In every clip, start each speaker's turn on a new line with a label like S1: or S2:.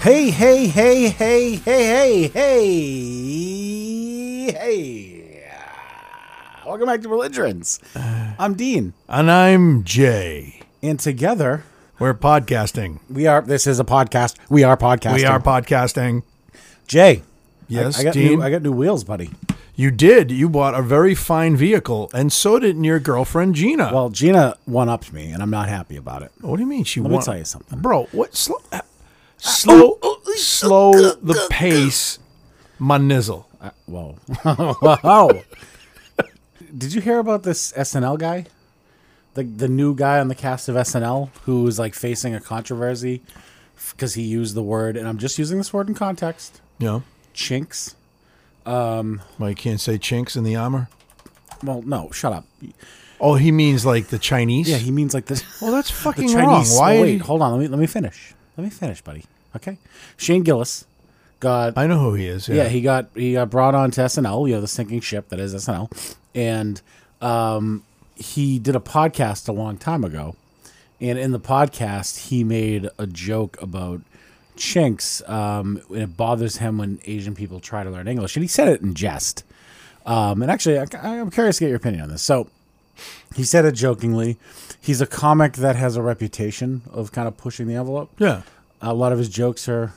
S1: Hey, hey, hey, hey, hey, hey, hey, hey. Welcome back to Belligerents. I'm Dean.
S2: And I'm Jay.
S1: And together,
S2: We're podcasting.
S1: we are, this is a podcast. We are podcasting.
S2: We are podcasting.
S1: Jay.
S2: Yes,
S1: I, I got
S2: Dean.
S1: New, I got new wheels, buddy.
S2: You did. You bought a very fine vehicle, and so did your girlfriend Gina.
S1: Well, Gina one upped me, and I'm not happy about it.
S2: what do you mean she?
S1: Let me
S2: won-
S1: tell you something. oh,
S2: bro. What slow? slow, oh, slow the pace, my nizzle.
S1: Whoa. Whoa. Did you hear about this SNL guy? The the new guy on the cast of SNL who was like facing a controversy because he used the word and I'm just using this word in context.
S2: No,
S1: Chinks.
S2: well, you can't say chinks in the armor.
S1: Well, no, shut up.
S2: Oh, he means like the Chinese.
S1: Yeah, he means like this.
S2: well, that's fucking
S1: the
S2: wrong.
S1: Chinese.
S2: Why?
S1: oh, wait, hold on. Let me let me finish. Let me finish, buddy. Okay. Shane Gillis got
S2: I know who he is. Yeah.
S1: yeah he got he got brought on to SNL you know the sinking ship that is SNL and um, he did a podcast a long time ago and in the podcast he made a joke about chinks um, and it bothers him when Asian people try to learn English and he said it in jest um, and actually I, I'm curious to get your opinion on this so he said it jokingly he's a comic that has a reputation of kind of pushing the envelope
S2: yeah.
S1: a lot of his jokes are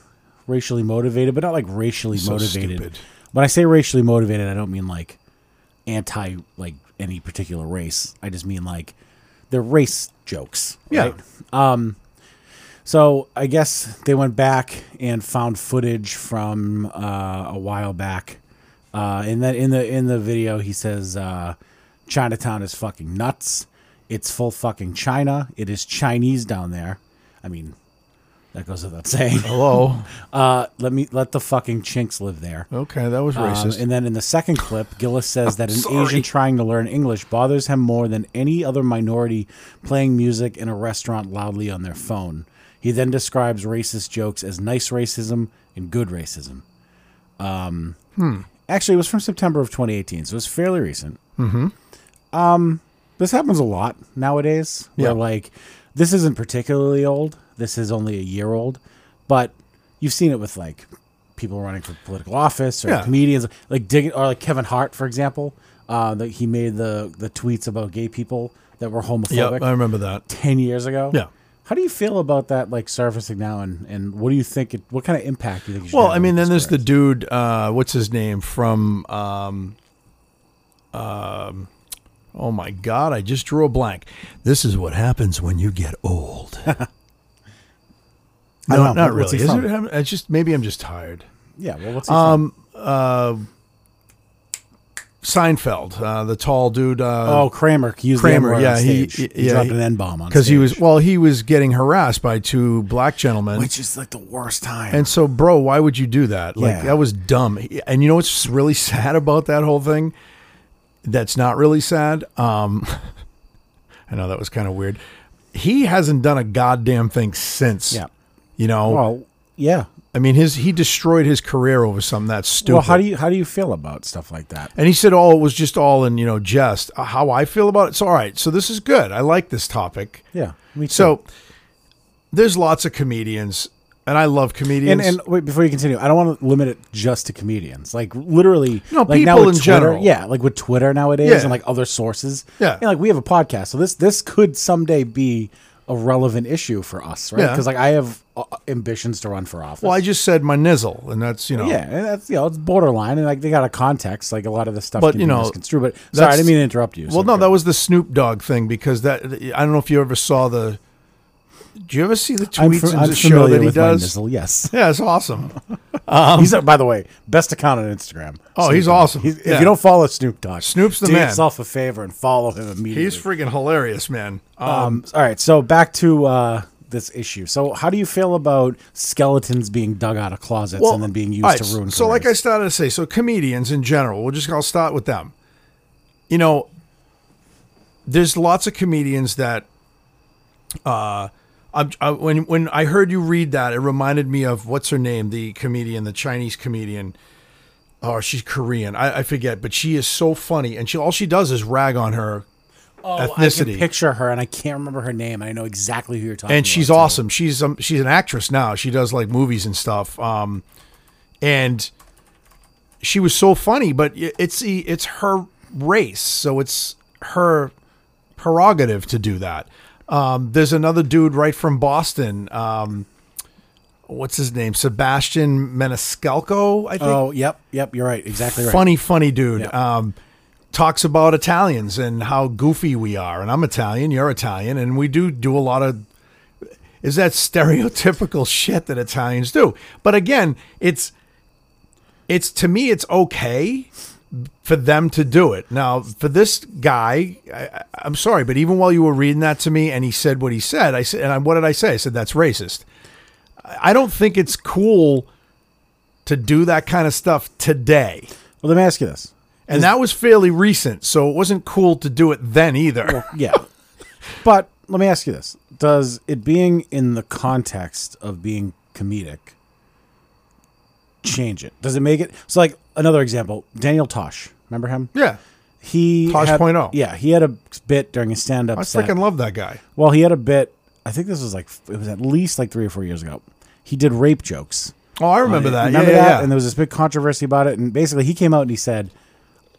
S1: racially motivated, but not like racially motivated.
S2: stupid.
S1: When I say racially motivated, I don't mean like anti like any particular race. I just mean like they're race jokes.
S2: Yeah.
S1: right? So I guess they went back and found footage from uh, a while back. Uh, and then in the in the video, he says uh, Chinatown is fucking nuts. It's full fucking China. It is Chinese down there. I mean, that goes without saying.
S2: Hello.
S1: Uh, let me let the fucking chinks live there.
S2: Okay, that was
S1: Um,
S2: racist.
S1: and then in the second clip, Gillis says that an
S2: sorry.
S1: Asian trying to learn English bothers him more than any other minority playing music in a restaurant loudly on their phone. He then describes racist jokes as nice racism and good racism. Um,
S2: Hmm.
S1: Actually, it was from September of 2018, so it's fairly recent. Mm-hmm. Um, this happens a lot nowadays. Where
S2: Yeah.
S1: like this isn't particularly old. This is only a year old, but you've seen it with like people running for political office or
S2: Yeah.
S1: comedians like digging or like Kevin Hart, for example. Uh, that he made the the tweets about gay people that were
S2: yeah,
S1: homophobic
S2: I remember that.
S1: ten years ago.
S2: Yeah.
S1: How do you feel about that like surfacing now, and, and what do you think? It, what kind of impact do you think? You should
S2: Well,
S1: have
S2: I mean,
S1: on
S2: then
S1: this
S2: there's the
S1: square?
S2: dude. Uh, what's his name from? Um, um, oh my God! I just drew a blank. This is what happens when you get old.
S1: I
S2: no,
S1: don't know.
S2: not
S1: What's
S2: really.
S1: he
S2: Is
S1: from?
S2: it? happening? It's just maybe I'm just tired.
S1: yeah. Well, what's he um,
S2: Seinfeld, uh, the tall dude. Uh,
S1: Oh, Kramer he used
S2: Kramer,
S1: the N-word
S2: yeah,
S1: on
S2: he-
S1: stage.
S2: he- yeah,
S1: dropped
S2: he-
S1: an N bomb on
S2: because
S1: because
S2: he was well, he was getting harassed by two black gentlemen.
S1: which is like the worst time.
S2: And so, bro, why would you do that? Like,
S1: Yeah.
S2: that was dumb. And you know what's really sad about that whole thing? That's not really sad. Um, I know that was kind of weird. He hasn't done a goddamn thing since.
S1: Yeah.
S2: You know,
S1: well, yeah.
S2: I mean, his he destroyed his career over something that's stupid.
S1: Well, how do you how do you feel about stuff like that?
S2: And he said, "Oh, it was just all in you know jest." Uh, How I feel about it. So, all right. So this is good. I like this topic.
S1: Yeah, me too.
S2: So there's lots of comedians, and I love comedians.
S1: and and wait before you continue, I don't want to limit it just to comedians. Like literally,
S2: No,
S1: like
S2: people
S1: with Twitter,
S2: in general.
S1: Yeah, like with Twitter nowadays
S2: Yeah.
S1: and like other sources.
S2: Yeah.
S1: and like we have a podcast, so this this could someday be a relevant issue for us, right?
S2: Yeah.
S1: Because like I have uh, ambitions to run for office.
S2: well, I just said my nizzle, and that's you know.
S1: yeah, and that's you know it's borderline, and like they got a context. Like a lot of this stuff,
S2: But,
S1: can
S2: you
S1: be
S2: know,
S1: misconstrued. But sorry, I
S2: that's-
S1: didn't mean to interrupt you. so
S2: Well, no,
S1: go-
S2: that was the Snoop Dogg thing because that I don't know if you ever saw the Do you ever see the
S1: I'm,
S2: tweets
S1: fa-
S2: and
S1: I'm
S2: the show
S1: familiar
S2: that he
S1: with Vin
S2: does?
S1: Diesel, yes.
S2: Yeah, it's awesome.
S1: he's, a- by the way, best account on Instagram.
S2: Um, Oh, he's
S1: Snoop Dogg.
S2: awesome.
S1: He's-
S2: Yeah.
S1: If you don't follow Snoop Dogg,
S2: Snoop's the
S1: do
S2: man.
S1: yourself a favor and follow him immediately.
S2: He's freaking hilarious, man. Uh,
S1: Um, all right, so back to uh, this issue. So, how do you feel about skeletons being dug out of closets and then being used
S2: all right,
S1: to ruin?
S2: So, like I
S1: careers?
S2: started to say, so comedians in general, we'll just I'll start with them. You know, there's lots of comedians that, uh, I'm, I, when when I heard you read that, it reminded me of what's her name, the comedian, the Chinese comedian. Oh, she's Korean. I, I forget, but she is so funny, and she all she does is rag on her
S1: Oh, I
S2: ethnicity.
S1: can picture her, and I can't remember her name. I know exactly who you're talking.
S2: and she's
S1: about, too.
S2: awesome. She's um, she's an actress now. She does like movies and stuff. Um, and she was so funny, but i- it's the it's her race, so it's her prerogative to do that. Um, there's another dude right from Boston. Um, what's his name? Sebastian Maniscalco, I think
S1: Oh, yep, yep. You're right. Exactly right.
S2: funny, funny dude. Um, talks about Italians and how goofy we are, and I'm Italian, you're Italian, and we do do a lot of is that stereotypical shit that Italians do. But again, it's it's to me, it's okay for them to do it. Now, for this guy, I, I- I'm sorry, but even while you were reading that to me, and he said what he said, I said, and I, what did I say? I said that's racist. I I don't think it's cool to do that kind of stuff today.
S1: Well, let me ask you this.
S2: And that was fairly recent, so it wasn't cool to do it then either.
S1: Yeah, but let me ask you this: Does it being in the context of being comedic change it? Does it make it? So, like another example, Daniel Tosh. Remember him?
S2: yeah.
S1: He
S2: Tosh
S1: had-
S2: point oh.
S1: Yeah, he had a bit during his stand-up.
S2: I
S1: set.
S2: freaking love that guy.
S1: Well, he had a bit. I think this was like it was at least like three or four years ago. He did rape jokes.
S2: Oh, I remember that.
S1: Remember
S2: yeah, yeah,
S1: that?
S2: yeah.
S1: And there was this big controversy about it. And basically, he came out and he said,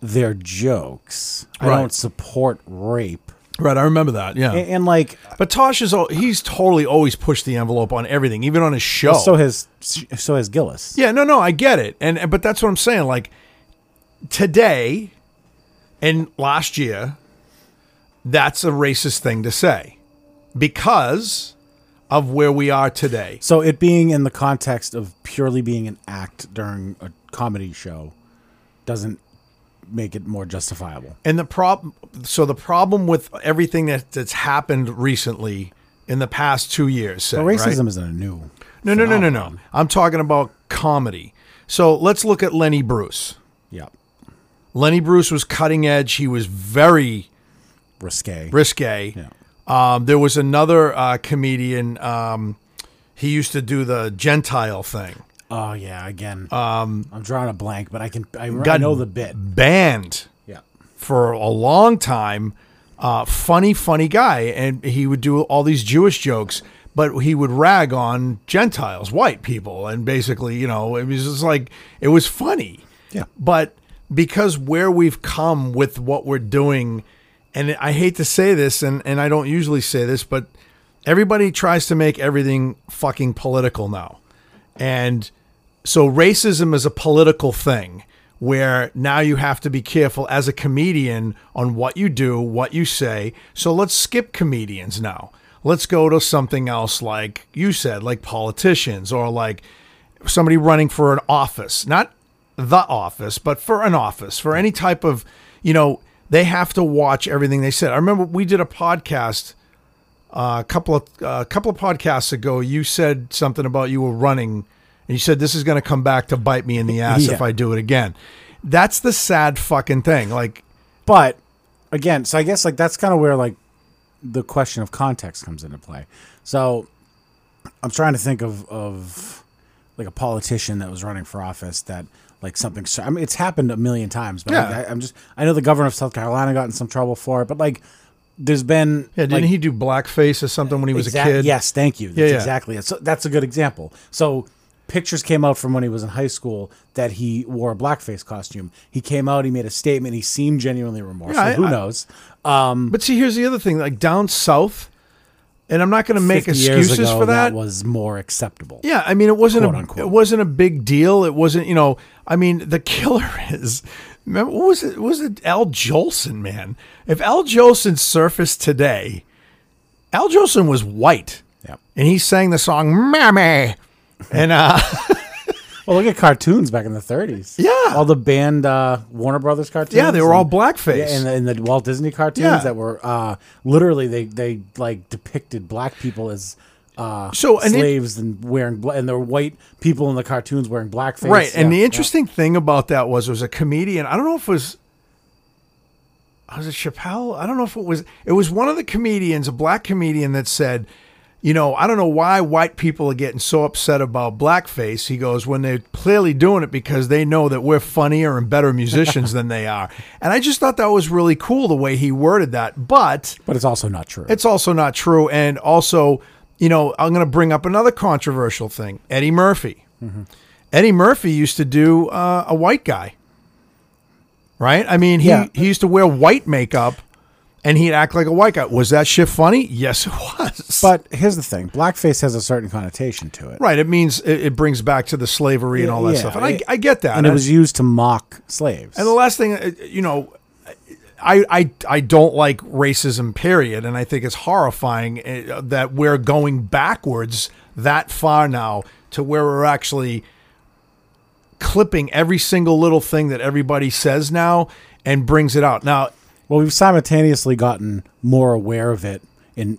S1: "They're jokes. I
S2: Right.
S1: don't support rape."
S2: right, I remember that. Yeah.
S1: And, and like,
S2: but Tosh is al- he's totally always pushed the envelope on everything, even on his show.
S1: so has so has Gillis.
S2: Oh. yeah, no, no, I get it. And and- but that's what I'm saying like today and last year that's a racist thing to say because of where we are today.
S1: So it being in the context of purely being an act during a comedy show doesn't make it more justifiable.
S2: And the problem, so the problem with everything that, that's happened recently in the past two years, say,
S1: But
S2: right?
S1: racism isn't a new.
S2: No, no, no, no, no. I'm talking about comedy. So let's look at Lenny Bruce.
S1: Yeah,
S2: Lenny Bruce was cutting edge. He was very
S1: risque.
S2: risque. Um, there was another uh, comedian. Um, he used to do the Gentile thing.
S1: Oh yeah, again. Um, I'm drawing a blank, but I can I, I
S2: God-
S1: know the bit.
S2: Banned
S1: Yeah.
S2: for a long time. Uh, funny, funny guy, and he would do all these Jewish jokes, but he would rag on Gentiles, white people, and basically, you know, it was just like it was funny.
S1: Yeah.
S2: But because where we've come with what we're doing, and I hate to say this, and and I don't usually say this, but everybody tries to make everything fucking political now, and so racism is a political thing where now you have to be careful as a comedian on what you do, what you say. So let's skip comedians now. Let's go to something else like you said, like politicians or like somebody running for an office, not the office, but for an office, for any type of, you know, they have to watch everything they said. I remember we did a podcast uh, a couple of a couple of podcasts ago, you said something about you were running, and you said this is going to come back to bite me in the ass if
S1: Yeah.
S2: I do it again. That's the sad fucking thing. Like,
S1: But again, so I guess like that's kind of where like the question of context comes into play. So I'm trying to think of of like a politician that was running for office that like something. so- I mean, it's happened a million times. But
S2: Yeah.
S1: I, I'm just I know the governor of South Carolina got in some trouble for it, but like there's been
S2: yeah, didn't
S1: like,
S2: he do blackface or something when he was
S1: Exact-
S2: a kid?
S1: Yes, thank you. That's
S2: yeah.
S1: exactly it. So that's a good example. So pictures came out from when he was in high school that he wore a blackface costume. He came out, he made a statement, he seemed genuinely remorseful.
S2: Yeah, I-
S1: Who
S2: I-
S1: knows?
S2: But see, here's the other thing. Like down south, and I'm not going to make
S1: 50 years
S2: excuses
S1: ago,
S2: for that.
S1: was more acceptable.
S2: Yeah, I mean, it wasn't
S1: Quote,
S2: a,
S1: unquote.
S2: it wasn't a big deal. It wasn't, you know, I mean, the killer is. Remember, what was it? Was it Al Jolson? Man, if Al Jolson surfaced today, Al Jolson was white.
S1: Yeah.
S2: and he sang the song "Mammy," and uh,
S1: Well, look at cartoons back in the 30s.
S2: Yeah.
S1: All the band uh, Warner Brothers cartoons.
S2: yeah, they were all
S1: and-
S2: blackface.
S1: Yeah, and, the- and the Walt Disney cartoons
S2: Yeah.
S1: that were uh, literally they they like depicted black people as uh,
S2: So, and it-
S1: slaves and wearing bla- and there were white people in the cartoons wearing blackface.
S2: Right. And
S1: Yeah,
S2: the interesting thing about that was it was a comedian. I don't know if it was was it Chappelle? I don't know if it was it was one of the comedians, a black comedian that said, you know, I don't know why white people are getting so upset about blackface. He goes, when they're clearly doing it because they know that we're funnier and better musicians than they are. And I just thought that was really cool the way he worded that. But
S1: yeah. but it's also not true.
S2: it's also not true. And also, you know, I'm going to bring up another controversial thing Eddie Murphy.
S1: Mm-hmm.
S2: Eddie Murphy used to do uh, a white guy, right? I mean, he,
S1: Yeah.
S2: he used to wear white makeup and he'd act like a white guy. Was that shit funny? Yes, it was.
S1: but here's the thing: blackface has a certain connotation to it,
S2: right. It means it, it brings back to the slavery and all that
S1: Yeah,
S2: stuff. And I,
S1: it-
S2: I get that.
S1: and it
S2: I-
S1: was used to mock slaves.
S2: And the last thing, uh, you know, I, I I don't like racism, period, and I think it's horrifying uh, that we're going backwards that far now to where we're actually clipping every single little thing that everybody says now and brings it out. Now,
S1: well, we've simultaneously gotten more aware of it and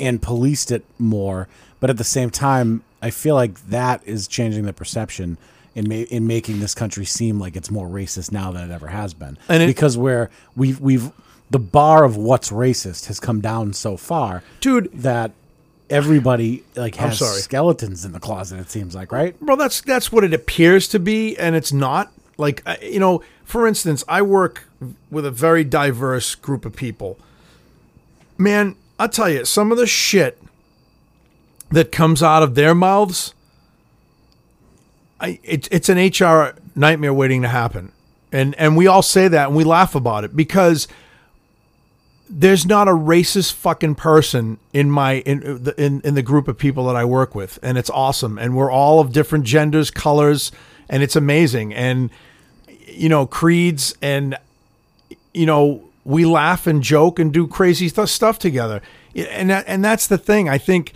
S1: and policed it more, but at the same time, I feel like that is changing the perception in ma- in making this country seem like it's more racist now than it ever has been,
S2: And it-
S1: because where we've we've the bar of what's racist has come down so far,
S2: Dude.
S1: that everybody like has
S2: sorry.
S1: skeletons in the closet. It seems like right.
S2: Well, that's that's what it appears to be, and it's not. Like I- you know, for instance, I work with a very diverse group of people. Man, I'll tell you, some of the shit that comes out of their mouths, I it, it's an HR nightmare waiting to happen, and and we all say that and we laugh about it because there's not a racist fucking person in my in the- in in the group of people that I work with, and it's awesome. And we're all of different genders, colors, and it's amazing. And you know, creeds, and you know, we laugh and joke and do crazy th- stuff together. Yeah, And that, and that's the thing. I think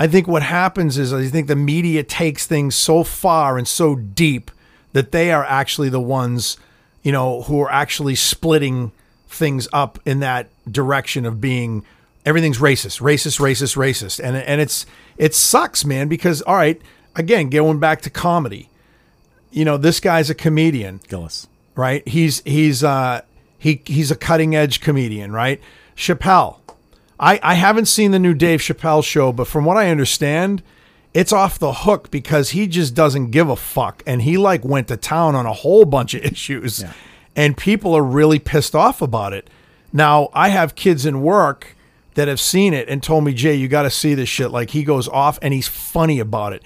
S2: I think what happens is I think the media takes things so far and so deep that they are actually the ones you know, who are actually splitting things up in that direction of being everything's racist, racist, racist, racist. And and it's it sucks, man, because all right, again, going back to comedy. You know, this guy's a comedian
S1: Gillis,
S2: right? He's he's uh he he's a cutting edge comedian, right? Chappelle. I I haven't seen the new Dave Chappelle show, but from what I understand, it's off the hook because he just doesn't give a fuck and he like went to town on a whole bunch of issues and people are really pissed off about it. Now, I have kids in work that have seen it and told me, "Jay, you got to see this shit." Like he goes off and he's funny about it.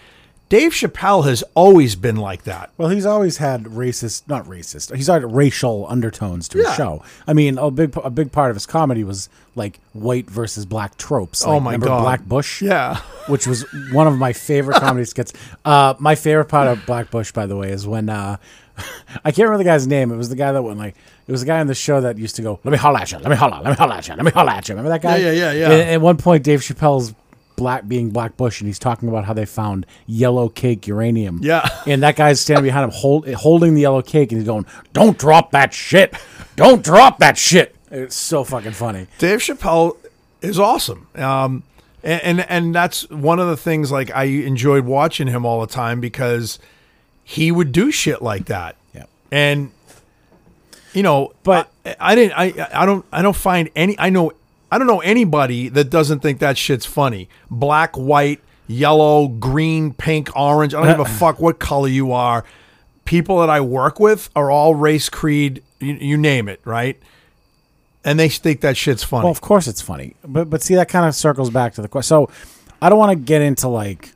S2: Dave Chappelle has always been like that.
S1: Well, he's always had racist, not racist. He's had racial undertones to
S2: Yeah.
S1: his show. I mean, a big a big part of his comedy was like white versus black tropes. Like,
S2: Oh, my
S1: remember
S2: God.
S1: Black Bush,
S2: Yeah.
S1: which was one of my favorite comedy skits. Uh, my favorite part of Black Bush, by the way, is when uh, I can't remember the guy's name. It was the guy that went like it was the guy on the show that used to go, "Let me holla at you, let me holla, let me holla at you, let me holla at you." Remember that guy?
S2: Yeah, yeah, yeah, yeah.
S1: And- at one point, Dave Chappelle's black being Black Bush, and he's talking about how they found yellow cake uranium.
S2: Yeah.
S1: and that guy's standing behind him, hold, holding the yellow cake, and he's going, "Don't drop that shit! Don't drop that shit!" It's so fucking funny.
S2: Dave Chappelle is awesome. Um, and, and and that's one of the things like I enjoyed watching him all the time because he would do shit like that.
S1: Yeah.
S2: And you know,
S1: But-
S2: I, I didn't I I don't I don't find any I know I don't know anybody that doesn't think that shit's funny. Black, white, yellow, green, pink, orange, I don't give a fuck what color you are. People that I work with are all race, creed, you, you name it, right? And they think that shit's funny.
S1: Well, of course it's funny, but but see that kind of circles back to the question. So I don't want to get into like.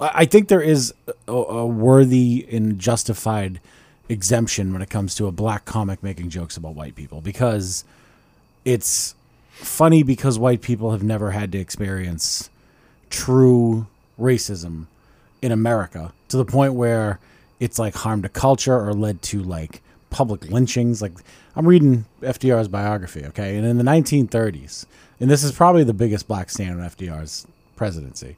S1: I I think there is a, a worthy and justified exemption when it comes to a black comic making jokes about white people because it's funny because white people have never had to experience true racism in America to the point where it's like harmed a culture or led to like public lynchings. Like I'm reading FDR's biography, okay, and in the 1930s, and this is probably the biggest black stand on FDR's presidency.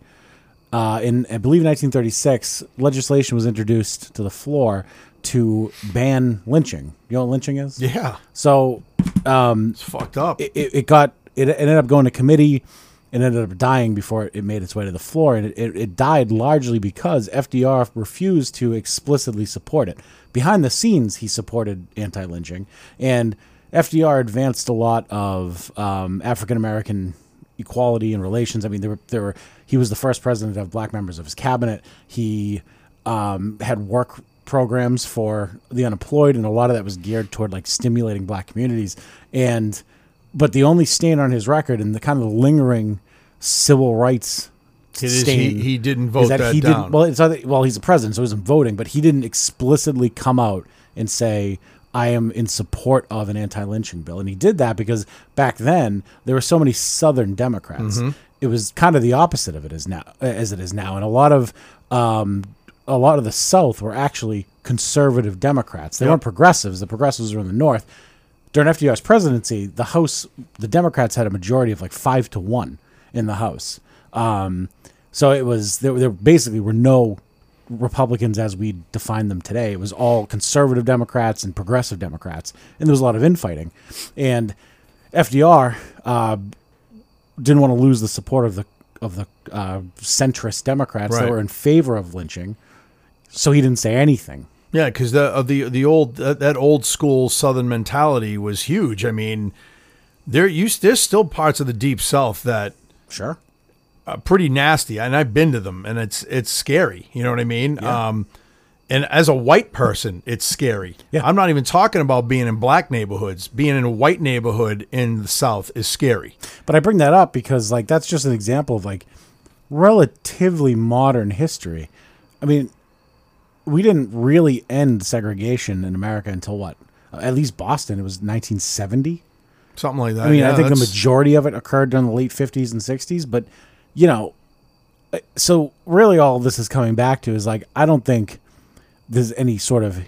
S1: Uh, in I believe 1936, legislation was introduced to the floor to ban lynching. You know what lynching is?
S2: Yeah.
S1: So
S2: It's fucked up.
S1: it- it, it got it ended up going to committee and ended up dying before it made its way to the floor and it, it, it died largely because fdr refused to explicitly support it behind the scenes he supported anti-lynching and fdr advanced a lot of um, african american equality and relations i mean there were, there were he was the first president to have black members of his cabinet he um, had work programs for the unemployed and a lot of that was geared toward like stimulating black communities and but the only stain on his record and the kind of lingering civil rights
S2: It is
S1: stain
S2: he- he didn't vote that
S1: he
S2: down.
S1: didn't. Well, it's other, well, he's a president, so he wasn't voting, but he didn't explicitly come out and say. I am in support of an anti-lynching bill, and he did that because back then there were so many Southern Democrats.
S2: Mm-hmm.
S1: It was kind of the opposite of it is now, uh, as it is now, and a lot of um, a lot of the South were actually conservative Democrats. They weren't progressives. The progressives were in the North, during FDR's presidency, the House, the Democrats had a majority of like five to one in the House. Um, so it was there, there basically were no Republicans as we define them today. It was all conservative Democrats and progressive Democrats, and there was a lot of infighting. And FDR uh, didn't want to lose the support of the of the uh, centrist Democrats
S2: Right.
S1: that were in favor of lynching, so he didn't say anything.
S2: Yeah, because the of the the old that that old school Southern mentality was huge. I mean, there you there's still parts of the Deep South that
S1: Sure.
S2: are pretty nasty, and I've been to them, and it's it's scary. You know what I mean? Um, and as a white person, it's scary.
S1: Yeah.
S2: I'm not even talking about being in black neighborhoods. Being in a white neighborhood in the South is scary.
S1: But I bring that up because like that's just an example of like relatively modern history. I mean, we didn't really end segregation in America until what? At least Boston, it was 1970.
S2: Something like that.
S1: I mean,
S2: Yeah,
S1: I think the
S2: that's-
S1: majority of it occurred during the late 50s and 60s, but you know, uh, so really all this is coming back to is like I don't think there's any sort of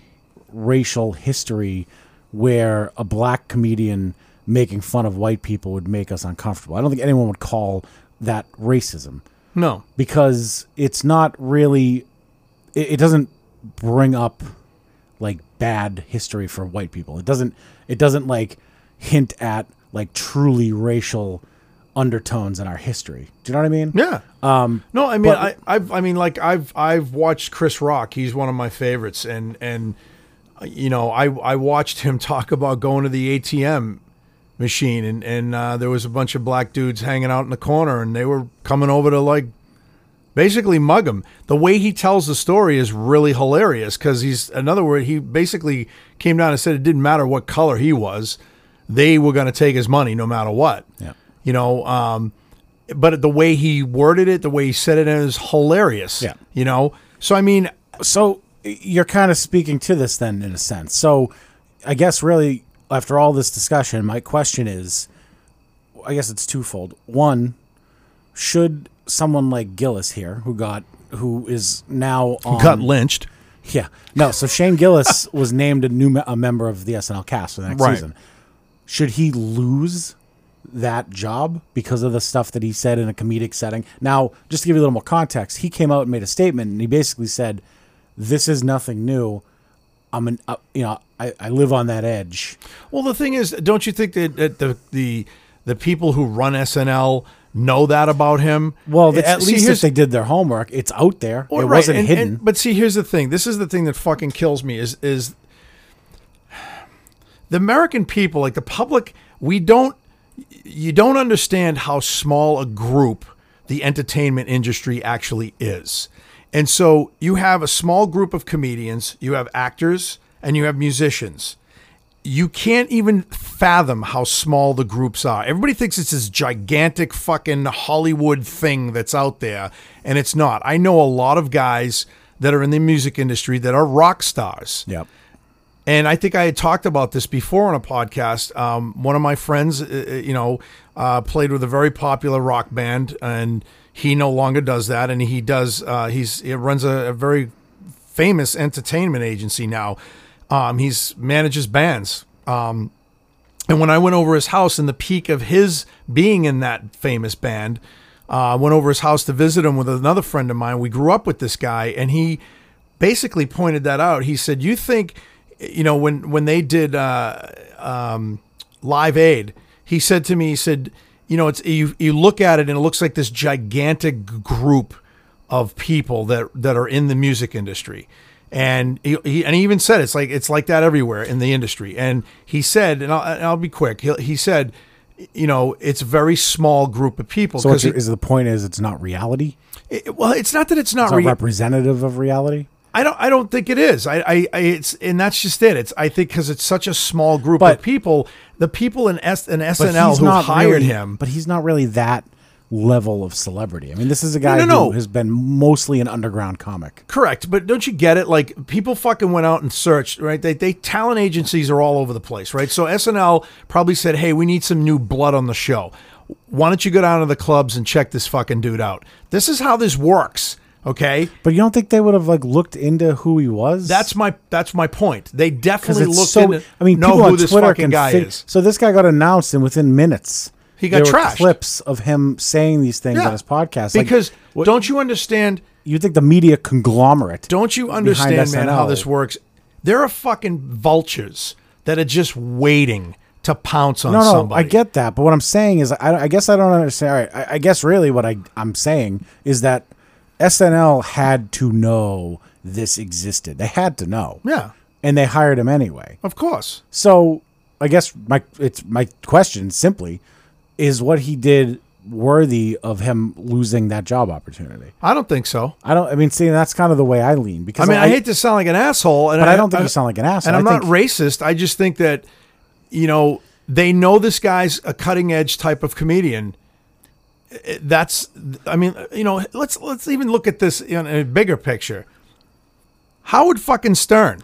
S1: racial history where a black comedian making fun of white people would make us uncomfortable. I don't think anyone would call that racism
S2: no.
S1: because it's not really it, it doesn't bring up like bad history for white people it doesn't it doesn't like hint at like truly racial undertones in our history do you know what i mean
S2: Yeah. Um, no, I mean, I, I've, I mean, like I've, I've watched Chris Rock. He's one of my favorites, and and uh, you know, I, I watched him talk about going to the ATM machine, and and uh, there was a bunch of black dudes hanging out in the corner, and they were coming over to like basically mug him. The way he tells the story is really hilarious because he's another word. He basically came down and said it didn't matter what color he was, they were going to take his money no matter what.
S1: Yeah.
S2: You know, um, but the way he worded it, the way he said it is hilarious.
S1: Yeah.
S2: You know, so I mean,
S1: so you're kind of speaking to this then in a sense so i guess really after all this discussion my question is i guess it's twofold one should someone like gillis here who got who is now on
S2: got lynched.
S1: Yeah. No, so Shane Gillis was named a new me- a member of the SNL cast for the next
S2: Right.
S1: season. Should he lose that job because of the stuff that he said in a comedic setting? Now, just to give you a little more context, he came out and made a statement and he basically said, "This is nothing new. I'm an uh, you know, I, I live on that edge."
S2: Well, the thing is, don't you think that, that the the the people who run SNL know that about him?
S1: Well,
S2: It's-
S1: at
S2: see,
S1: least
S2: here's-
S1: if they did their homework, it's out there.
S2: Well,
S1: it
S2: right,
S1: wasn't
S2: and-
S1: hidden.
S2: and- but see, here's the thing. This is the thing that fucking kills me is is the American people, like the public, we don't you don't understand how small a group the entertainment industry actually is. And so you have a small group of comedians, you have actors, and you have musicians you can't even fathom how small the groups are. Everybody thinks it's this gigantic fucking Hollywood thing that's out there, and it's not. I know a lot of guys that are in the music industry that are rock stars.
S1: yep.
S2: And I think I had talked about this before on a podcast. Um, one of my friends, uh, uh, you know, uh, played with a very popular rock band, and he no longer does that. And he does, uh, he's he runs a, a very famous entertainment agency now. Um, he's manages bands. Um, and when I went over his house in the peak of his being in that famous band, uh, I went over his house to visit him with another friend of mine. We grew up with this guy, and he basically pointed that out. He said, "You think, you know, when when they did uh, um, Live Aid, he said to me, he said, you know, it's you you look at it and it looks like this gigantic group of people that that are in the music industry." And he, he and he even said it's like it's like that everywhere in the industry. And he said, and I'll, and I'll be quick. He, he said, you know, it's a very small group of people.
S1: So what's
S2: 'cause
S1: your, is the point is it's not reality?
S2: it- it- well, it's not that it's not,
S1: It's not
S2: rea-
S1: representative of reality.
S2: I don't. I don't think it is. I. I. I it's and that's just it. It's. I think because it's such a small group
S1: But-
S2: of people. The people in S in
S1: But
S2: SNL
S1: he's
S2: who
S1: not
S2: hired
S1: really-
S2: him.
S1: But he's not really that level of celebrity. I mean, this is a guy
S2: no, no.
S1: who has been mostly an underground comic.
S2: Correct, but don't you get it? Like people fucking went out and searched, right? They, they talent agencies are all over the place, right? So SNL probably said, "Hey, we need some new blood on the show. Why don't you go down to the clubs and check this fucking dude out? This is how this works." Okay,
S1: But you don't think they would have like looked into who he was?
S2: that's my that's my point. They
S1: because
S2: definitely
S1: it's
S2: looked
S1: so.
S2: into.
S1: I mean,
S2: know
S1: people
S2: who
S1: on
S2: this
S1: Twitter
S2: fucking
S1: can
S2: guy
S1: fig-
S2: is.
S1: So this guy got announced, and within minutes,
S2: He got
S1: there were
S2: trashed.
S1: clips of him saying these things on his podcast. Like,
S2: Because don't you understand?
S1: you think the media conglomerate?
S2: Don't you understand, man, how
S1: SNL.
S2: this works? There are fucking vultures that are just waiting to pounce on
S1: no, no,
S2: somebody.
S1: I get that, but what I'm saying is, I, I guess I don't understand. All right, I, I guess really what I I'm saying is that SNL had to know this existed. They had to know.
S2: Yeah.
S1: and they hired him anyway.
S2: Of course.
S1: So I guess my it's my question simply is what he did worthy of him losing that job opportunity.
S2: I don't think so.
S1: I don't. I mean, see, that's kind of the way I lean because
S2: I mean, I, hate to sound like an asshole, and
S1: but I don't think you sound like an asshole.
S2: And I'm
S1: I
S2: not
S1: think-
S2: racist. I just think that you know they know this guy's a cutting edge type of comedian. Eh, That's, I mean, you know, let's let's even look at this in a bigger picture. Howard fucking Stern.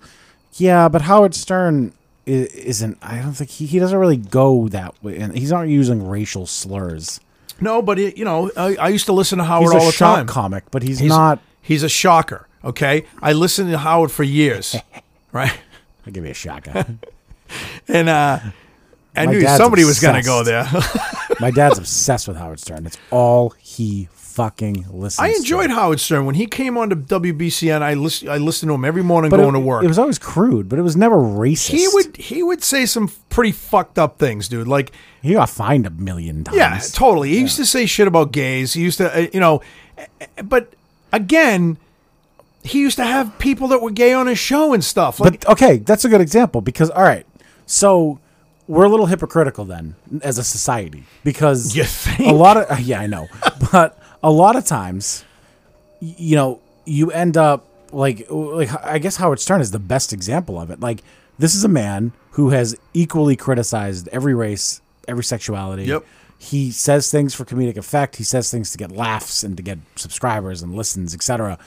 S1: Yeah, but Howard Stern i- isn't. I don't think he, he doesn't really go that way, and he's not using racial slurs.
S2: No, but it, you know, I, I used to listen to Howard
S1: He's
S2: Oh, all
S1: a
S2: the
S1: shock
S2: time.
S1: comic, but he's, not.
S2: He's a shocker. Okay, I listened to Howard for years, right?
S1: I'll give you a shotgun.
S2: And uh, I
S1: My
S2: knew
S1: dad's
S2: somebody was going to go there.
S1: obsessed. My dad's obsessed with Howard Stern. It's all he fucking listens.
S2: I
S1: to.
S2: enjoyed Howard Stern when he came on to WBCN. I listen, I listened to him every morning
S1: But
S2: going
S1: it,
S2: to work.
S1: It was always crude, but it was never racist.
S2: he would he would say some pretty fucked up things, dude. Like
S1: He got fined a million times.
S2: yeah, totally. He used to say shit about gays. He used to uh, you know, eh, eh, but again, he used to have people that were gay on his show and stuff. Like
S1: But okay, that's a good example because all right, so we're a little hypocritical then as a society because
S2: You think?
S1: a lot of yeah I know, but a lot of times, y- you know, you end up like like I guess Howard Stern is the best example of it. Like this is a man who has equally criticized every race, every sexuality.
S2: Yep.
S1: He says things for comedic effect. He says things to get laughs and to get subscribers and listens, etc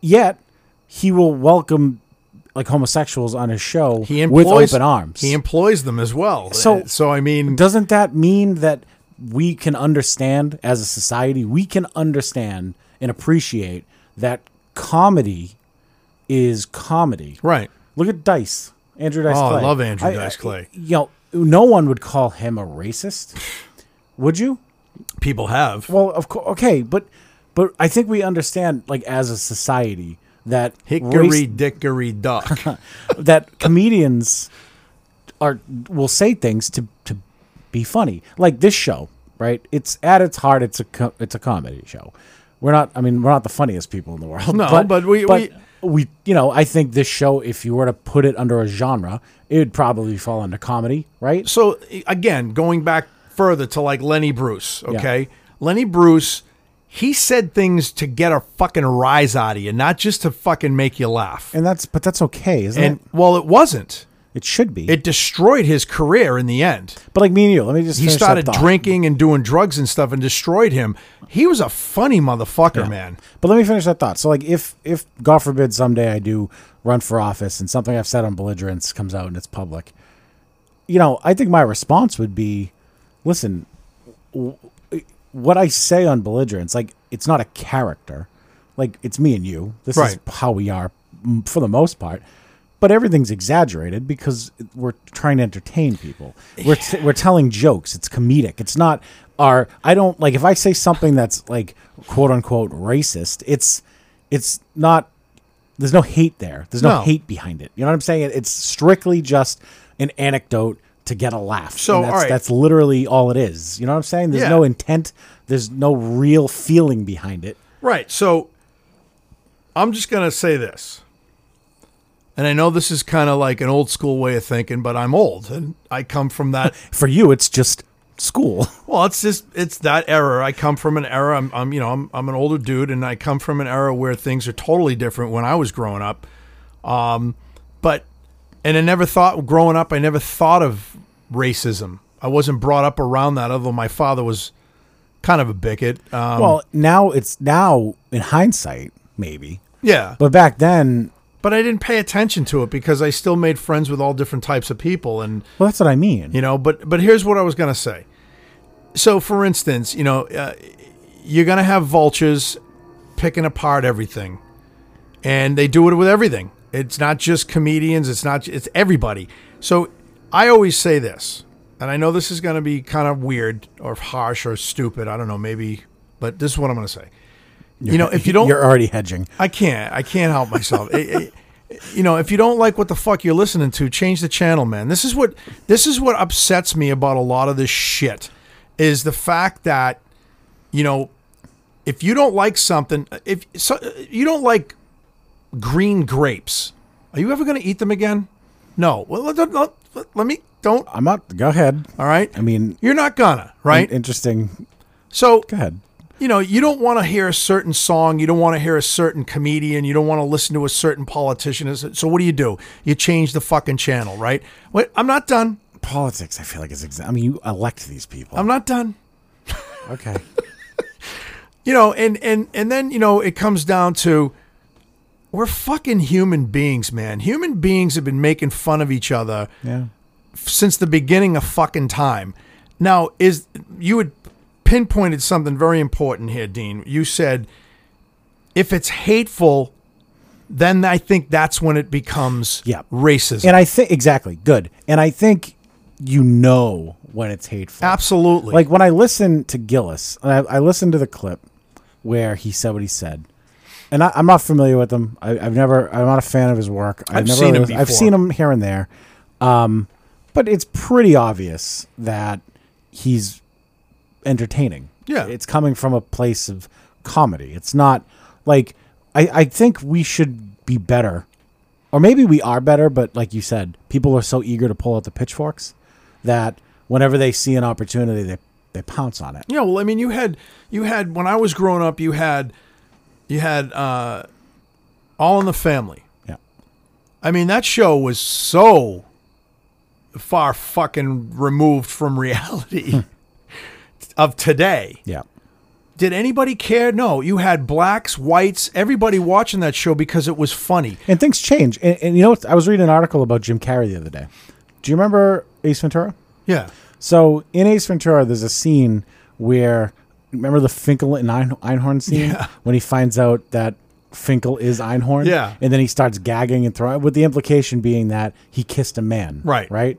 S1: yet he will welcome like homosexuals on his show
S2: he
S1: with
S2: employs
S1: open arms.
S2: He employs them as well.
S1: So-
S2: Eh, so I mean,
S1: Doesn't that mean that we can understand as a society, we can understand and appreciate that comedy is comedy.
S2: right?
S1: Look at Dice, Andrew Dice
S2: Oh, I
S1: Clay.
S2: love Andrew Dice Clay.
S1: You know, no one would call him a racist. would you?
S2: People have.
S1: Well, of course. Okay, but but I think we understand like as a society that
S2: Hickory
S1: race-
S2: dickory duck.
S1: that comedians are will say things to to be funny. Like this show, right? It's at its heart, it's a co- it's a comedy show. We're not. I mean, we're not the funniest people in the world.
S2: No, but we-
S1: we, you know, I think this show, if you were to put it under a genre, it would probably fall under comedy, right?
S2: so i- again, going back further to like Lenny Bruce, okay? Lenny Bruce, he said things to get a fucking rise out of you, not just to fucking make you laugh.
S1: And that's, but that's okay, isn't
S2: And
S1: it?
S2: well, it wasn't.
S1: It should be.
S2: It destroyed his career in the end.
S1: but like me and you, let me just.
S2: He
S1: finish that
S2: started
S1: thought.
S2: drinking and doing drugs and stuff and destroyed him. He was a funny motherfucker, man.
S1: But let me finish that thought. So, like, if if God forbid someday I do run for office and something I've said on belligerence comes out and it's public, you know, I think my response would be, listen, w- what I say on belligerence, like, it's not a character, like it's me and you. This
S2: Right.
S1: is how we are m- for the most part. But everything's exaggerated because we're trying to entertain people. We're t- we're telling jokes. It's comedic. It's not our. I don't like if I say something that's like quote unquote racist. It's it's not. There's no hate there. There's no,
S2: No.
S1: hate behind it. You know what I'm saying? It's strictly just an anecdote to get a laugh.
S2: So,
S1: And that's,
S2: all right.
S1: that's literally all it is. You know what I'm saying? There's
S2: Yeah.
S1: no intent. There's no real feeling behind it.
S2: Right. So I'm just going to say this. And I know this is kind of like an old school way of thinking, but I'm old and I come from that.
S1: For you, it's just school.
S2: well, it's just, it's that era. I come from an era, I'm, I'm you know, I'm, I'm an older dude and I come from an era where things are totally different when I was growing up. Um, but, and I never thought, growing up, I never thought of racism. I wasn't brought up around that, although my father was kind of a bigot. Um,
S1: well, now it's now in hindsight, maybe.
S2: yeah.
S1: But back then,
S2: but I didn't pay attention to it because I still made friends with all different types of people and
S1: well, that's what I mean.
S2: you know but but here's what I was going to say. So for instance, you know, uh, you're going to have vultures picking apart everything. And they do it with everything. It's not just comedians, it's not it's everybody. So I always say this. And I know this is going to be kind of weird or harsh or stupid, I don't know, maybe, but this is what I'm going to say. you know, if you don't
S1: You're already hedging.
S2: I can't. I can't help myself. It- it- you know, if you don't like what the fuck you're listening to, change the channel, man. This is what this is what upsets me about a lot of this shit is the fact that you know, if you don't like something, if so, you don't like green grapes, are you ever going to eat them again? No. Well, let, let, let- let me don't.
S1: I'm not. Go ahead.
S2: All right.
S1: I mean,
S2: you're not gonna, right?
S1: interesting.
S2: so
S1: Go ahead.
S2: you know, you don't want to hear a certain song, you don't want to hear a certain comedian, you don't want to listen to a certain politician. Is it- So what do you do? You change the fucking channel, right? Wait, I'm not done.
S1: Politics, I feel like is. Exa- I mean, you elect these people.
S2: I'm not done.
S1: okay.
S2: You know, and and and then you know, it comes down to we're fucking human beings, man. Human beings have been making fun of each other
S1: Yeah.
S2: since the beginning of fucking time. Now, is you had pinpointed something very important here, Dean. You said if it's hateful, then I think that's when it becomes
S1: Yeah.
S2: racism.
S1: And I think exactly good. And I think you know when it's hateful.
S2: Absolutely.
S1: Like when I listened to Gillis, and I, I listened to the clip where he said what he said, and I, I'm not familiar with him. I, I've never, I'm not a fan of his work. I've, never
S2: seen him
S1: lis- I've
S2: before.
S1: seen him here and there, um, but it's pretty obvious that he's entertaining.
S2: Yeah.
S1: it's coming from a place of comedy. It's not like I, I think we should be better or maybe we are better, but like you said, people are so eager to pull out the pitchforks that whenever they see an opportunity, they, they pounce on it.
S2: Yeah, well, I mean, you had you had when I was growing up, you had you had uh, All in the Family.
S1: Yeah.
S2: I mean, that show was so far fucking removed from
S1: Hmm.
S2: reality of today.
S1: Yeah.
S2: Did anybody care? No, you had blacks, whites, everybody watching that show because it was funny.
S1: And things change. And, and you know, what? I was reading an article about Jim Carrey the other day. Do you remember Ace Ventura?
S2: Yeah.
S1: So in Ace Ventura, there's a scene where remember the Finkel and Ein- Einhorn scene
S2: Yeah.
S1: when he finds out that Finkel is Einhorn.
S2: Yeah.
S1: and then he starts gagging and throwing, with the implication being that he kissed a man.
S2: Right.
S1: Right.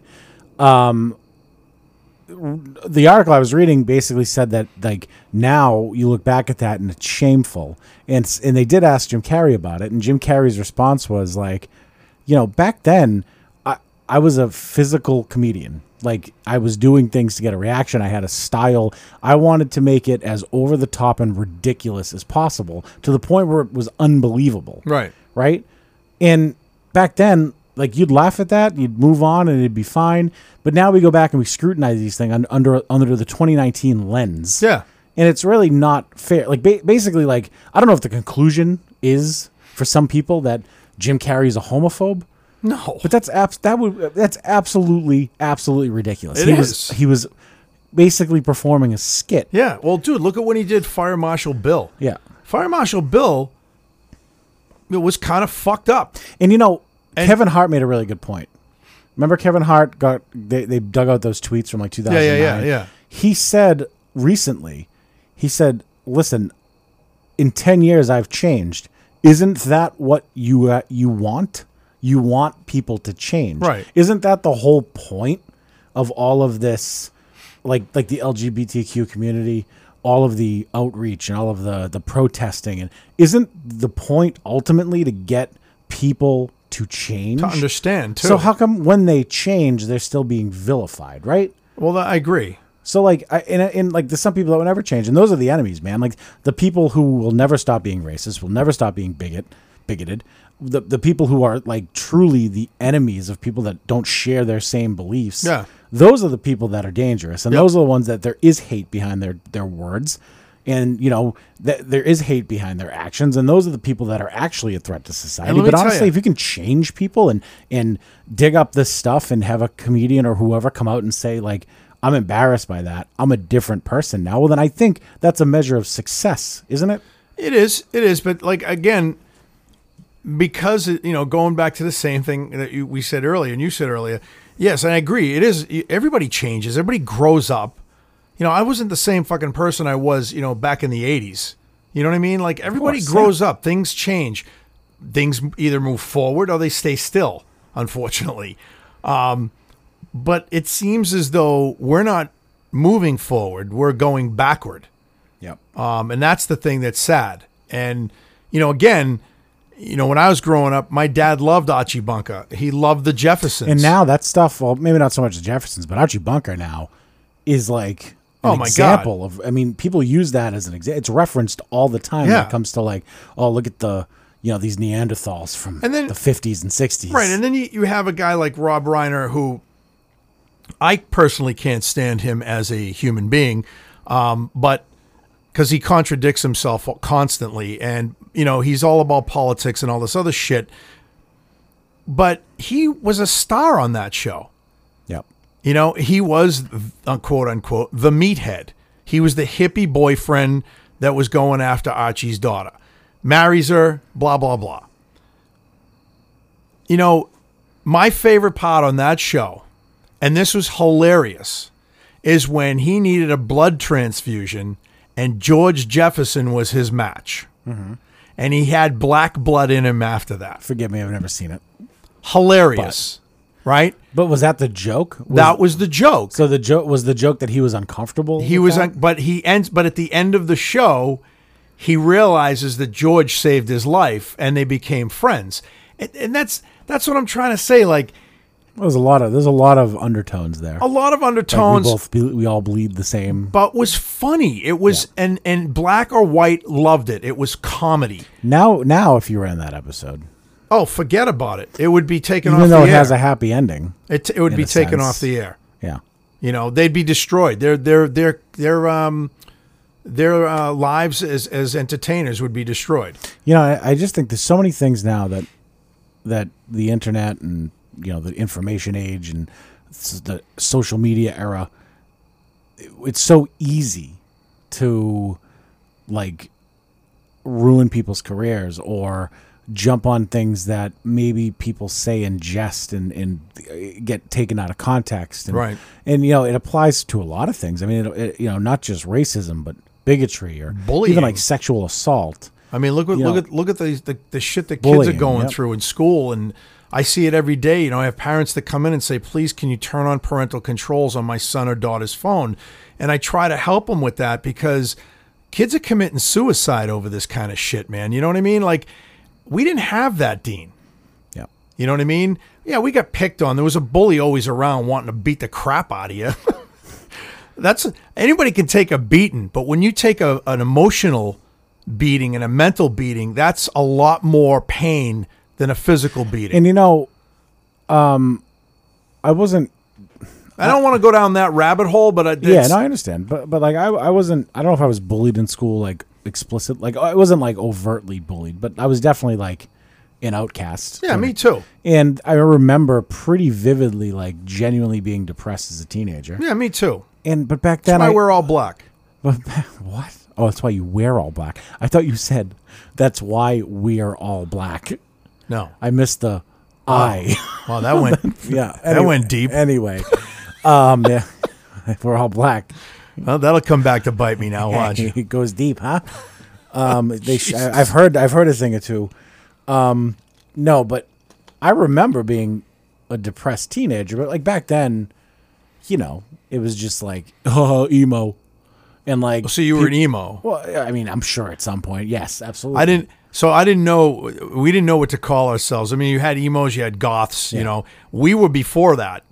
S1: Um, the article I was reading basically said that like now you look back at that and it's shameful, and s- and they did ask Jim Carrey about it, and Jim Carrey's response was like, you know, back then I I was a physical comedian. Like I was doing things to get a reaction. I had a style. I wanted to make it as over the top and ridiculous as possible to the point where it was unbelievable.
S2: Right.
S1: Right? And back then, like you'd laugh at that, you'd move on and it'd be fine. But now we go back and we scrutinize these things un- under under the 2019 lens
S2: Yeah.
S1: and it's really not fair. Like ba- basically, like I don't know if the conclusion is for some people that Jim Carrey is a homophobe,
S2: No.
S1: but that's abs- that would that's absolutely absolutely ridiculous.
S2: It
S1: he
S2: is.
S1: was he was basically performing a skit.
S2: yeah. Well, dude, look at when he did Fire Marshal Bill.
S1: Yeah.
S2: Fire Marshal Bill it was kind of fucked up.
S1: And you know, Kevin Hart made a really good point. Remember, Kevin Hart got they, they dug out those tweets from like 2009.
S2: yeah, yeah.
S1: He said recently, he said, "Listen, in 10 years I've changed. Isn't that what you uh, you want? You want people to change.
S2: Right.
S1: Isn't that the whole point of all of this like like the LGBTQ community, all of the outreach and all of the the protesting and isn't the point ultimately to get people to change?
S2: To understand too.
S1: So how come when they change they're still being vilified, right?
S2: well, I agree.
S1: So like, I, and, and like, there's some people that will never change, and those are the enemies, man. Like the people who will never stop being racist, will never stop being bigot, bigoted. The the people who are like truly the enemies of people that don't share their same beliefs.
S2: Yeah.
S1: those are the people that are dangerous, and those are the ones that there is hate behind their their words, and you know that there is hate behind their actions, and those are the people that are actually a threat to society.
S2: let me
S1: But
S2: tell
S1: honestly,
S2: ya.
S1: if you can change people and and dig up this stuff and have a comedian or whoever come out and say like i'm embarrassed by that i'm a different person now well then i think that's a measure of success isn't it
S2: It is. It is. But like again, because it- you know, going back to the same thing that you, we said earlier, and you said earlier. Yes, and I agree. It is. Everybody changes. Everybody grows up. You know, I wasn't the same fucking person I was. You know, back in the '80s. You know what I mean? Like everybody
S1: course,
S2: grows up. Things change. Things either move forward or they stay still. Unfortunately, um, but it seems as though we're not moving forward. We're going backward.
S1: yep
S2: Um, and that's the thing that's sad. And, you know, again, you know, when I was growing up, my dad loved Achibunka. He loved the Jeffersons.
S1: and now that stuff well maybe not so much the jeffersons but archie bunker now is like an
S2: Oh my God.
S1: example of i mean people use that as an example it's referenced all the time when
S2: Yeah.
S1: it comes to like oh look at the you know these neanderthals from
S2: And then-
S1: the 50s and 60s
S2: Right. And then you, you have a guy like Rob Reiner who I personally can't stand him as a human being, um, but because he contradicts himself constantly and, you know, he's all about politics and all this other shit. But he was a star on that show.
S1: yep
S2: You know, he was uh, quote unquote the meathead. He was the hippie boyfriend that was going after Archie's daughter, marries her, blah, blah, blah. You know, my favorite part on that show, and this was hilarious, is when he needed a blood transfusion and George Jefferson was his match.
S1: Mm-hmm.
S2: And he had black blood in him after that.
S1: forgive me i've never seen it
S2: Hilarious, right?
S1: but was that the joke was
S2: that was the joke.
S1: So the joke was the joke that he was uncomfortable.
S2: He
S1: with
S2: was,
S1: that?
S2: un- but he ends. But at the end of the show, he realizes that George saved his life, and they became friends. And, and that's that's what I'm trying to say. Like
S1: There was a lot of there's a lot of undertones there.
S2: a lot of
S1: we
S2: undertones,
S1: both be, we all bleed the same.
S2: but was funny. It was and and black or white loved it. It was comedy.
S1: Now now if you ran that episode,
S2: Oh, forget about it. It would be taken
S1: even
S2: off
S1: though
S2: the
S1: it
S2: air.
S1: has a happy ending,
S2: it, it would
S1: in
S2: be
S1: a
S2: taken
S1: sense.
S2: off the air.
S1: yeah,
S2: You know, they'd be destroyed. Their their their their um their uh, lives as as entertainers would be destroyed.
S1: you know I, I just think there's so many things now that that the internet and you know the information age and s- the social media era, it- it's so easy to like ruin people's careers or jump on things that maybe people say in jest and, and uh, get taken out of context. And,
S2: Right.
S1: And, you know, it applies to a lot of things. I mean, it, it, you know, not just racism, but bigotry or
S2: Bullying.
S1: even like sexual assault.
S2: I mean, look what
S1: You
S2: look
S1: know.
S2: at look at the the, the shit that kids
S1: Bullying,
S2: are going
S1: yep.
S2: through in school, and I see it every day. You know, I have parents that come in and say, "Please, can you turn on parental controls on my son or daughter's phone?" And I try to help them with that because kids are committing suicide over this kind of shit, man. You know what I mean? Like, we didn't have that, Dean.
S1: Yeah.
S2: You know what I mean? Yeah, we got picked on. There was a bully always around wanting to beat the crap out of you. That's anybody can take a beating, but when you take a, an emotional beating and a mental beating, that's a lot more pain than a physical beating.
S1: And, you know, um, I wasn't
S2: I don't want to go down that rabbit hole, but I,
S1: yeah,
S2: it's-
S1: no, I understand, but but like I, I wasn't. I don't know if I was bullied in school, like explicit. Like I wasn't like overtly bullied, but I was definitely like an outcast.
S2: yeah, me too.
S1: And I remember pretty vividly, like genuinely being depressed as a teenager.
S2: Yeah, me too.
S1: And but back
S2: And
S1: then,
S2: I,
S1: I
S2: wear all black.
S1: but back- what? Oh, that's why you wear all black. I thought you said that's why we're all black.
S2: No,
S1: I missed the
S2: Oh.
S1: I.
S2: wow, that went.
S1: yeah,
S2: That went deep.
S1: Anyway, um, yeah, we're all black.
S2: well, that'll come back to bite me now. Watch.
S1: it goes deep, huh? Um, they sh- I, I've heard I've heard a thing or two. Um, no, but I remember being a depressed teenager, but like back then, you know, it was just like oh emo, and like
S2: So you were an emo.
S1: well, I mean, I'm sure at some point, yes, absolutely.
S2: I didn't. So I didn't know. We didn't know what to call ourselves. I mean, you had emos, you had goths. You know, we were before that.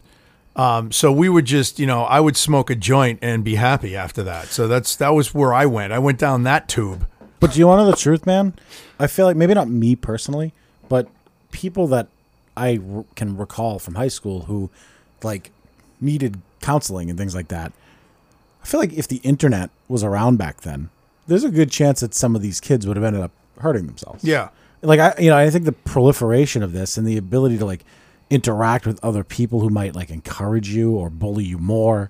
S2: Um, so we would just, you know, I would smoke a joint and be happy after that. So that's that was where I went. I went down that tube.
S1: But do you want to know the truth, man? I feel like maybe not me personally, but people that I r- can recall from high school who like needed counseling and things like that. I feel like if the internet was around back then, there's a good chance that some of these kids would have ended up hurting themselves.
S2: Yeah.
S1: Like I you know, I think the proliferation of this and the ability to like interact with other people who might like encourage you or bully you more,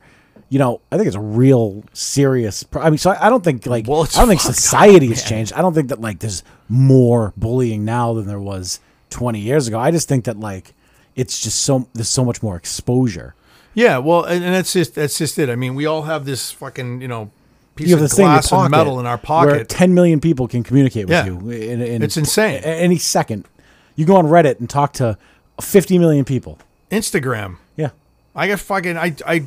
S1: you know, I think it's a real serious pro- I mean, so I, I don't think like
S2: Well, it's
S1: I don't think
S2: fucked up,
S1: society has changed. I don't think that like there's more bullying now than there was 20 years ago. I just think that like it's just so there's so much more exposure.
S2: Yeah. Well, and, and that's just that's just it. I mean, we all have this fucking, you know, piece
S1: you have
S2: of
S1: this thing in your
S2: glass
S1: pocket
S2: and metal in our
S1: Where
S2: pocket.
S1: 10 million people can communicate with
S2: Yeah.
S1: you. In, in,
S2: It's insane.
S1: a- any second. You go on Reddit and talk to 50 million people.
S2: Instagram.
S1: Yeah.
S2: I got fucking I I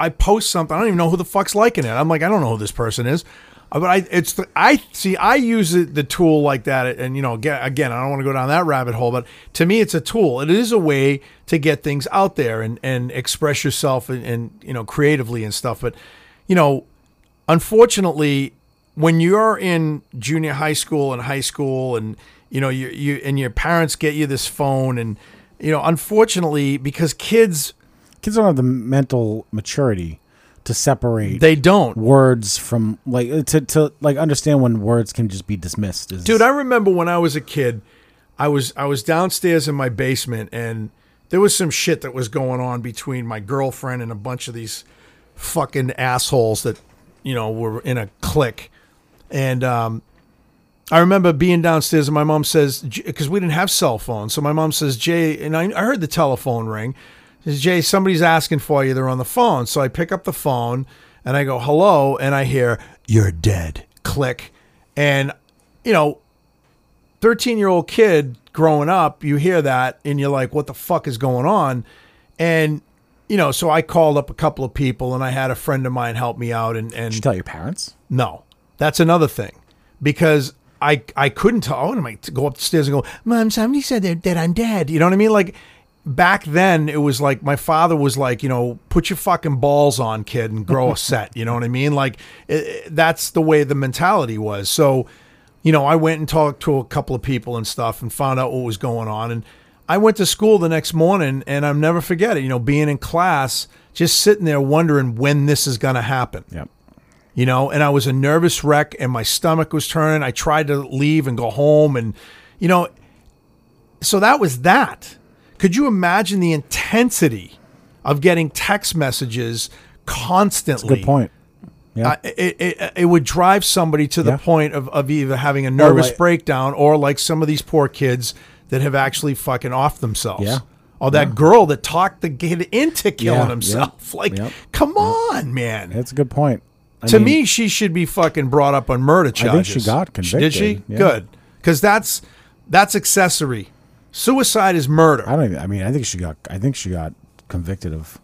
S2: I post something. I don't even know who the fuck's liking it. I'm like, I don't know who this person is. Uh, But I it's the, I see I use it, the tool like that and you know again, again I don't want to go down that rabbit hole but to me it's a tool it is a way to get things out there and and express yourself and, and you know creatively and stuff but you know unfortunately when you're in junior high school and high school and you know you, you and your parents get you this phone and you know unfortunately because kids
S1: Kids don't have the mental maturity to separate
S2: They don't.
S1: words from like uh, to, to like understand when words can just be dismissed. Is,
S2: Dude, I remember when I was a kid, I was I was downstairs in my basement and there was some shit that was going on between my girlfriend and a bunch of these fucking assholes that, you know, were in a clique. And um I remember being downstairs and my mom says because we didn't have cell phones. So my mom says, "Jay," and I, I heard the telephone ring. She Says, "Jay, somebody's asking for you. They're on the phone." So I pick up the phone and I go, "Hello," and I hear, "You're dead." Click, and you know, thirteen-year-old kid growing up, you hear that and you're like, "What the fuck is going on?" And you know, so I called up a couple of people and I had a friend of mine help me out and and
S1: Did you tell your parents?
S2: no, that's another thing because I I couldn't tell. I wanted to go upstairs and go, Mom, somebody said that, that I'm dead. You know what I mean? Like back then, it was like my father was like, you know, put your fucking balls on, kid, and grow a set. You know what I mean? Like it, it- that's the way the mentality was. So, you know, I went and talked to a couple of people and stuff and found out what was going on and. I went to school the next morning and I'll never forget it, you know, being in class, just sitting there wondering when this is going to happen
S1: Yep.
S2: you know, and I was a nervous wreck and my stomach was turning. I tried to leave and go home and you know so that was that. Could you imagine the intensity of getting text messages constantly?
S1: Good point.
S2: I- it, it, it would drive somebody to the
S1: Yeah.
S2: point of, of either having a nervous
S1: like-
S2: breakdown or like some of these poor kids that have actually fucking off themselves.
S1: Yeah.
S2: Or that girl that talked the kid into killing
S1: yeah.
S2: himself. Like,
S1: Yep.
S2: come on, man.
S1: That's a good point. I
S2: To
S1: mean,
S2: me, she should be fucking brought up on murder charges.
S1: she got
S2: Did she?
S1: convicted, yeah.
S2: Good, because that's that's accessory. Suicide is murder.
S1: I don't even. I mean, I think she got. I think she got convicted of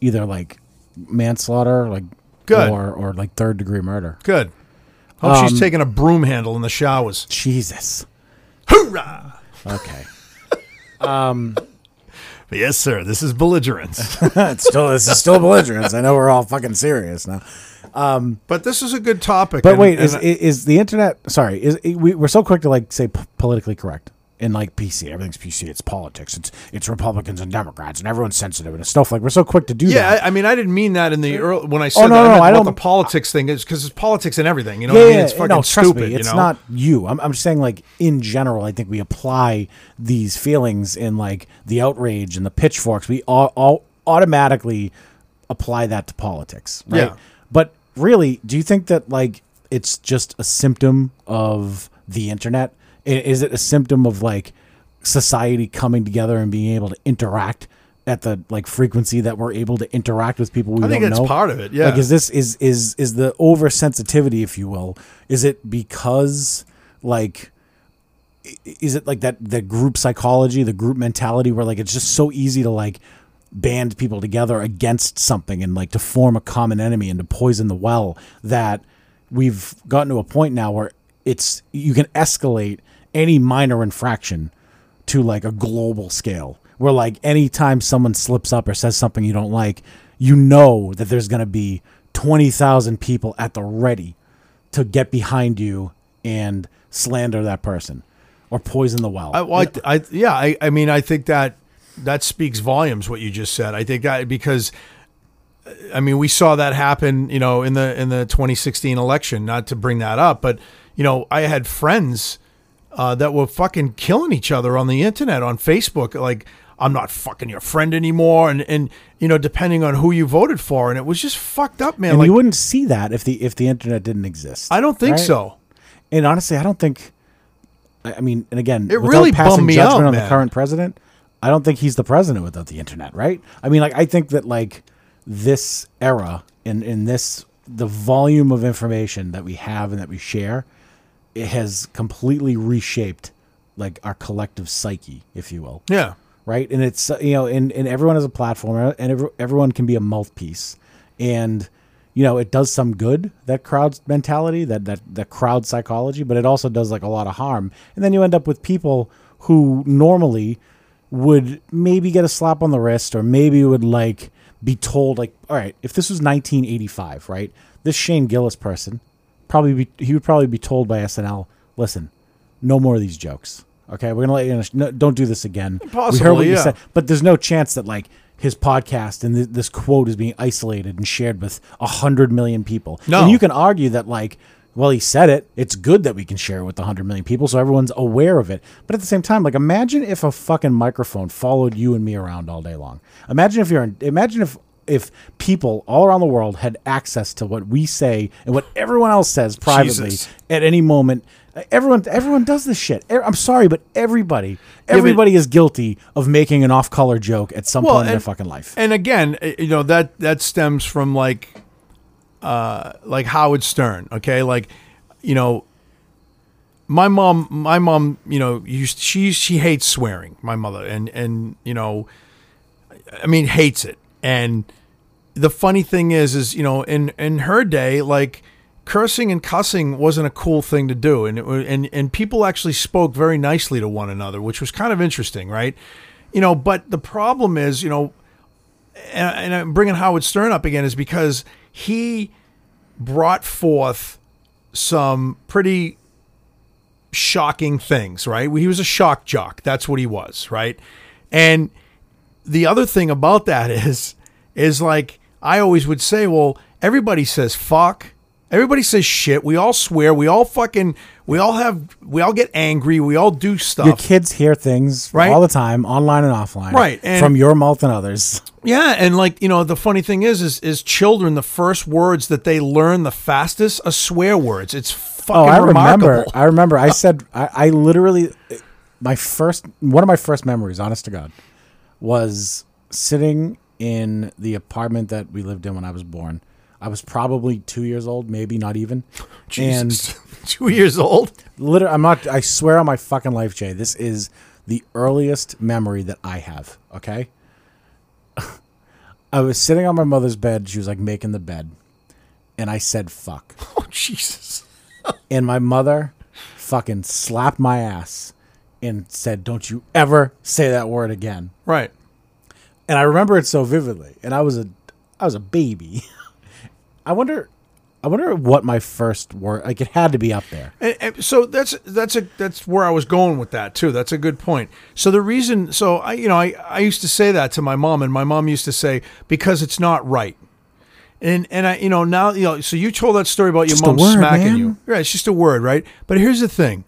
S1: either like manslaughter, like
S2: Good.
S1: or or like third degree murder.
S2: Good. Hope
S1: Um,
S2: she's taking a broom handle in the showers.
S1: Jesus.
S2: Hoorah!
S1: Okay.
S2: Yes, sir. This is belligerence,
S1: it's still this is still belligerence. I know we're all fucking serious now.
S2: but this is a good topic.
S1: But
S2: and-
S1: wait,
S2: and
S1: is,
S2: I-
S1: is is the internet? Sorry, is we, we're so quick to like say p- politically correct and like PC. Everything's PC. It's politics. It's it's Republicans and Democrats and everyone's sensitive and stuff like we're so quick to do
S2: yeah,
S1: that.
S2: I, I mean, I didn't mean that in the early when I said
S1: Oh, no,
S2: that.
S1: no,
S2: I, meant
S1: I
S2: about
S1: don't-
S2: the politics thing is because it's politics and everything. You know
S1: yeah,
S2: what I mean?
S1: yeah,
S2: It's fucking
S1: no, trust
S2: stupid.
S1: me,
S2: you
S1: it's
S2: know?
S1: not you. I'm, I'm just saying, like in general, I think we apply these feelings in like the outrage and the pitchforks. We all, all automatically apply that to politics, right?
S2: Yeah.
S1: But really, do you think that like it's just a symptom of the internet? I- Is it a symptom of like society coming together and being able to interact? At the like frequency that we're able to interact with people we
S2: I think
S1: don't
S2: that's
S1: know?
S2: part of it, yeah.
S1: Like, is this is is is the oversensitivity, if you will? Is it because like is it like that the group psychology, the group mentality where like it's just so easy to like band people together against something and like to form a common enemy and to poison the well that we've gotten to a point now where it's you can escalate any minor infraction to like a global scale where like anytime someone slips up or says something you don't like you know that there's going to be 20,000 people at the ready to get behind you and slander that person or poison the well
S2: I, Uh, well, I, th- I yeah, I, I mean, I think that that speaks volumes. What you just said, I think that because, uh, I mean, we saw that happen, you know, in the in the 2016 election. Not to bring that up, but you know, I had friends uh, that were fucking killing each other on the internet on Facebook, like. I'm not fucking your friend anymore, and and you know depending on who you voted for, and it was just fucked up, man.
S1: and
S2: like
S1: you wouldn't see that if the if the internet didn't exist
S2: I don't think
S1: right?
S2: so.
S1: And honestly, I don't think. I I mean, and again,
S2: It
S1: without
S2: really
S1: passing
S2: bummed me
S1: judgment
S2: out,
S1: on
S2: man.
S1: the current president, I don't think he's the president without the internet, right? I mean, like I think that like this era and in this the volume of information that we have and that we share, it has completely reshaped like our collective psyche, if you will
S2: Yeah.
S1: right? And it's uh, you know, and, and everyone has a platform, and every, everyone can be a mouthpiece, and you know, it does some good that crowd mentality, that that that crowd psychology, but it also does like a lot of harm, and then you end up with people who normally would maybe get a slap on the wrist, or maybe would like be told like, all right, if this was 1985, right, this Shane Gillis person probably be, he would probably be told by SNL, listen, no more of these jokes. Okay, we're gonna let you. know- No, don't do this again. We heard
S2: Possibly,
S1: what you
S2: yeah.
S1: said, but there's no chance that like his podcast and th- this quote is being isolated and shared with a hundred million people.
S2: No.
S1: and you can argue that like, well, he said it. It's good that we can share it with a hundred million people, so everyone's aware of it. But at the same time, like, imagine if a fucking microphone followed you and me around all day long. Imagine if you're. in- Imagine if if people all around the world had access to what we say and what everyone else says privately
S2: Jesus.
S1: at any moment. Everyone, everyone does this shit. E- I'm sorry, but everybody, everybody is guilty of making an off-color joke at some point in their
S2: and-
S1: fucking life.
S2: And again, eh, you know that that stems from like, uh, like Howard Stern. Okay, like, you know, my mom, my mom, you know, used, she she hates swearing. My mother, and and you know, I mean, hates it. And the funny thing is, is you know, in in her day, like cursing and cussing wasn't a cool thing to do, and it, wa- and and people actually spoke very nicely to one another, which was kind of interesting, right? You know, but the problem is, you know, and, and I'm bringing Howard Stern up again is because he brought forth some pretty shocking things, right? He was a shock jock. That's what he was, right? And the other thing about that is is like I always would say, well, everybody says fuck. Everybody says shit. We all swear. We all fucking we all have we all get angry. We all do stuff.
S1: Your kids hear things
S2: Right.
S1: all the time, online and offline,
S2: Right, and-
S1: from your mouth and others.
S2: Yeah, and like you know, the funny thing is, is is children the first words that they learn the fastest are swear words. It's fucking
S1: Oh, I
S2: remarkable.
S1: remember. I remember. I said. I, I literally, my first one of my first memories, honest to God, was sitting in the apartment that we lived in when I was born. I was probably two years old, maybe not even. And
S2: Jesus. two years old.
S1: literally, I'm not. I swear on my fucking life, Jay. This is the earliest memory that I have. Okay. I was sitting on my mother's bed. She was like making the bed, and I said, "Fuck."
S2: Oh Jesus!
S1: and my mother fucking slapped my ass and said, "Don't you ever say that word again."
S2: Right.
S1: And I remember it so vividly. And I was a I was a baby. I wonder I wonder what my first word like it had to be up there.
S2: And, and so that's that's a that's where I was going with that too. That's a good point. So the reason, so I you know I I used to say that to my mom, and my mom used to say because it's not right. And and I you know now you know so you told that story about
S1: Just a
S2: your mom
S1: word,
S2: smacking
S1: man.
S2: you. Yeah, it's just a word, right? But here's the thing.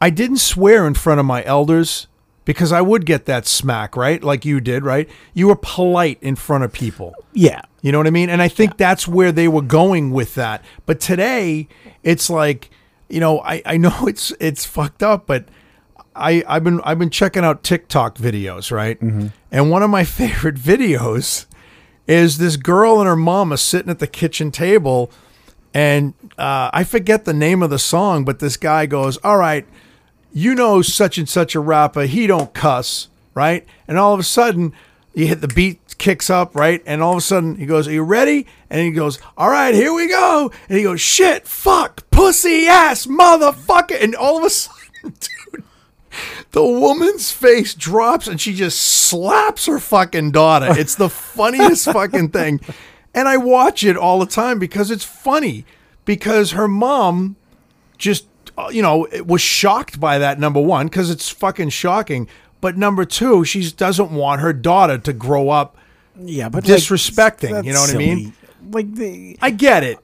S2: I didn't swear in front of my elders because I would get that smack, right? Like you did, right? You were polite in front of people.
S1: Yeah.
S2: You know what I mean? And I think that's where they were going with that. But today, it's like, you know, I, I know it's it's fucked up, but I I've been I've been checking out TikTok videos, right? And one of my favorite videos is this girl and her mom are sitting at the kitchen table, and uh, I forget the name of the song, but this guy goes, "All right, you know such and such a rapper, he don't cuss, right? And all of a sudden, you hit the beat kicks up, right? And all of a sudden he goes, Are you ready? And he goes, All right, here we go. And he goes, Shit, fuck, pussy ass, motherfucker. And all of a sudden, dude, the woman's face drops and she just slaps her fucking daughter. It's the funniest fucking thing. And I watch it all the time because it's funny. Because her mom just uh, you know it was shocked by that number one because it's fucking shocking but number two she doesn't want her daughter to grow up
S1: Yeah, but
S2: like, disrespecting, you know what I mean?
S1: Like, the,
S2: i get it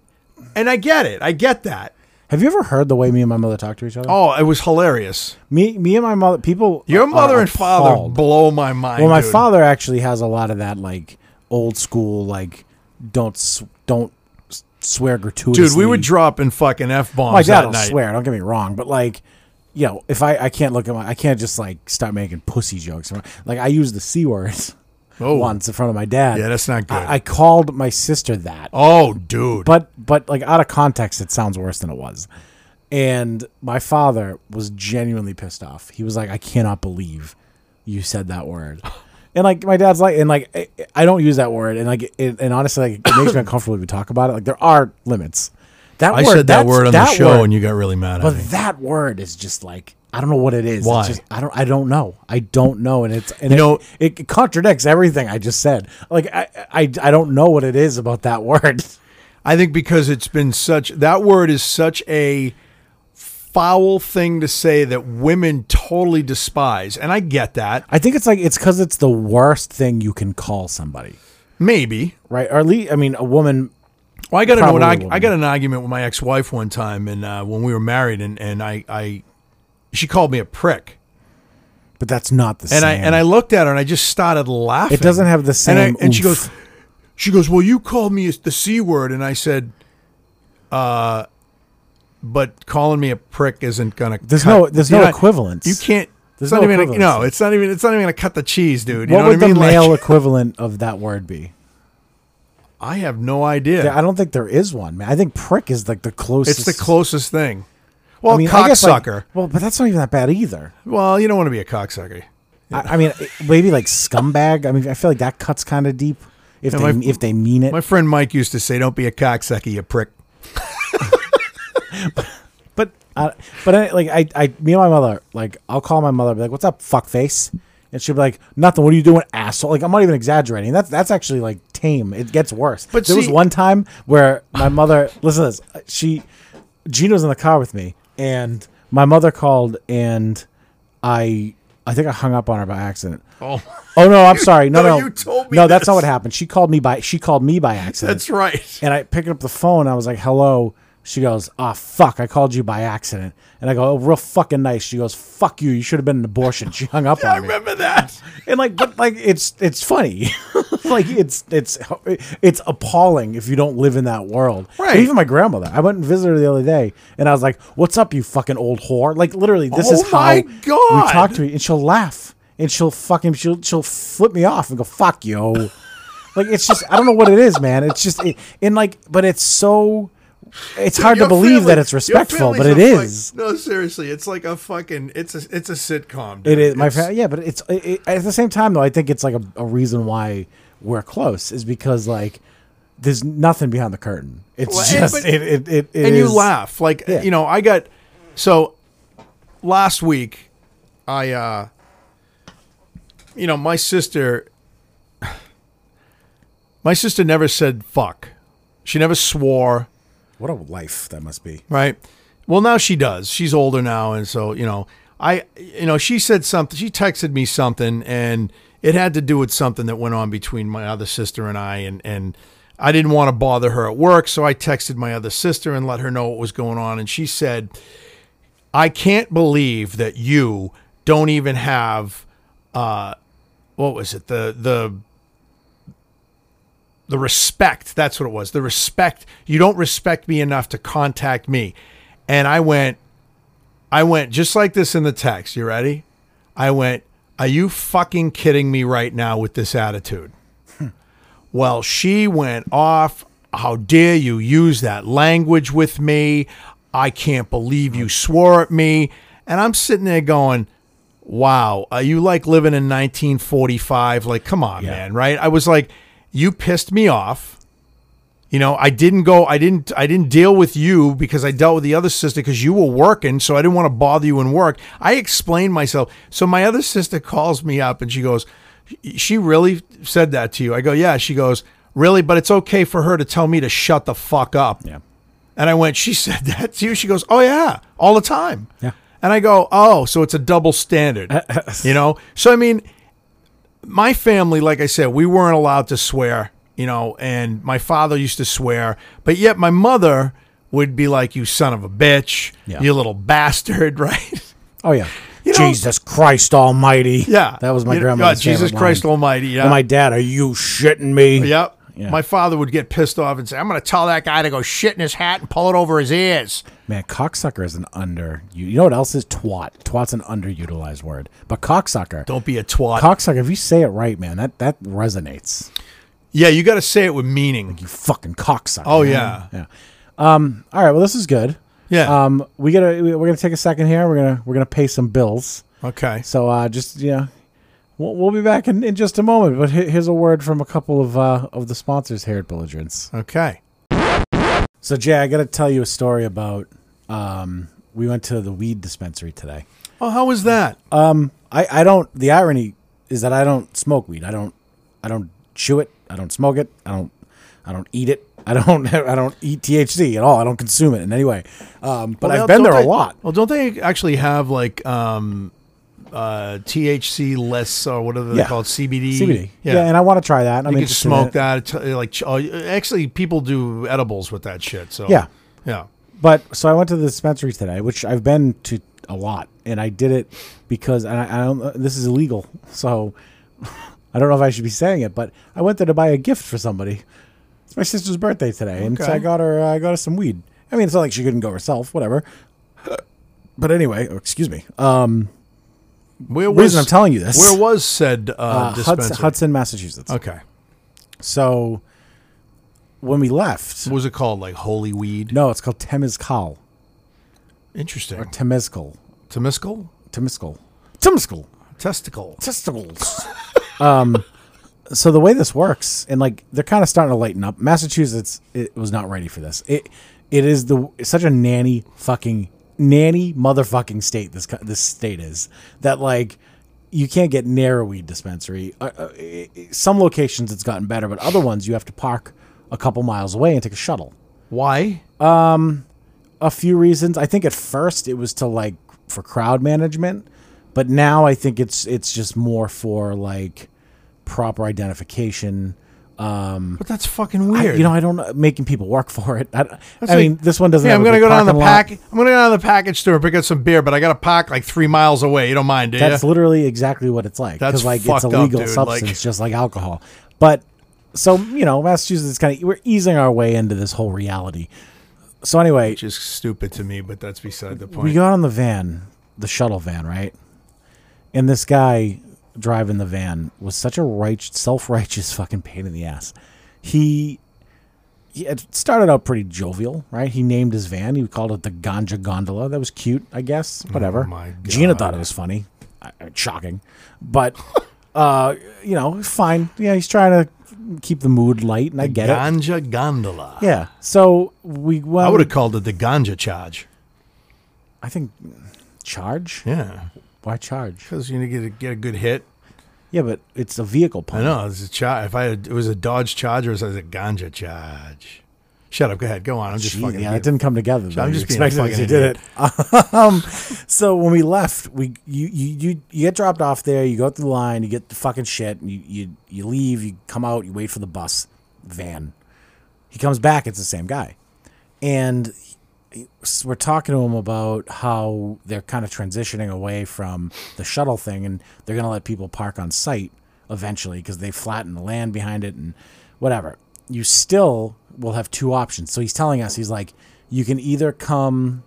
S2: and i get it i get that
S1: have you ever heard the way me and my mother talk to each other?
S2: oh it was hilarious
S1: Me, me and my mother, people.
S2: your
S1: are
S2: mother and father
S1: Oh, appalled.
S2: blow my mind
S1: Well, my
S2: dude.
S1: father actually has a lot of that, like old school, like don't s- don't s- swear gratuitously.
S2: dude we were dropping fucking f-bombs
S1: My dad
S2: that
S1: will
S2: night
S1: swear. Don't get me wrong, but like, you know, if I I can't look at my, I can't just like start making pussy jokes. Like I used the c words
S2: Oh.
S1: once in front of my dad.
S2: Yeah, that's not good.
S1: I, I called my sister that
S2: oh dude
S1: but but like out of context it sounds worse than it was and my father was genuinely pissed off he was like i cannot believe you said that word and like my dad's like and like I- i don't use that word and like it, and honestly like it makes me uncomfortable when we talk about it like there are limits that
S2: i
S1: word,
S2: said that
S1: that's-
S2: word on the
S1: that
S2: show
S1: word-
S2: and you got really mad at
S1: but
S2: me
S1: that word is just like i don't know what it is It's
S2: Why?
S1: just- i don't i don't know i don't know and it's and
S2: You
S1: it,
S2: know-
S1: it contradicts everything i just said like I, I i don't know what it is about that word
S2: I think because it's been such that word is such a foul thing to say that women totally despise, and I get that.
S1: I think it's like it's because it's the worst thing you can call somebody,
S2: Maybe.
S1: right? Or at least, I mean, a woman.
S2: Well, I got into an
S1: Probably
S2: arg-
S1: women.
S2: I got in an argument with my ex wife one time, and uh, when we were married, and and I I she called me a prick,
S1: But that's not the
S2: and
S1: same.
S2: I and I looked at her and I just started laughing.
S1: it doesn't have the same.
S2: and I, and she
S1: oof.
S2: goes, she goes, well, you called me the c word, and I said, uh, but calling me a prick isn't gonna.
S1: There's
S2: cut-
S1: no- there's
S2: You're
S1: no
S2: not-
S1: equivalence.
S2: You can't.
S1: There's
S2: it's not
S1: no
S2: even. A, no,
S1: equivalency.
S2: it's not even. It's not even gonna cut the cheese, dude. You
S1: "What
S2: know
S1: would
S2: what I mean?
S1: the
S2: Like,
S1: male equivalent of that word be?"
S2: I have no idea.
S1: I don't think there is one. Man. I think "prick" is like the closest.
S2: it's the closest thing. Well,
S1: I mean, I guess, like-
S2: cocksucker.
S1: well, but that's not even that bad either.
S2: well, you don't want to be a cocksucker.
S1: I, I mean, it- maybe like scumbag. I mean, I feel like that cuts kind of deep if
S2: Yeah,
S1: they
S2: my-
S1: if they mean it.
S2: My friend Mike used to say, "Don't be a cocksucker, you prick."
S1: But I, but I, like I, I, me and my mother, like I'll call my mother, be like, "What's up, fuckface?" And she'll be like, "Nothing. What are you doing, asshole?" Like I'm not even exaggerating. That's that's actually like tame. It gets worse.
S2: But
S1: there was
S2: see-
S1: one time where my mother, listen to this. uh, She, Gina was in the car with me, and my mother called, and I, I think I hung up on her by accident.
S2: Oh,
S1: Oh no, I'm sorry. No,
S2: no,
S1: no,
S2: you told me
S1: no. That's not
S2: this.
S1: what happened. She called me by she called me by accident.
S2: that's right.
S1: And I picked up the phone. I was like, hello. She goes, ah, fuck. I called you by accident. And I go, oh, real fucking nice. She goes, fuck you. You should have been an abortion. She hung up
S2: I
S1: on me.
S2: remember that.
S1: And like, but like, it's, it's funny. like it's, it's, it's appalling if you don't live in that world. And
S2: Right.
S1: even my grandmother, I went and visited her the other day and I was like, what's up, you fucking old whore? Like literally, this
S2: Oh
S1: is how
S2: my God.
S1: we talk to you. And she'll laugh and she'll fucking, she'll, she'll flip me off and go, fuck you. Like it's just I don't know what it is, man. It's just it, and like, but it's so it's hard to
S2: Your
S1: believe
S2: family-
S1: that it's
S2: your
S1: respectful, but it
S2: family's a fuck-
S1: is.
S2: no, seriously, it's like a fucking. It's a. It's a sitcom.
S1: It
S2: dude.
S1: is my
S2: It's-
S1: fa- yeah, but it's it, it- at the same time though. I think it's like a, a reason why we're close is because like there's nothing behind the curtain. It's
S2: Well, and-
S1: just
S2: but-
S1: it it it, it
S2: and you
S1: is-
S2: laugh like
S1: Yeah.
S2: you know i got so last week i uh you know my sister my sister never said fuck she never swore
S1: What a life that must be.
S2: right well now she does she's older now and so you know i you know she said something she texted me something and it had to do with something that went on between my other sister and i and and i didn't want to bother her at work so i texted my other sister and let her know what was going on and she said i can't believe that you don't even have uh what was it the the the respect that's what it was the respect you don't respect me enough to contact me and i went i went just like this in the text you ready i went are you fucking kidding me right now with this attitude well she went off how dare you use that language with me i can't believe you swore at me And I'm sitting there going, wow, are you like living in 1945? Like, come on, man, right? I was like, you pissed me off. You know, I didn't go. I didn't. I didn't deal with you because I dealt with the other sister because you were working, so I didn't want to bother you in work. I explained myself. So my other sister calls me up and she goes, "She really said that to you?" I go, "Yeah." She goes, "Really?" But it's okay for her to tell me to shut the fuck up.
S1: Yeah.
S2: And I went, she said that to you? She goes, oh, yeah, all the time.
S1: Yeah.
S2: And I go, oh, so it's a double standard, you know? So, I mean, my family, like I said, we weren't allowed to swear, you know, and my father used to swear, but yet my mother would be like, you son of a bitch,
S1: Yeah.
S2: you little bastard, right?
S1: Oh yeah.
S2: You know-
S1: Jesus Christ Almighty.
S2: Yeah.
S1: That was my
S2: You know,
S1: grandma's.
S2: God, Jesus
S1: favorite
S2: Christ
S1: line.
S2: Almighty. Yeah.
S1: And my dad, are you shitting me?
S2: Yep.
S1: Yeah.
S2: My father would get pissed off and say, I'm going to tell that guy to go shit in his hat and pull it over his ears.
S1: Man, cocksucker is an under. You, you know what else is twat? Twat's an underutilized word. But cocksucker.
S2: Don't be a twat.
S1: cocksucker, if you say it right, man, that, that resonates.
S2: yeah, you got to say it with meaning.
S1: You fucking cocksucker.
S2: Oh,
S1: man.
S2: yeah.
S1: Yeah. Um, all right, well this is good.
S2: Yeah.
S1: Um, we gotta we- we're gonna take a second here. We're gonna we're gonna pay some bills.
S2: Okay.
S1: So uh, just yeah, we'll, we'll be back in, in just a moment. But he- here's a word from a couple of uh, of the sponsors here at Belligerence.
S2: Okay.
S1: So Jay, I got to tell you a story about. Um, we went to the weed dispensary today.
S2: Oh, how was that?
S1: I, I don't. The irony is that I don't smoke weed. I don't. I don't chew it. I don't smoke it. I don't. I don't eat it. I don't. I don't eat THC at all. I don't consume it in any way. Um, but I've been there a lot.
S2: Well, don't they actually have like um, uh, THC less or whatever they're
S1: Yeah.
S2: called CBD?
S1: CBD.
S2: Yeah.
S1: Yeah. and I want to try that. I'm
S2: you can
S1: interested in
S2: smoke
S1: it.
S2: that. t- Like ch- oh, actually, people do edibles with that shit. So
S1: Yeah.
S2: yeah.
S1: But so I went to the dispensary today, which I've been to a lot, and I did it because and I, I don't. uh, This is illegal, so I don't know if I should be saying it. But I went there to buy a gift for somebody. It's my sister's birthday today, and so
S2: Okay.
S1: I got her. Uh, I got her some weed. I mean, it's not like she couldn't go herself, whatever. But anyway, oh, excuse me. Um,
S2: Where
S1: reason I'm telling you this.
S2: Where was said uh,
S1: uh, Hudson,
S2: dispensary?
S1: Hudson, Massachusetts.
S2: Okay.
S1: So when we left,
S2: What was it called? Like holy weed?
S1: no, it's called Temizcal.
S2: Interesting.
S1: Temezcal.
S2: Temescal?
S1: Temizcal. Temizcal.
S2: Testicle.
S1: testicles. um, so the way this works, and like they're kind of starting to lighten up. Massachusetts it was not ready for this. It it is the it's such a nanny fucking nanny motherfucking state this co- this state is that like you can't get near a weed dispensary. Uh, uh, i- i- some locations it's gotten better, but other ones you have to park a couple miles away and take a shuttle
S2: Why?
S1: a few reasons. I think at first it was to like for crowd management, but now I think it's it's just more for like proper identification.
S2: but that's fucking weird.
S1: You know, Um, I don't know, making people work for it. I, I
S2: like-
S1: mean, this one doesn't.
S2: Yeah,
S1: have
S2: I'm
S1: a
S2: gonna
S1: big
S2: go down to the
S1: parking lot.
S2: pack. I'm gonna go down to the package store and pick up some beer, but I gotta park like three miles away. You don't mind, do
S1: That's
S2: you?
S1: literally exactly what it's like.
S2: That's
S1: Because like
S2: fucked
S1: it's a
S2: up,
S1: legal
S2: dude,
S1: substance,
S2: like-
S1: just like alcohol. But so you know, Massachusetts kind of we're easing our way into this whole reality. So anyway,
S2: Just stupid to me, but that's beside the
S1: we
S2: point.
S1: got on the van, the shuttle van, right? And this guy driving the van was such a right, self-righteous fucking pain in the ass. He he had started out pretty jovial, right? He named his van. He called it the Ganja Gondola. That was cute, I guess. Whatever.
S2: Oh my God.
S1: Gina thought it was funny, I- I- shocking, but uh, you know, fine. Yeah, he's trying to keep the mood light, and I get it.
S2: ganja gondola.
S1: Yeah. um, So we
S2: I
S1: well,
S2: would have called it the ganja charge.
S1: I think charge.
S2: Yeah,
S1: Why charge?
S2: because you need to get a, get a good hit.
S1: Yeah, but it's a vehicle
S2: I
S1: pun.
S2: know. It's a charge. If I had, it was a Dodge Charger, it was a ganja charge. Shut up. Go ahead. Go on. I'm just
S1: Gee,
S2: fucking.
S1: yeah,
S2: being-
S1: it didn't come together. the
S2: I'm
S1: way
S2: just
S1: you
S2: being a
S1: expected
S2: fucking
S1: as you did it. um, so when we left, we you, you you you get dropped off there. You go through the line. You get the fucking shit. And you you you leave. You come out. You wait for the bus van. He comes back. It's the same guy, and he- we're talking to him about how they're kind of transitioning away from the shuttle thing, and they're going to let people park on site eventually because they flatten the land behind it and whatever. You still will have two options. So he's telling us he's like, you can either come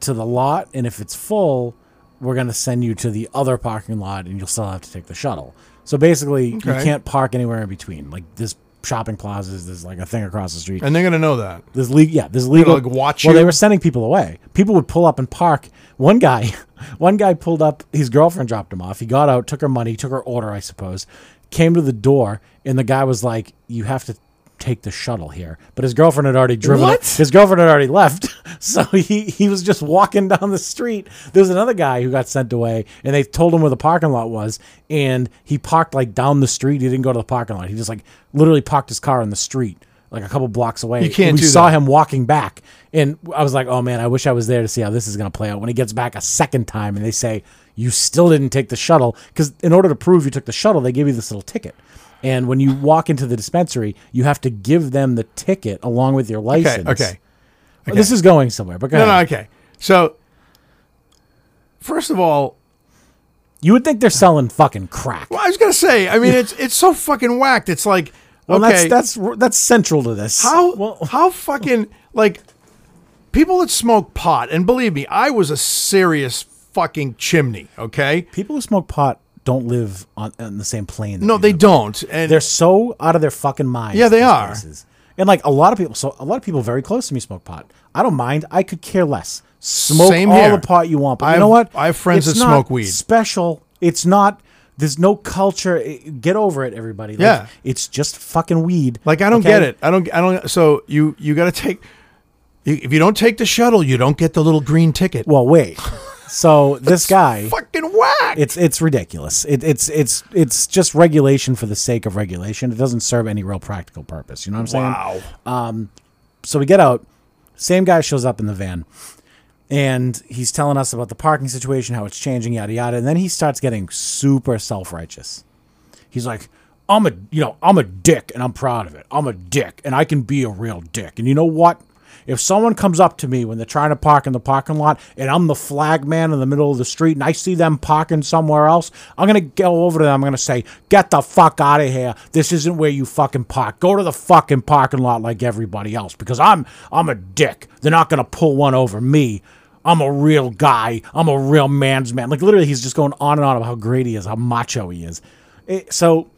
S1: to the lot, and if it's full, we're going to send you to the other parking lot, and you'll still have to take the shuttle. So basically,
S2: Okay.
S1: you can't park anywhere in between. Like this shopping plazas. There's like a thing across the street.
S2: and they're gonna know that.
S1: There's legal, yeah. There's legal.
S2: like, watch
S1: well,
S2: you?
S1: they were sending people away. People would pull up and park. One guy, one guy pulled up. His girlfriend dropped him off. He got out, took her money, took her order, I suppose. Came to the door, and the guy was like, "You have to take the shuttle here." But his girlfriend had already driven.
S2: What?
S1: His girlfriend had already left, so he he was just walking down the street. There was another guy who got sent away, and they told him where the parking lot was, and he parked like down the street. He didn't go to the parking lot. He just like literally parked his car in the street. Like a couple blocks away,
S2: You can't
S1: we
S2: do
S1: saw
S2: that.
S1: him walking back, and I was like, "Oh man, I wish I was there to see how this is going to play out." When he gets back a second time, and they say, "You still didn't take the shuttle," because in order to prove you took the shuttle, they give you this little ticket. And when you walk into the dispensary, you have to give them the ticket along with your
S2: Okay,
S1: license.
S2: okay.
S1: This is going somewhere, but go
S2: No,
S1: ahead.
S2: no, okay. So, first of all,
S1: you would think they're selling fucking crack.
S2: well, I was gonna say, I mean, it's it's so fucking whacked. It's like,
S1: Well,
S2: okay,
S1: that's that's that's central to this.
S2: how
S1: Well,
S2: how fucking like people that smoke pot, and believe me, I was a serious fucking chimney. Okay,
S1: people who smoke pot don't live on, on the same plane. that
S2: no,
S1: we
S2: they
S1: do.
S2: don't, and
S1: They're so out of their fucking minds.
S2: Yeah, they
S1: these
S2: are.
S1: places. And like a lot of people, so a lot of people very close to me smoke pot. I don't mind. I could care less. Smoke
S2: Same
S1: all
S2: here.
S1: the pot you want, but
S2: I
S1: you
S2: have-
S1: know what?
S2: I have friends
S1: It's
S2: that
S1: not
S2: smoke weed.
S1: Special. It's not. There's no culture. It- Get over it, everybody. Like,
S2: Yeah.
S1: It's just fucking weed.
S2: Like I don't
S1: okay?
S2: get it. I don't. I don't. So you you got to take. you- If you don't take the shuttle, you don't get the little green ticket.
S1: Well, wait. So this guy,
S2: Fucking whack.
S1: it's it's ridiculous. It, it's it's it's just regulation for the sake of regulation. It doesn't serve any real practical purpose. You know what I'm saying? Um,
S2: wow.
S1: so we get out. Same guy shows up in the van, and he's telling us about the parking situation, how it's changing, yada yada. And then he starts getting super self righteous. He's like, "I'm a, you know, I'm a dick, and I'm proud of it. I'm a dick, and I can be a real dick. And you know what? If someone comes up to me when they're trying to park in the parking lot, and I'm the flag man in the middle of the street, and I see them parking somewhere else, I'm gonna go over to them. I'm gonna say, "Get the fuck out of here. This isn't where you fucking park. Go to the fucking parking lot like everybody else, because I'm, I'm a dick. They're not gonna pull one over me." I'm a real guy. I'm a real man's man. Like literally, he's just going on and on about how great he is, how macho he is. It- so,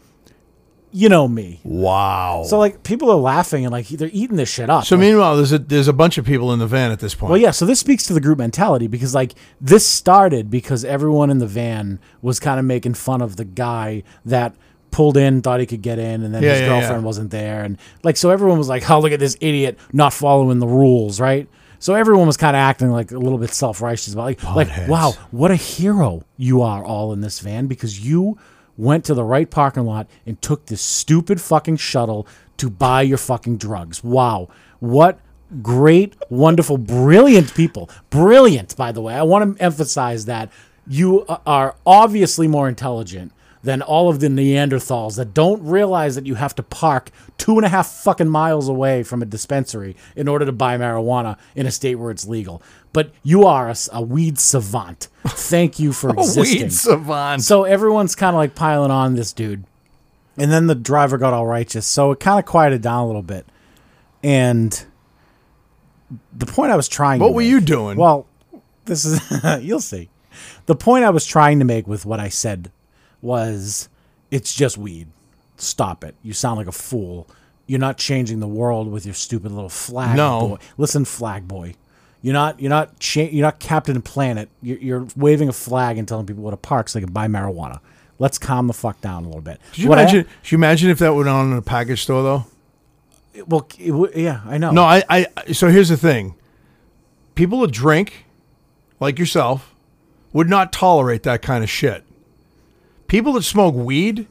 S1: you know me.
S2: wow.
S1: So
S2: So,
S1: like people are laughing and like they're eating this shit up.
S2: meanwhile, there's a there's a bunch of people in the van at this point.
S1: Well, yeah. So this speaks to the group mentality because like this started because everyone in the van was kind of making fun of the guy that pulled in, thought he could get in, and then
S2: Yeah,
S1: his
S2: yeah,
S1: girlfriend
S2: yeah.
S1: wasn't there, and like so everyone was like, "Oh, look at this idiot not following the rules," right? So everyone was kind of acting like a little bit self righteous about like, like,
S2: Potheads.
S1: wow, what a hero you are all in this van because you went to the right parking lot and took this stupid fucking shuttle to buy your fucking drugs. Wow. What great, wonderful, brilliant people. Brilliant, by the way. I want to emphasize that you a- are obviously more intelligent than all of the Neanderthals that don't realize that you have to park two and a half fucking miles away from a dispensary in order to buy marijuana in a state where it's legal. But you are a, s- a weed savant. Thank you for
S2: Oh,
S1: existing.
S2: weed savant.
S1: So everyone's kind of like piling on this dude. And then the driver got all righteous. So it kind of quieted down a little bit. And the point I was trying
S2: what
S1: to
S2: were
S1: make-
S2: you doing?
S1: well, this is you'll see. The point I was trying to make with what I said was it's just weed. Stop it. You sound like a fool. You're not changing the world with your stupid little flag
S2: No.
S1: boy. Listen, flag boy. You're not you're not cha- you're not Captain Planet. You're, you're waving a flag and telling people what a park so they can buy marijuana. Let's calm the fuck down a little bit.
S2: Could you
S1: What I-
S2: imagine? could you imagine if that went on in a package store though?
S1: well, it w- yeah, I know.
S2: No, I, I. I- So here's the thing: people that drink, like yourself, would not tolerate that kind of shit. People that smoke weed,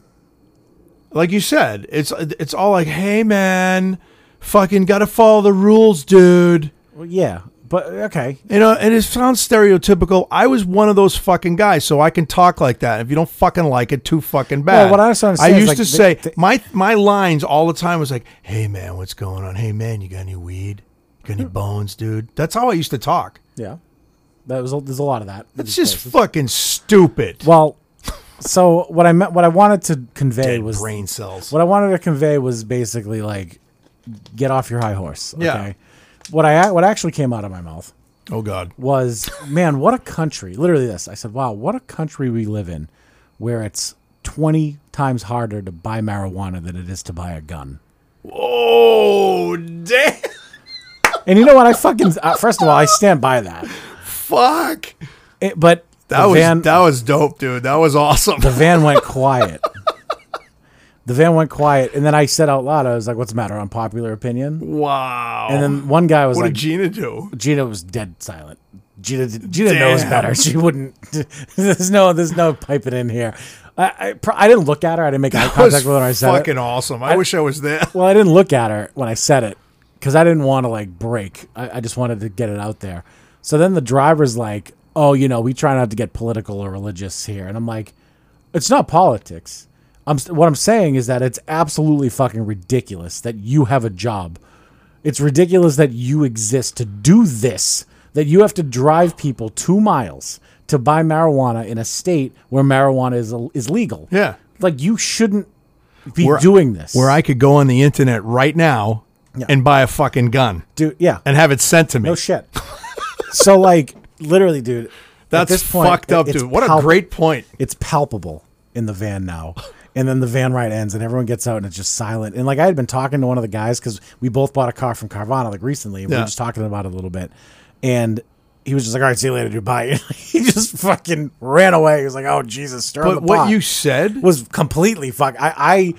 S2: like you said, it's it's all like, hey man, fucking gotta follow the rules, dude.
S1: Well, yeah, but okay.
S2: You know, and it sounds stereotypical. I was one of those fucking guys, so I can talk like that. If you don't fucking like it, too fucking bad.
S1: what I was trying to say is,
S2: used
S1: like,
S2: to
S1: they-
S2: say
S1: they-
S2: my my lines all the time was like, "Hey man, what's going on? Hey man, you got any weed? You got any bones, dude?" That's how I used to talk.
S1: Yeah, that was a- there's a lot of that.
S2: It's just fucking stupid.
S1: Well, so what I meant, what I wanted to convey
S2: Dead
S1: was
S2: brain cells.
S1: what I wanted to convey was basically like, get off your high horse. Okay.
S2: Yeah.
S1: What I what actually came out of my mouth
S2: Oh god.
S1: was, man, what a country. Literally this. I said, wow, what a country we live in, where it's twenty times harder to buy marijuana than it is to buy a gun.
S2: Oh, damn.
S1: And you know what? I fucking uh, first of all, I stand by that.
S2: Fuck.
S1: It- but
S2: That
S1: the
S2: was
S1: van,
S2: that was dope, dude. That was awesome.
S1: the van went quiet. the van went quiet, and then I said out loud, "I was like, what's the matter? Unpopular opinion."
S2: Wow.
S1: And then one guy was
S2: what
S1: like,
S2: did Gina do?
S1: Gina was dead silent. Gina, Gina knows
S2: Damn.
S1: better. She wouldn't. There's no, there's no piping in here. I, I, pro- I didn't look at her. I didn't make eye
S2: That was
S1: contact with her. when I said it.
S2: fucking awesome. I, wish I was there.
S1: Well, I didn't look at her when I said it because I didn't want to like break. I, I just wanted to get it out there. So then the driver's like, "Oh, you know, we try not to get political or religious here," and I'm like, "It's not politics. I'm s- what I'm saying is that it's absolutely fucking ridiculous that you have a job. It's ridiculous that you exist to do this. That you have to drive people two miles." To buy marijuana in a state where marijuana is is legal,
S2: Yeah.
S1: like you shouldn't be
S2: Where-
S1: doing this.
S2: Where I could go on the internet right now and buy a fucking gun
S1: dude, yeah,
S2: and have it sent to me.
S1: No shit. so like literally, dude. at
S2: That's
S1: this point,
S2: fucked up,
S1: it- it's
S2: dude. What a
S1: palp-
S2: great point.
S1: It's palpable in the van now. And then the van ride ends, and everyone gets out, and it's just silent. And like I had been talking to one of the guys because we both bought a car from Carvana like recently, and we
S2: Yeah.
S1: were just talking about it a little bit. And he was just like, "All right, see you later, dude. Bye." he just fucking ran away. He was like, "Oh Jesus, stir the
S2: But what
S1: pot."
S2: you said
S1: was completely fuck. I, I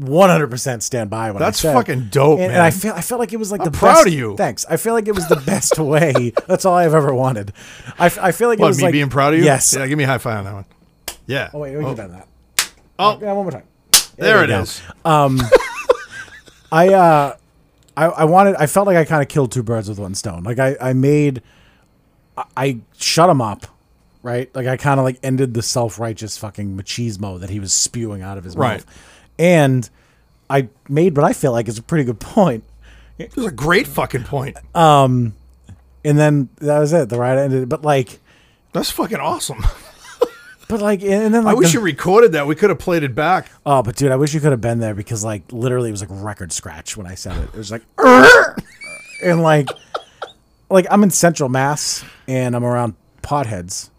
S1: 100% stand by what
S2: That's
S1: I said.
S2: fucking dope,
S1: and,
S2: man.
S1: And I feel I felt like it was like the
S2: proud
S1: best-
S2: of you.
S1: Thanks. I feel like it was the best way. That's all I've ever wanted. I, f- I feel like it
S2: What,
S1: was
S2: me
S1: like
S2: being proud of you?
S1: Yes.
S2: Yeah, give me a high five on that one. Yeah.
S1: Oh wait, we can done that.
S2: Oh.
S1: yeah, one more time.
S2: there it
S1: we go.
S2: is.
S1: I uh I, I wanted I felt like I kind of killed two birds with one stone. Like I I made I, I shut him up, right? Like I kind of like ended the self-righteous fucking machismo that he was spewing out of his
S2: Right.
S1: mouth. And I made what I feel like is a pretty good point.
S2: It was a great fucking point.
S1: And then that was it. The ride ended. But like
S2: That's fucking awesome.
S1: but like and then
S2: I
S1: like
S2: wish
S1: the-
S2: you recorded that. We could have played it back.
S1: Oh, but dude, I wish you could have been there because like literally it was like record scratch when I said it. It was like and like like I'm in Central Mass and I'm around potheads.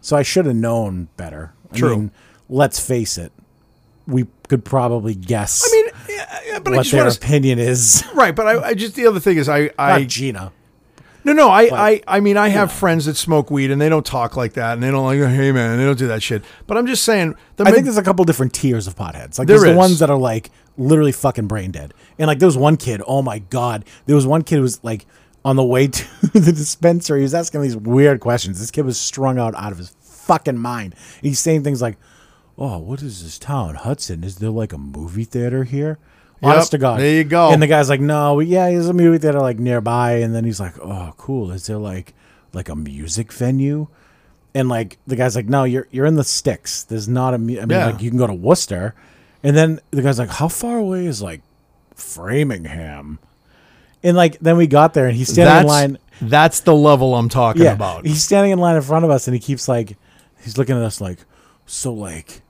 S1: So I should have known better.
S2: True.
S1: I mean, let's face it. We could probably guess
S2: I mean, yeah, yeah, but I
S1: what
S2: just
S1: their
S2: want to.
S1: opinion is.
S2: Right, but I, I just the other thing is I
S1: Not
S2: I
S1: Gina.
S2: no no I I, I mean I have friends that smoke weed and they don't talk like that and they don't like hey man they don't do that shit. But I'm just saying. The
S1: I
S2: ma-
S1: think there's a couple different tiers of potheads. Like
S2: There
S1: there's the
S2: is.
S1: ones that are like literally fucking brain dead. And like there was one kid, oh my god, there was one kid who was like on the way to the dispensary, he was asking these weird questions. This kid was strung out out of his fucking mind. And he's saying things like, "Oh, what is this town, Hudson? Is there like a movie theater here?" Honest to God,
S2: there you go.
S1: And the guy's like, "No, yeah, there's a movie theater like nearby." And then he's like, "Oh, cool. Is there like like a music venue?" and like the guy's like, no, you're you're in the sticks. There's not a. mu- I mean,
S2: Yeah.
S1: like you can go to Worcester, and then the guy's like, how far away is like Framingham? And like then we got there, and he's standing
S2: that's
S1: in line.
S2: that's the level I'm talking about.
S1: He's standing in line in front of us, and he keeps like, he's looking at us like, so like,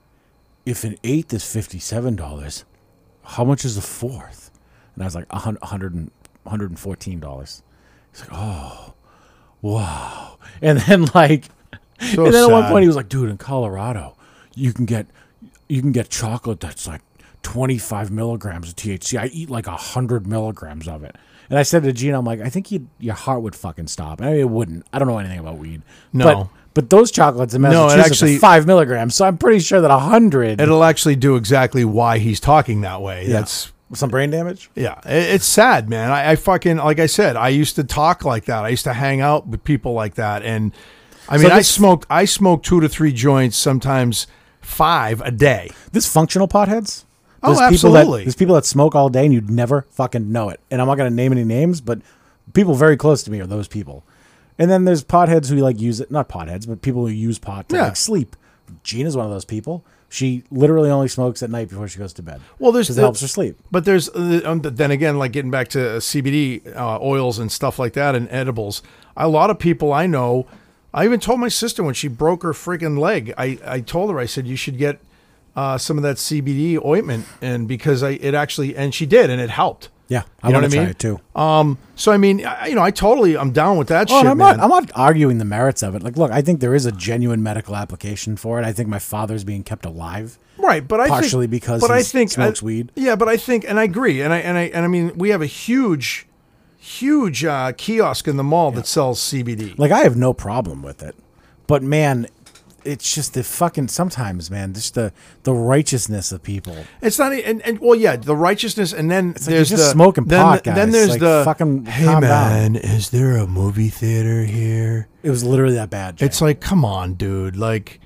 S1: if an eighth is fifty seven dollars, how much is a fourth? And I was like, a hun- a hundred and a hundred and fourteen dollars. He's like, oh, wow. And then like,
S2: So
S1: and then at one
S2: sad.
S1: point he was like, dude, in Colorado, you can get you can get chocolate that's like 25 milligrams of THC. I eat like 100 milligrams of it. And I said to Gina, I'm like, I think you'd, your heart would fucking stop. I mean, it wouldn't. I don't know anything about weed.
S2: No.
S1: But, but those chocolates in
S2: it
S1: Massachusetts
S2: actually-
S1: are 5 milligrams. So I'm pretty sure that 100.
S2: It'll actually do exactly why he's talking that way. That's
S1: some brain damage?
S2: Yeah, i- it's sad, man. I, I fucking like I said, I used to talk like that. I used to hang out with people like that, and I mean, I
S1: this-
S2: smoked I smoked two to three joints, sometimes five a day.
S1: This functional potheads.
S2: Oh,
S1: People
S2: absolutely.
S1: that, there's people that smoke all day and you'd never fucking know it. And I'm not going to name any names, but people very close to me are those people. And then there's potheads who like use it, not potheads, but people who use pot to
S2: Yeah.
S1: like sleep. Gina's one of those people. She literally only smokes at night before she goes to bed.
S2: Well, there's
S1: 'Cause it helps her sleep.
S2: But there's uh, um, but then again, like getting back to CBD uh, oils and stuff like that, and edibles. A lot of people I know. I even told my sister when she broke her freaking leg. I I told her I said you should get uh, some of that CBD ointment, and because I it actually and she did, and it helped.
S1: Yeah, I
S2: You know
S1: want
S2: what
S1: to
S2: I
S1: try
S2: mean?
S1: it too.
S2: So I mean, I, you know, I totally I'm down with that
S1: Oh,
S2: shit,
S1: and I'm
S2: man.
S1: not. I'm not arguing the merits of it. Like, look, I think there is a genuine medical application for it. I think my father's being kept alive.
S2: right, but I
S1: partially
S2: think,
S1: because
S2: but
S1: he
S2: I think
S1: smokes
S2: I-
S1: weed.
S2: Yeah, but I think, and I agree, and I and I and I mean, we have a huge, huge uh, kiosk in the mall that sells CBD.
S1: Like, I have no problem with it. But man, it's just the fucking sometimes, man, just the the righteousness of people.
S2: It's not, e, and, and well, yeah, the righteousness, and then
S1: like
S2: there's
S1: you're just
S2: the
S1: smoking
S2: then,
S1: pot,
S2: Then
S1: guys.
S2: there's
S1: Like,
S2: the
S1: fucking
S2: Hey
S1: calm down."
S2: man, is there a movie theater here?
S1: It was literally that bad. Jay.
S2: It's like, come on, dude. Like,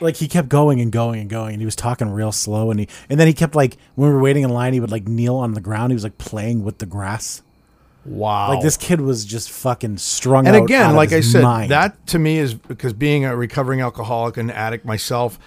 S1: like he kept going and going and going, and he was talking real slow, and he and then he kept like when we were waiting in line, he would like kneel on the ground. He was like playing with the grass.
S2: wow.
S1: Like this kid was just fucking strung
S2: and
S1: out. out
S2: again,
S1: of
S2: like I
S1: his
S2: said,
S1: mind.
S2: that to me is because being a recovering alcoholic and addict myself,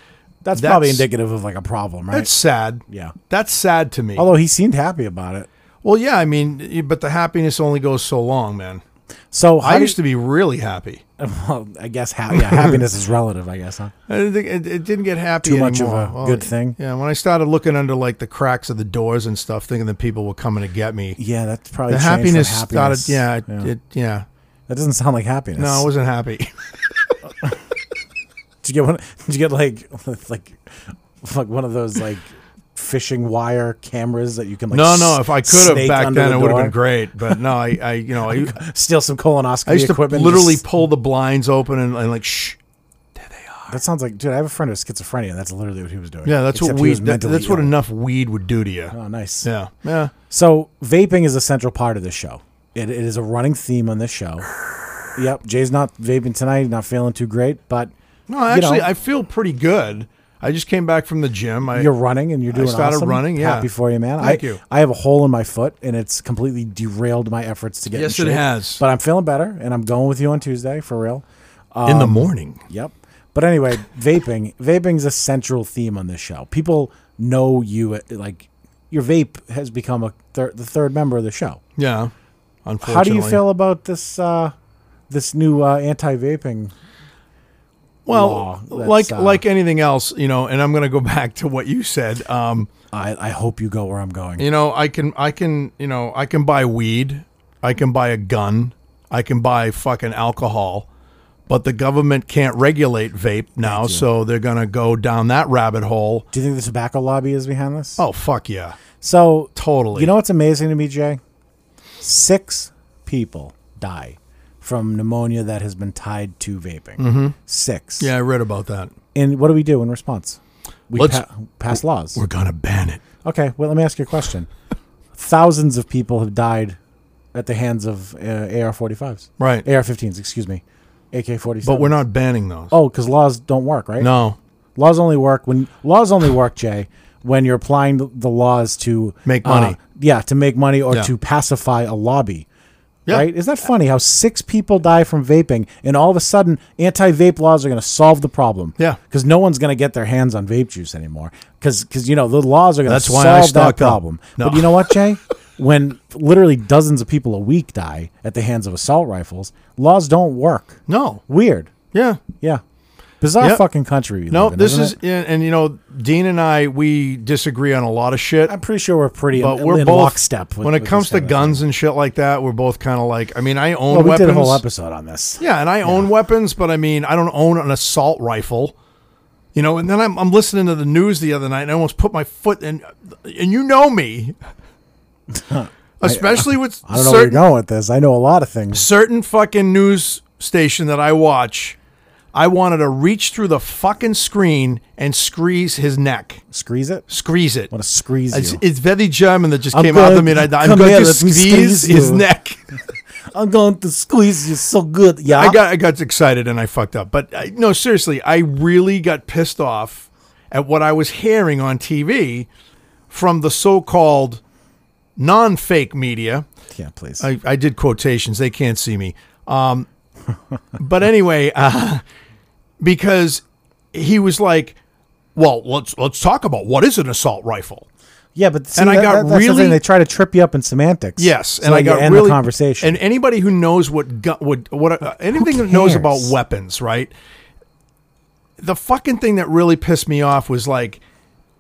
S1: that's, probably indicative of like a problem, right?
S2: That's sad.
S1: Yeah.
S2: that's sad to me.
S1: Although he seemed happy about it.
S2: well, yeah, I mean, y- but the happiness only goes so long, man.
S1: So
S2: I used to be really happy.
S1: Well, I guess ha- yeah, happiness is relative. I guess, huh?
S2: I didn't think, it, it didn't get happy
S1: Too much of
S2: anymore.
S1: a good thing?
S2: Yeah, when I started looking under like the cracks of the doors and stuff, thinking that people were coming to get me,
S1: Yeah, that's probably
S2: the
S1: changed from
S2: happiness,
S1: happiness.
S2: started. Yeah, it-
S1: yeah.
S2: It, yeah.
S1: that doesn't sound like happiness.
S2: No, I wasn't happy.
S1: did you get one? Did you get like like like one of those like fishing wire cameras that you can like
S2: No,
S1: s-
S2: no. If I could have
S1: snake
S2: back
S1: under
S2: then,
S1: the
S2: it would have
S1: door?
S2: been great. But no, I, I you know, I,
S1: Steal some colonoscopy
S2: I used to
S1: equipment. and
S2: literally
S1: just-
S2: pull the blinds open and, and like shh.
S1: that sounds like dude. I have a friend with schizophrenia. and That's literally what he was doing.
S2: Yeah, that's
S1: Except
S2: what
S1: he
S2: weed.
S1: was
S2: That,
S1: mentally
S2: that's what
S1: ill.
S2: enough weed would do to you.
S1: Oh, nice.
S2: Yeah, yeah.
S1: So vaping is a central part of this show. It, it is a running theme on this show. Yep, Jay's not vaping tonight. Not feeling too great, but
S2: No, actually,
S1: you know,
S2: I feel pretty good. I just came back from the gym. I
S1: you're running and you're doing.
S2: started
S1: awesome.
S2: running, yeah.
S1: happy for you, man.
S2: Thank
S1: I,
S2: you.
S1: I have a hole in my foot, and it's completely derailed my efforts to get. in
S2: Yes, it
S1: shape.
S2: has.
S1: But I'm feeling better, and I'm going with you on Tuesday for real.
S2: in
S1: um,
S2: the morning.
S1: Yep. But anyway, vaping. Vaping's a central theme on this show. People know you like your vape has become a thir- the third member of the show.
S2: Yeah. Unfortunately,
S1: How do you feel about this uh, this new uh, anti-vaping?
S2: Well,
S1: law that's,
S2: like
S1: uh,
S2: like anything else, you know. And I'm going to go back to what you said. Um,
S1: I, I hope you go where I'm going.
S2: you know, I can I can you know I can buy weed, I can buy a gun, I can buy fucking alcohol, but the government can't regulate vape now, so they're going to go down that rabbit hole.
S1: Do you think the tobacco lobby is behind this?
S2: Oh fuck yeah,
S1: so
S2: totally.
S1: you know what's amazing to me, Jay? Six people die from pneumonia that has been tied to vaping. Six.
S2: Mm-hmm. yeah, I read about that.
S1: And what do we do in response? We
S2: Let's-
S1: pa- pass laws.
S2: We're going to ban it.
S1: Okay, well, let me ask you a question. Thousands of people have died at the hands of uh, AR-45s.
S2: Right.
S1: AR-15s, excuse me. AK-47.
S2: But we're not banning those.
S1: Oh, because laws don't work, right?
S2: No.
S1: Laws only work when laws only work, Jay, when you're applying th- the laws to
S2: Make
S1: uh,
S2: money.
S1: yeah, to make money or
S2: Yeah.
S1: to pacify a lobby.
S2: Yeah.
S1: Right? Isn't that funny how six people die from vaping and all of a sudden anti-vape laws are going to solve the problem?
S2: Yeah.
S1: Because no one's going to get their hands on vape juice anymore. Because you know the laws are going to
S2: That's why
S1: solve
S2: I
S1: that
S2: stocked up.
S1: problem.
S2: No.
S1: But you know what, Jay? when literally dozens of people a week die at the hands of assault rifles, laws don't work.
S2: No.
S1: Weird.
S2: Yeah.
S1: Yeah. Bizarre
S2: Yep.
S1: fucking country. we
S2: No,
S1: live in,
S2: this
S1: isn't
S2: is
S1: it?
S2: yeah, and you know, Dean and I we disagree on a lot of shit,
S1: I'm pretty sure we're pretty,
S2: but
S1: in,
S2: we're
S1: in
S2: both
S1: lockstep. With,
S2: when it
S1: with
S2: comes
S1: this
S2: to
S1: kind of-
S2: guns and shit like that, we're both kind of like, I mean, I own
S1: Well, we
S2: weapons.
S1: did a whole episode on this.
S2: Yeah, and I own weapons, but I mean, I don't own an assault rifle. You know, and then I'm, I'm listening to the news the other night and I almost put my foot in and you know me. Especially with
S1: I don't know where you're
S2: certain
S1: going with this. I know a lot of things.
S2: certain fucking news station that I watch, I wanted to reach through the fucking screen and squeeze his neck,
S1: Squeeze it.
S2: squeeze it.
S1: I want to squeeze
S2: It's,
S1: you.
S2: it's very German that just
S1: I'm
S2: came out of
S1: going
S2: me. And
S1: to
S2: I, I'm
S1: come
S2: going
S1: here,
S2: to
S1: let me squeeze
S2: squeeze, his
S1: you.
S2: neck.
S1: I'm going to squeeze you so good. Yeah.
S2: I got I got excited and I fucked up. But I, no, seriously, I really got pissed off at what I was hearing on TV from the so-called non-fake media.
S1: yeah, please.
S2: I, I did quotations. They can't see me. Um, but anyway, uh, because he was like, "Well, let's let's talk about what is an assault rifle."
S1: yeah, but see,
S2: and I
S1: that-
S2: got
S1: that- that's the
S2: really-
S1: thing. They try to trip you up in semantics.
S2: Yes,
S1: so
S2: and I
S1: you
S2: got
S1: end
S2: really
S1: the conversation.
S2: And anybody who knows what gu- what what uh, anything that knows
S1: cares?
S2: about weapons, right? The fucking thing that really pissed me off was like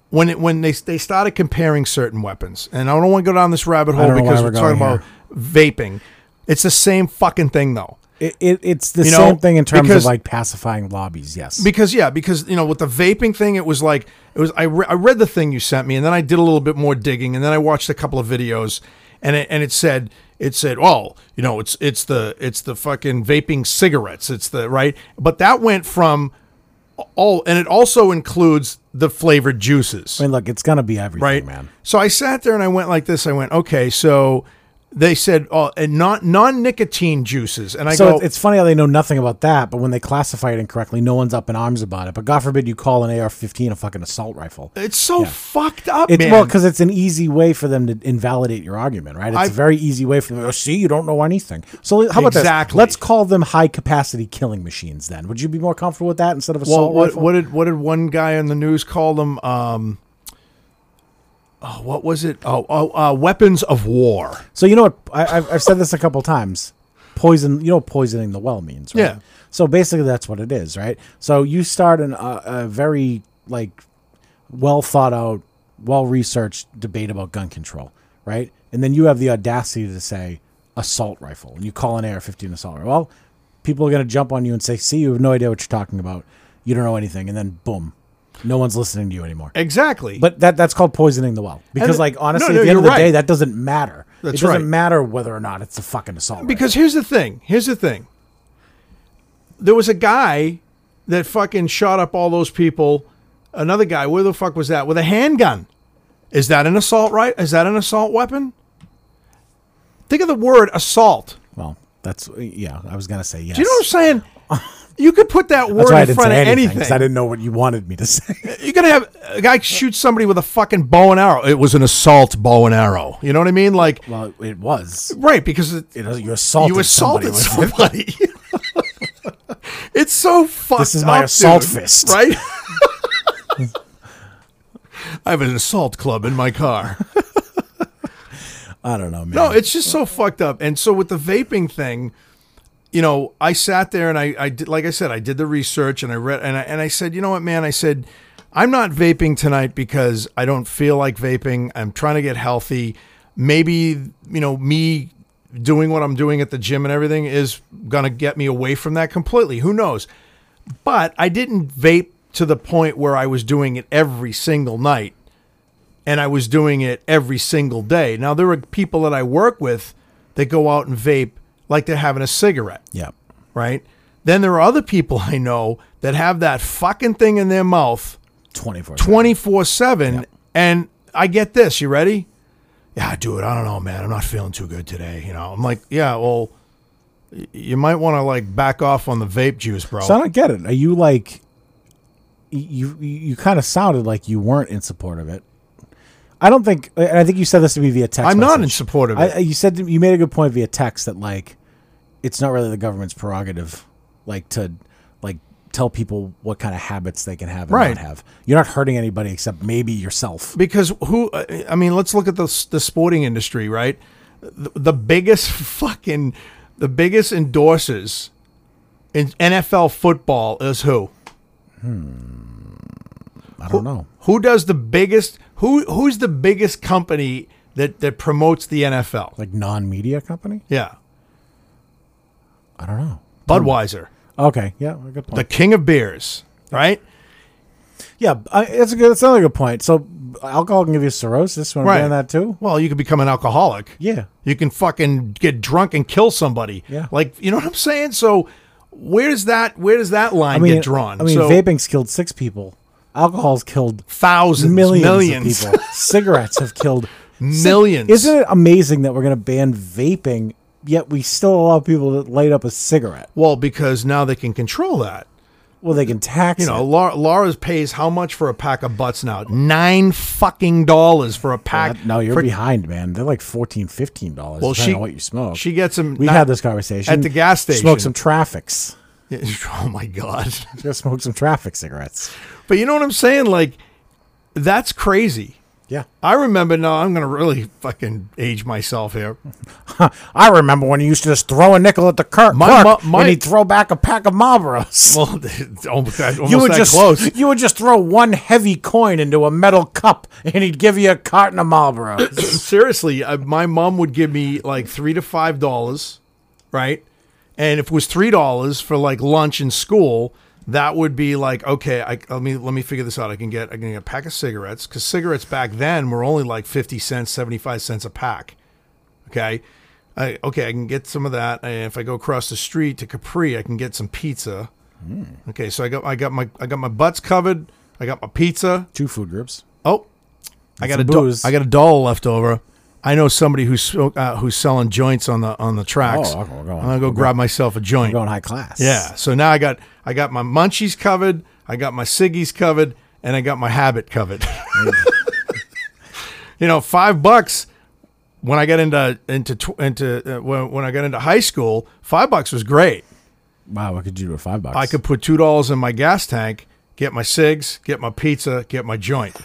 S2: when it when they they started comparing certain weapons, and I don't want to go down this rabbit hole
S1: don't know why
S2: because
S1: we're
S2: we're talking
S1: going
S2: about vaping. It's the same fucking thing though.
S1: It, it, it's the
S2: You know,
S1: same thing in terms
S2: because-
S1: of like pacifying lobbies. Yes.
S2: Because yeah, because you know with the vaping thing, it was like it was. I, re- I read the thing you sent me, and then I did a little bit more digging, and then I watched a couple of videos, and it, and it said it said, well, you know, it's it's the it's the fucking vaping cigarettes. It's the right, but that went from all, and it also includes the flavored juices
S1: I mean, look, it's gonna be everything,
S2: right
S1: man.
S2: so i sat there and i went like this i went okay so they said oh and not non-nicotine juices and i
S1: So
S2: go
S1: it's, it's funny how they know nothing about that, but when they classify it incorrectly, no one's up in arms about it. But God forbid you call an AR-15 a fucking assault rifle.
S2: it's so fucked up
S1: It's
S2: man.
S1: well because it's an easy way for them to invalidate your argument, right? It's
S2: I-
S1: a very easy way for them. to go, See, you don't know anything. So how about
S2: Exactly.
S1: this? Let's call them high capacity killing machines. Then would you be more comfortable with that instead of
S2: well
S1: assault
S2: what,
S1: rifle?
S2: what did what did one guy on the news call them um oh, what was it oh, oh uh, weapons of war
S1: So you know what I, I've, I've said this a couple times. Poison, you know, what poisoning the well means, right?
S2: Yeah.
S1: So basically, that's what it is, right? So you start an, uh, a very like well thought out, well researched debate about gun control, right? And then you have the audacity to say assault rifle, and you call an AR-15 assault rifle. Well, people are going to jump on you and say, "See, you have no idea what you're talking about. You don't know anything." And then boom, no one's listening to you anymore.
S2: exactly
S1: But that that's called poisoning the well. Because
S2: And-
S1: like
S2: no,
S1: honestly,
S2: no,
S1: at the end
S2: you're
S1: of the
S2: right.
S1: day, that doesn't matter. it
S2: That's
S1: doesn't
S2: right.
S1: matter whether or not it's a fucking assault.
S2: Because here's the thing. Here's the thing. There was a guy that fucking shot up all those people. Another guy, where the fuck was that? With a handgun. Is that an assault right? Is that an assault weapon? Think of the word assault.
S1: rifle. well, that's yeah. I was gonna say yes.
S2: Do you know what I'm saying? You could put that
S1: that's
S2: word
S1: why I
S2: in
S1: didn't
S2: front
S1: say
S2: of
S1: anything
S2: anything.
S1: because I didn't know what you wanted me to say.
S2: You're gonna have a guy shoot somebody with a fucking bow and arrow. It was an assault bow and arrow. You know what I mean? Like
S1: well, it, it was.
S2: right because it,
S1: It was you assaulted.
S2: you assaulted
S1: somebody with-
S2: somebody. it's so fucked.
S1: is my
S2: up,
S1: assault
S2: dude,
S1: fist.
S2: right? I have an assault club in my car.
S1: I don't know, man.
S2: No, it's just so fucked up. And so with the vaping thing, you know, I sat there and I, I did, like I said, I did the research and I read and I, and I said, you know what, man, I said, I'm not vaping tonight because I don't feel like vaping. I'm trying to get healthy. Maybe you know me doing what I'm doing at the gym and everything is gonna get me away from that completely. Who knows? But I didn't vape to the point where I was doing it every single night and I was doing it every single day. Now there are people that I work with that go out and vape like they're having a cigarette,
S1: yeah.
S2: right? Then there are other people I know that have that fucking thing in their mouth
S1: Twenty four.
S2: 24 7. And I get this. You ready? Yeah, dude, I don't know, man. I'm not feeling too good today. You know, I'm like, yeah, well, y- you might want to like back off on the vape juice, bro.
S1: So I don't get it. Are you like? You you, you kind of sounded like you weren't in support of it. I don't think, and I think you said this to me via text.
S2: I'm not in
S1: message.
S2: support of it.
S1: I, I- you said you made a good point via text that like it's not really the government's prerogative, like to like tell people what kind of habits they can have and
S2: Right.
S1: not have. You're not hurting anybody except maybe yourself.
S2: because who uh, i mean let's look at the, the sporting industry right the, the biggest fucking the biggest endorsers in nfl football is who
S1: I don't know.
S2: who does the biggest who who's the biggest company that that promotes the nfl
S1: Like non-media company?
S2: yeah
S1: I don't know.
S2: budweiser
S1: Okay, yeah, good point.
S2: the king of beers right
S1: yeah, I, that's a good. That's another good point. So alcohol can give you cirrhosis. You want to
S2: right
S1: ban that too?
S2: well you can become an alcoholic
S1: Yeah.
S2: You can fucking get drunk and kill somebody.
S1: Yeah.
S2: Like, you know what I'm saying? So where does that where does that line
S1: I mean,
S2: get drawn?
S1: I mean,
S2: so
S1: vaping's killed six people. Alcohol's killed
S2: thousands,
S1: millions,
S2: millions,
S1: of people. Cigarettes have killed
S2: Millions.
S1: Isn't it amazing that we're going to ban vaping, yet we still allow people to light up a cigarette?
S2: well, because now they can control that.
S1: Well, they can tax
S2: You know,
S1: it.
S2: Laura, Laura's pays how much for a pack of butts now? Nine fucking dollars for a pack.
S1: No, you're
S2: for-
S1: behind, man. They're like 14 $15
S2: Well,
S1: depending
S2: she-
S1: on what you smoke.
S2: she gets them.
S1: we
S2: not-
S1: had this conversation
S2: at the gas station.
S1: Smoke some traffics.
S2: Oh my god!
S1: Just smoke some traffic cigarettes.
S2: But you know what I'm saying? Like, that's crazy.
S1: Yeah.
S2: I remember now. I'm gonna really fucking age myself here.
S1: I remember when he used to just throw a nickel at the cur-
S2: My
S1: clerk
S2: mo- my-
S1: and he'd throw back a pack of Marlboros.
S2: Well, it's almost, that- almost
S1: you would
S2: that
S1: just
S2: close.
S1: you would just throw one heavy coin into a metal cup and he'd give you a carton of Marlboros.
S2: Seriously, I, my mom would give me like three to five dollars, right? And if it was three dollars for like lunch in school, that would be like okay. I, let me let me figure this out. I can get I can get a pack of cigarettes because cigarettes back then were only like fifty cents, seventy five cents a pack. Okay. I, okay, I can get some of that. And if I go across the street to Capri, I can get some pizza. Okay, so I got I got my I got my butts covered. I got my pizza.
S1: Two food groups.
S2: Oh, I got
S1: some
S2: a do-
S1: booze.
S2: I got a dollar left over. I know somebody who's smoke- uh, who's selling joints on the on the tracks.
S1: Oh, okay, we're
S2: I'm
S1: going-
S2: gonna go grab myself a joint.
S1: Going high class.
S2: Yeah. So now I got I got my munchies covered. I got my ciggies covered, and I got my habit covered. you know, five bucks. When I got into into tw- into uh, when, when I got into high school, five bucks was great.
S1: Wow, what could you do with five bucks?
S2: I could put two dollars in my gas tank, get my cigs, get my pizza, get my joint.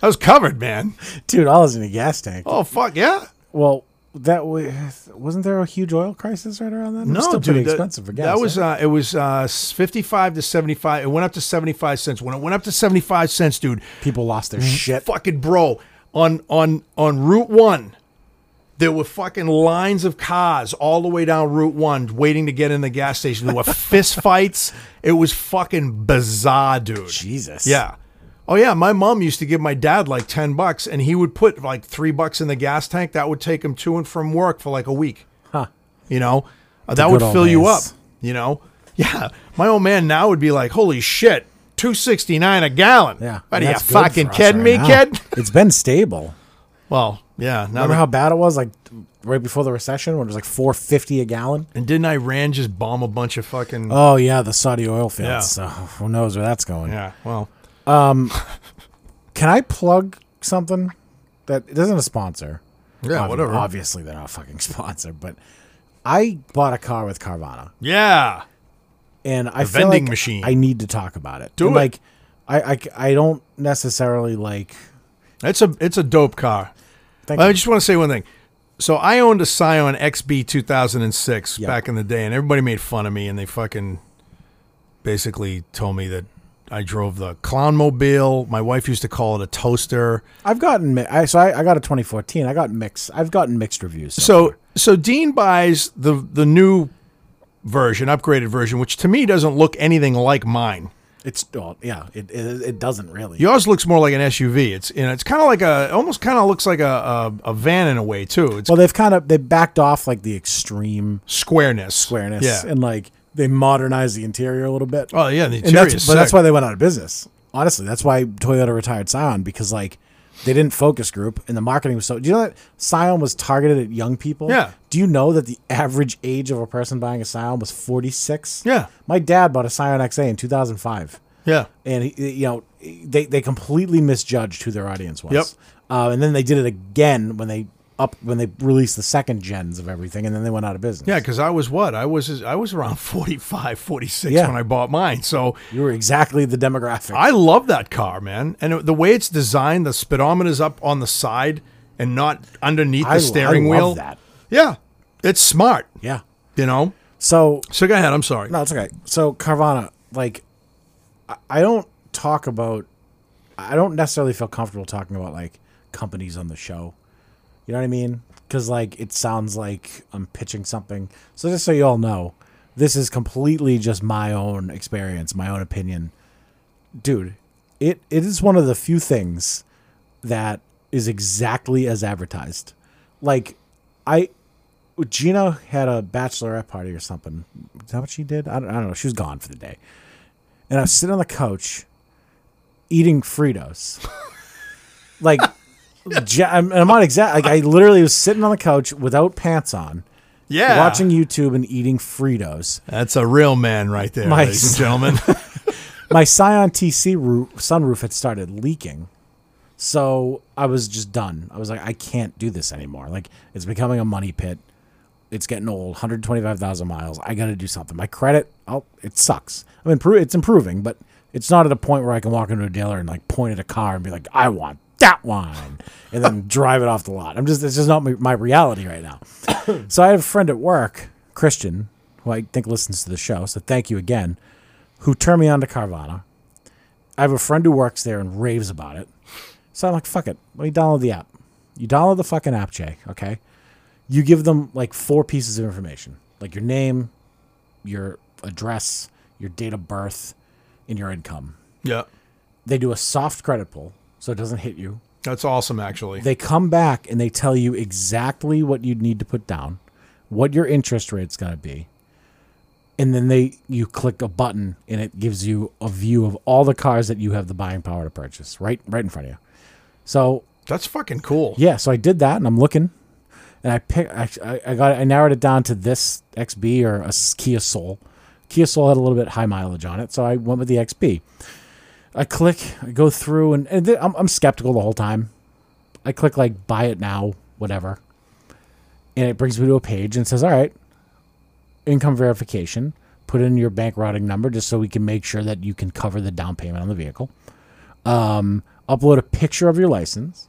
S2: I was covered, man.
S1: two dollars in a gas tank.
S2: Oh fuck yeah!
S1: Well, that was wasn't there a huge oil crisis right around then? It was
S2: No,
S1: still
S2: dude,
S1: pretty
S2: that-
S1: expensive for gas. eh?
S2: That was
S1: right?
S2: uh, it was uh, fifty-five to seventy-five. It went up to seventy-five cents. When it went up to seventy-five cents, dude,
S1: people lost
S2: Mm,
S1: their shit.
S2: fucking bro, on on on Route One, there were fucking lines of cars all the way down Route One waiting to get in the gas station. There were fist fights. It was fucking bizarre, dude.
S1: Jesus.
S2: Yeah. Oh yeah, my mom used to give my dad like 10 bucks and he would put like 3 bucks in the gas tank that would take him to and from work for like a week.
S1: Huh.
S2: You know? Uh, that would
S1: good old
S2: fill you up,
S1: days.
S2: you know? Yeah. My old man now would be like, "Holy shit, 269 a gallon."
S1: Yeah.
S2: What
S1: and
S2: are you
S1: that's good
S2: fucking
S1: for us
S2: kidding
S1: right
S2: me,
S1: now.
S2: kid?
S1: It's been stable.
S2: Well, yeah, now
S1: Remember
S2: that-
S1: how bad it was like right before the recession when it was like 450 a gallon?
S2: and didn't Iran just bomb a bunch of fucking
S1: Oh yeah, the Saudi oil fields. So
S2: Yeah.
S1: who knows where that's going?
S2: Yeah, well,
S1: Can I plug something that it isn't a sponsor?
S2: yeah,
S1: Obvi-
S2: whatever.
S1: Obviously, they're not a fucking sponsor, but I bought a car with Carvana,
S2: Yeah.
S1: and I feel
S2: vending
S1: like
S2: machine.
S1: I need to talk about it.
S2: Do
S1: And,
S2: it.
S1: Like, I, I I don't necessarily like.
S2: It's a it's a dope car.
S1: Thank
S2: I
S1: you.
S2: just want to say one thing. So I owned a Scion XB 2006
S1: Yeah.
S2: back in the day, and everybody made fun of me, and they fucking basically told me that I drove the clown mobile. My wife used to call it a toaster.
S1: I've gotten mi- I, so I, I got a 2014. I got mixed. I've gotten mixed reviews.
S2: So so Dean buys the the new version, upgraded version, which to me doesn't look anything like mine.
S1: it's well, yeah. It, it it doesn't really.
S2: Yours looks more like an SUV. It's you know, it's kind of like a almost kind of looks like a, a a van in a way too. It's
S1: Well, they've kind of they backed off like the extreme
S2: squareness,
S1: squareness
S2: Yeah.
S1: and like they modernized the interior a little bit.
S2: Oh yeah, the
S1: and
S2: interior.
S1: that's, but that's
S2: sick.
S1: why they went out of business. Honestly, that's why Toyota retired Scion because like they didn't focus group and the marketing was so. Do you know that Scion was targeted at young people?
S2: Yeah.
S1: Do you know that the average age of a person buying a Scion was forty six?
S2: Yeah.
S1: My dad bought a Scion XA in two thousand five,
S2: Yeah.
S1: and he, you know they they completely misjudged who their audience was.
S2: Yep.
S1: Uh, and then they did it again when they up when they released the second gens of everything, and then they went out of business.
S2: Yeah, because I was what? I was I was around 45, 46
S1: Yeah.
S2: when I bought mine. So
S1: You were exactly the demographic.
S2: I love that car, man. And it- the way it's designed, the speedometer's up on the side and not underneath
S1: I- I
S2: the steering
S1: love
S2: wheel.
S1: that.
S2: Yeah. It's smart,
S1: yeah.
S2: you know?
S1: So
S2: So go ahead. I'm sorry.
S1: No, it's okay. So Carvana, like, I- I don't talk about. I don't necessarily feel comfortable talking about like companies on the show. You know what I mean? Because like it sounds like I'm pitching something. So just so you all know, this is completely just my own experience, my own opinion, dude. It it is one of the few things that is exactly as advertised. Like, I Gina had a bachelorette party or something. Is that what she did? I don't, I don't know. She was gone for the day. And I was sitting on the couch eating Fritos. like, ja- I'm, I'm not exact. Like, I literally was sitting on the couch without pants on,
S2: Yeah.
S1: watching YouTube and eating Fritos.
S2: That's a real man right there,
S1: My
S2: ladies and gentlemen.
S1: My Scion TC roof, sunroof had started leaking. So I was just done. I was like, I can't do this anymore. Like, it's becoming a money pit. it's getting old 125000 miles i gotta do something my credit oh it sucks i'm impro- it's improving but It's not at a point where I can walk into a dealer and like point at a car and be like, I want that one, and then drive it off the lot. I'm just it's just not my, my reality right now. so I have a friend at work, Christian, who I think listens to the show. So thank you again, who turned me on to Carvana. I have a friend who works there and raves about it. So I'm like, fuck it. Let me download the app. You download the fucking app, Jay, okay? You give them like four pieces of information like your name, your address, your date of birth, and your income.
S2: Yeah.
S1: They do a soft credit pull so it doesn't hit you.
S2: That's awesome, actually.
S1: They come back and they tell you exactly what you need to put down, what your interest rate's going to be. And then they you click a button and it gives you a view of all the cars that you have the buying power to purchase right right in front of you. So
S2: That's fucking cool.
S1: yeah, so I did that, and I'm looking, and I pick. I, I- I got. I narrowed it down to this XB or a s- Kia Soul. Kia Soul had a little bit high mileage on it, so I went with the XB. I click. I go through, and, and th- I'm, I'm skeptical the whole time. I click like buy it now, whatever, and it brings me to a page and says, "All right, income verification. Put in your bank routing number just so we can make sure that you can cover the down payment on the vehicle. Um, upload a picture of your license."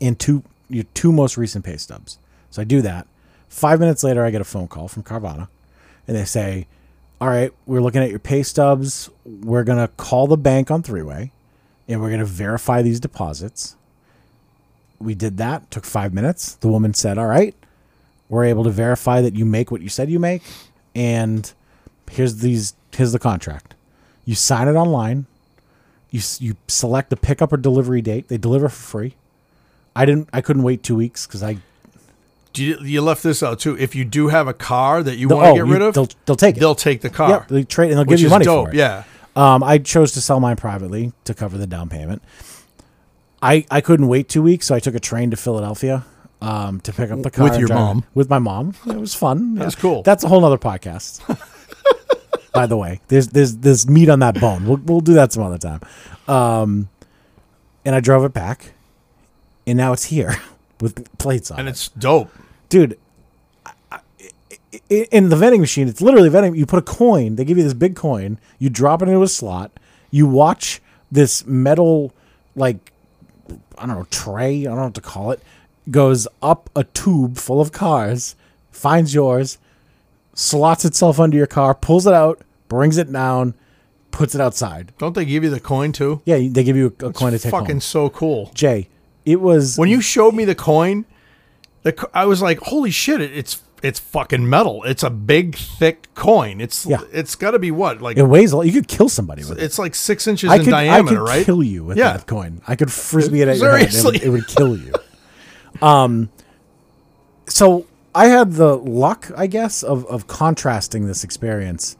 S1: and two your two most recent pay stubs. So I do that. Five minutes later, I get a phone call from Carvana, and they say, "All right, we're looking at your pay stubs. We're gonna call the bank on three way, and we're gonna verify these deposits." We did that. Took five minutes. The woman said, "All right, we're able to verify that you make what you said you make, and here's these here's the contract. You sign it online. You s- you select a pickup or delivery date. They deliver for free. I didn't. I couldn't wait two weeks because I.
S2: Do you, you left this out too. If you do have a car that you
S1: They'll,
S2: want to
S1: oh,
S2: get
S1: you-
S2: rid of,
S1: they'll,
S2: they'll,
S1: they'll take it.
S2: take the
S1: yeah,
S2: car,
S1: they trade and they'll
S2: which
S1: give you
S2: is
S1: money
S2: dope.
S1: for it.
S2: Yeah.
S1: Um, I chose to sell mine privately to cover the down payment. I I couldn't wait two weeks, so I took a train to Philadelphia. Um, to pick up the car
S2: With
S1: and
S2: your
S1: drive-
S2: mom?
S1: With my mom, it was fun.
S2: That's
S1: Yeah.
S2: cool.
S1: That's a whole nother podcast. By the way, there's there's there's meat on that bone. We'll we'll do that some other time. Um, and I drove it back, and now it's here with plates on.
S2: And
S1: it
S2: it's dope.
S1: dude. I- I- i- In the vending machine, it's literally vending. You put a coin. They give you this big coin. You drop it into a slot. You watch this metal, like I don't know, tray. I don't know what to call it. Goes up a tube full of cars, finds yours, slots itself under your car, pulls it out, brings it down, puts it outside.
S2: Don't they give you the coin too?
S1: Yeah, they give you a, a coin to take
S2: Fucking
S1: home.
S2: so cool.
S1: Jay, it was
S2: When you showed me the coin, the co- I was like, holy shit! It, it's it's fucking metal. It's a big, thick coin. It's
S1: Yeah.
S2: it's got to be what like
S1: it weighs a lot. You could kill somebody with it.
S2: it's like six inches
S1: I
S2: in
S1: could,
S2: diameter,
S1: I could
S2: right?
S1: kill you with
S2: Yeah.
S1: that coin. I could frisbee it at your head. and It would,
S2: Seriously.
S1: it would kill you. Um, so I had the luck, I guess, of of contrasting this experience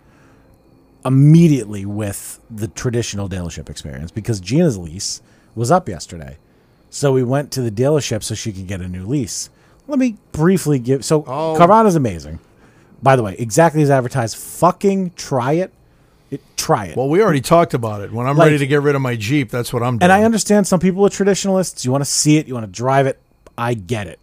S1: immediately with the traditional dealership experience because Gina's lease was up yesterday, so we went to the dealership so she could get a new lease. Let me briefly give. So
S2: Oh.
S1: Carvana's amazing, by the way, exactly as advertised. Fucking try it. It try it.
S2: Well, we already talked about it. When I'm
S1: Like-
S2: ready to get rid of my Jeep, that's what I'm doing.
S1: And I understand some people are traditionalists. You want to see it, you want to drive it. I get it.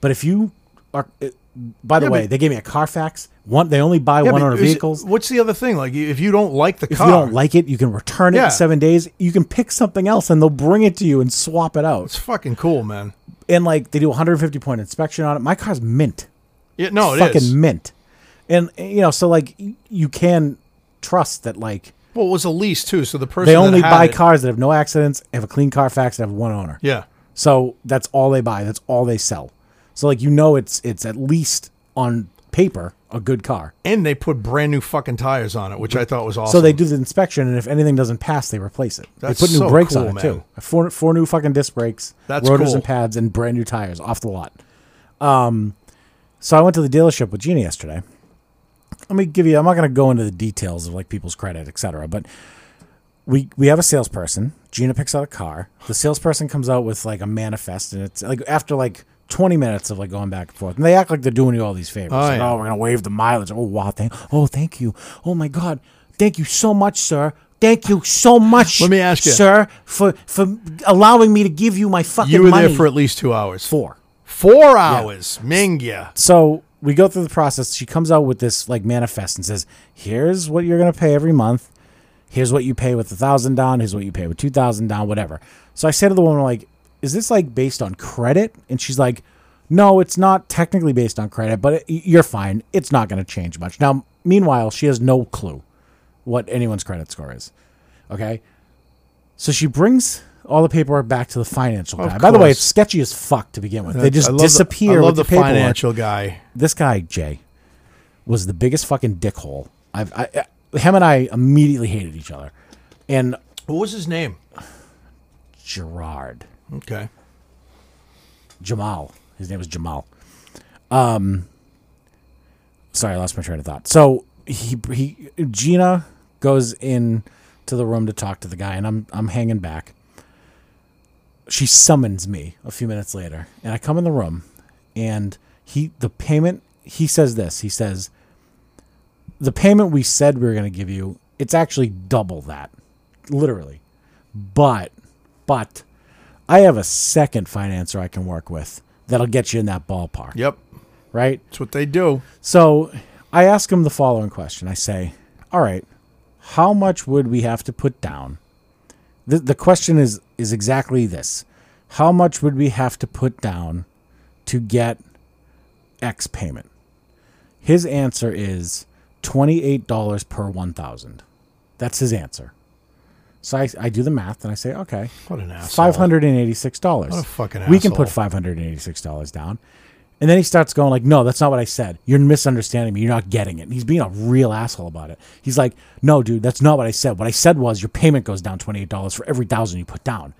S1: But if you are, it, by the
S2: Yeah,
S1: way,
S2: but-
S1: they gave me a Carfax. One, they only buy
S2: Yeah,
S1: one
S2: but
S1: owner
S2: is-
S1: vehicles.
S2: What's the other thing? Like, if you don't like the
S1: if
S2: car,
S1: you don't like it, you can return it
S2: Yeah.
S1: in seven days. You can pick something else, and they'll bring it to you and swap it out.
S2: it's fucking cool, man.
S1: And like they do 150 point inspection on it. My car's mint.
S2: Yeah, no, Oh, it is.
S1: fucking mint. And eh, you know, so like y- you can trust that like
S2: Well, it was a lease too, so the person
S1: they
S2: that
S1: only
S2: had
S1: buy
S2: it-
S1: cars that have no accidents, have a clean Carfax, and have one owner.
S2: Yeah,
S1: So that's all they buy. That's all they sell. So like you know, it's it's at least on paper a good car.
S2: and they put brand new fucking tires on it, which I thought was awesome.
S1: So they do the inspection, and if anything doesn't pass, they replace it.
S2: That's
S1: they put new
S2: so
S1: brakes on
S2: cool,
S1: it
S2: man.
S1: too. Four four new fucking disc brakes,
S2: That's
S1: rotors
S2: cool.
S1: and pads, and brand new tires off the lot. Um, so I went to the dealership with Gina yesterday. Let me give you. I'm not going to go into the details of like people's credit, et cetera, but we we have a salesperson. Gina picks out a car. The salesperson comes out with like a manifest, and it's like after like 20 minutes of like going back and forth, and they act like they're doing you all these favors. Like,
S2: yeah.
S1: oh, we're gonna waive the mileage. Oh wow, thank oh thank you. Oh my god, thank you so much, sir. Thank you so much.
S2: Let me ask you.
S1: sir, for for allowing me to give you my fucking
S2: you were
S1: money.
S2: there for at least two hours.
S1: four.
S2: Four hours, Mingya.
S1: So we go through the process. She comes out with this like manifest and says, "Here's what you're gonna pay every month. Here's what you pay with a thousand down. Here's what you pay with two thousand down. Whatever. So I say to the woman, like, is this like based on credit? And she's like, no, it's not technically based on credit, but it, you're fine. It's not going to change much. Now, meanwhile, she has no clue what anyone's credit score is. Okay. So she brings all the paperwork back to the financial guy. By the way,
S2: course.
S1: it's sketchy as fuck to begin with. they
S2: That's- I
S1: just
S2: love the-
S1: disappear
S2: I love
S1: with
S2: the
S1: the, paperwork.
S2: financial guy.
S1: This guy Jay was the biggest fucking dickhole. I've, I, I, him and I immediately hated each other. And
S2: What was his name?
S1: Gerard.
S2: Okay.
S1: Jamal. His name was Jamal. Um, sorry, I lost my train of thought. So he he Gina goes in to the room to talk to the guy, and I'm I'm hanging back. She summons me a few minutes later, and I come in the room, and he the payment he says this he says the payment we said we were going to give you it's actually double that literally but but I have a second financer I can work with that'll get you in that ballpark,
S2: Yep.
S1: right?
S2: That's what they do.
S1: So I ask him the following question. I say, "All right, how much would we have to put down?" The the question is is exactly this: How much would we have to put down to get X payment? His answer is twenty eight dollars per one thousand. That's his answer. So I, I do the math and I say, okay,
S2: What an asshole.
S1: five hundred and eighty-six dollars.
S2: uh, a fucking
S1: We can
S2: asshole.
S1: put five hundred and eighty-six dollars down, and then he starts going like, "No, that's not what I said. You're misunderstanding me. You're not getting it." And he's being a real asshole about it. He's like, "No, dude, that's not what I said. What I said was your payment goes down twenty-eight dollars for every thousand you put down."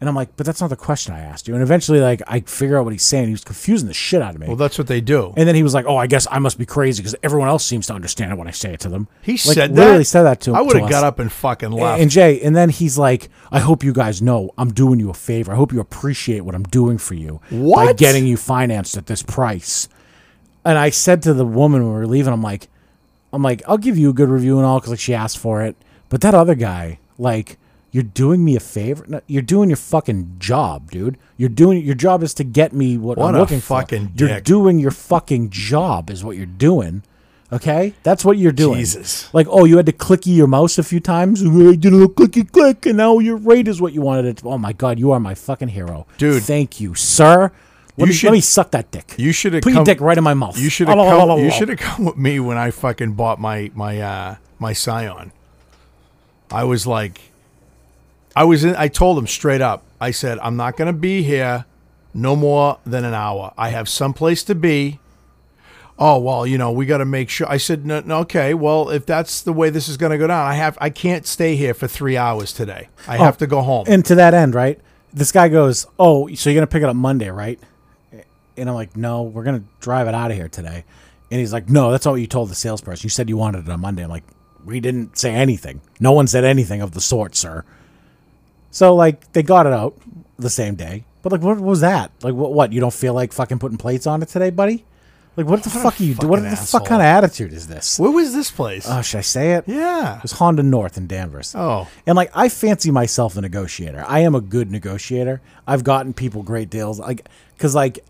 S1: And I'm like, "But that's not the question I asked you." And eventually, like, I figure out what he's saying. He was confusing the shit out of me.
S2: Well, that's what they do.
S1: and then he was like, "Oh, I guess I must be crazy because everyone else seems to understand it when I say it to them."
S2: he
S1: Like,
S2: said that.
S1: literally said that to him.
S2: I would
S1: to
S2: have
S1: us.
S2: got up and fucking left.
S1: And Jay, and then he's like, "I hope you guys know I'm doing you a favor. I hope you appreciate what I'm doing for you by
S2: What?
S1: getting you financed at this price." And I said to the woman when we were leaving, "I'm like, I'm like, I'll give you a good review and all because like she asked for it, but that other guy, like." You're doing me a favor. No, You're doing your fucking job, dude. You're doing your job is to get me what,
S2: What
S1: I'm
S2: a
S1: looking for.
S2: fucking
S1: You're
S2: dick.
S1: doing your fucking job is what you're doing. Okay, that's what you're doing.
S2: Jesus.
S1: Like, oh, you had to clicky your mouse a few times. You really did a little clicky click, and now your rate is what you wanted it. To. Oh my god, you are my fucking hero,
S2: Dude.
S1: Thank you, sir. Let,
S2: You
S1: me,
S2: should-
S1: let me suck that dick.
S2: you should have
S1: put
S2: come-
S1: your dick right in my mouth.
S2: you should have come. You should have come with me when I fucking bought my my uh, my Scion. I was like, I was in. I told him straight up. I said, I'm not gonna be here no more than an hour. I have someplace to be. Oh well, you know we got to make sure. I said, no, no, okay. Well, if that's the way this is gonna go down, I have. I can't stay here for three hours today. I have to go home.
S1: And to that end, right? This guy goes, "Oh, so you're gonna pick it up Monday, right?" And I'm like, "No, we're gonna drive it out of here today." And he's like, "No, that's not what you told the salesperson. You said you wanted it on Monday." I'm like, "We didn't say anything. No one said anything of the sort, sir." So like, they got it out the same day, but like, what was that? Like, what? What? You don't feel like fucking putting plates on it today, buddy? Like, what, the fuck are you? do- What
S2: fucking
S1: the fuck
S2: asshole.
S1: kind of attitude is this?
S2: Where was this place?
S1: Oh, should I say it?
S2: yeah.
S1: It was Honda North in Danvers.
S2: Oh.
S1: And like I fancy myself a negotiator. I am a good negotiator. I've gotten people great deals. Like cuz like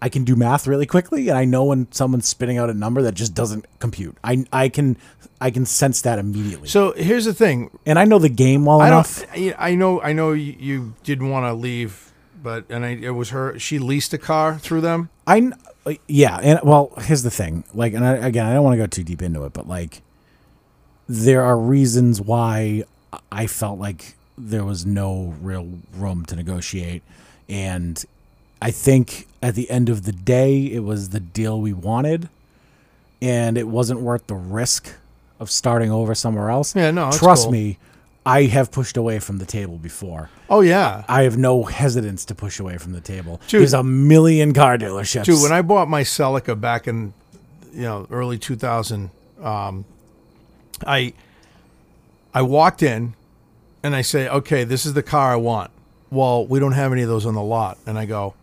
S1: I can do math really quickly and I know when someone's spitting out a number that just doesn't compute. I I can I can sense that immediately.
S2: So here's the thing.
S1: and I know the game well
S2: I
S1: enough.
S2: don't. I- I know. I know you, you didn't want to leave, but and I, it was her. She leased a car through them.
S1: I kn- uh, yeah, and well, here's the thing. Like, and I, again, I don't want to go too deep into it, but like, there are reasons why I felt like there was no real room to negotiate, and I think at the end of the day, it was the deal we wanted, and it wasn't worth the risk of starting over somewhere else.
S2: Yeah, no, that's
S1: trust
S2: cool.
S1: me, I have pushed away from the table before.
S2: Oh yeah,
S1: I have no hesitance to push away from the table.
S2: Dude.
S1: There's a million car dealerships.
S2: dude. When I bought my Celica back in, you know, early 2000, um, I I walked in, and I say, okay, this is the car I want. Well, we don't have any of those on the lot, and I go,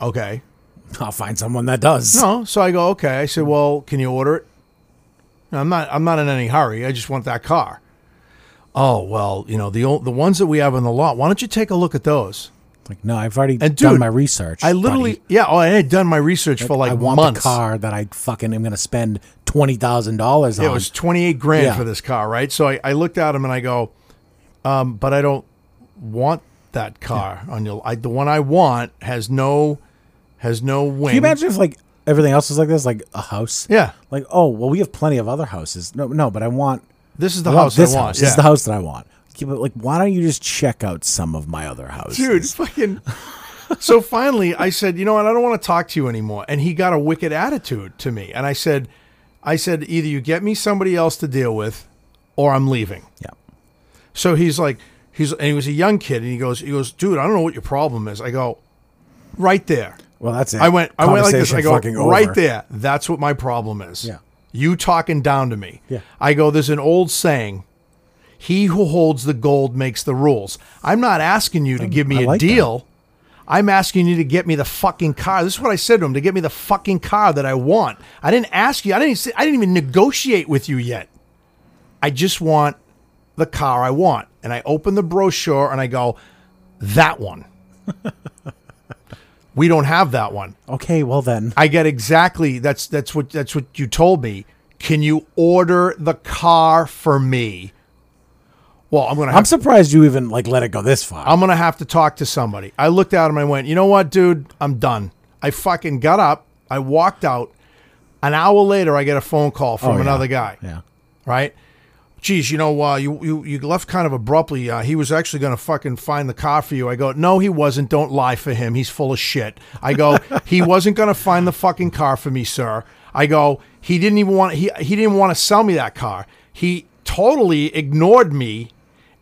S2: okay,
S1: I'll find someone that does.
S2: No, Oh, so I go, okay. I said, well, can you order it? No, I'm not. I'm not in any hurry. I just want that car. Oh well, you know the ol- the ones that we have on the lot. Why don't you take a look at those?
S1: Like, no, I've already
S2: And
S1: done
S2: dude,
S1: my research.
S2: I literally,
S1: buddy.
S2: yeah. Oh, I had done my research for like
S1: I want
S2: months.
S1: the car that I fucking am going to spend twenty thousand dollars on.
S2: It was 28 grand
S1: Yeah.
S2: for this car, right? So I, I looked at him and I go, um, but I don't want that car on your. I, the one I want has no has no wing.
S1: Can you imagine if like everything else was like this, like a house?
S2: Yeah.
S1: Like oh well, we have plenty of other houses. No, no, but I want
S2: This is the
S1: I want
S2: house
S1: this
S2: I want.
S1: house.
S2: Yeah.
S1: This is the house that I want. Yeah, but like, why don't you just check out some of my other houses,
S2: dude. Fucking. so finally, I said, you know what? I don't want to talk to you anymore. And he got a wicked attitude to me. And I said, I said, either you get me somebody else to deal with, or I'm leaving.
S1: Yeah.
S2: So he's like, he's and he was a young kid, and he goes, he goes, dude, I don't know what your problem is. I go, right there.
S1: Well, that's it.
S2: I went, I went like this. I go,
S1: Conversation fucking
S2: right
S1: over.
S2: there. That's what my problem is.
S1: Yeah.
S2: You talking down to me.
S1: Yeah.
S2: I go, there's an old saying. He who holds the gold makes the rules. I'm not asking you to give me
S1: Um, I
S2: a
S1: like that.
S2: deal. I'm asking you to get me the fucking car. This is what I said to him to get me the fucking car that I want. I didn't ask you. I didn't. say- I didn't even negotiate with you yet. I just want the car I want. And I open the brochure and I go, that one. we don't have that one.
S1: Okay, well then.
S2: I get exactly that's that's what that's what you told me. Can you order the car for me? Well, I'm gonna have
S1: I'm surprised you even like let it go this far.
S2: I'm gonna have to talk to somebody. I looked at him. I went, you know what, dude? I'm done. I fucking got up. I walked out. An hour later, I get a phone call from
S1: yeah.
S2: another guy.
S1: yeah.
S2: Right? Geez, you know, uh, you, you you left kind of abruptly. Uh, he was actually gonna fucking find the car for you. I go, no, he wasn't. Don't lie for him. He's full of shit. I go, he wasn't gonna find the fucking car for me, sir. I go, he didn't even want he he didn't want to sell me that car. He totally ignored me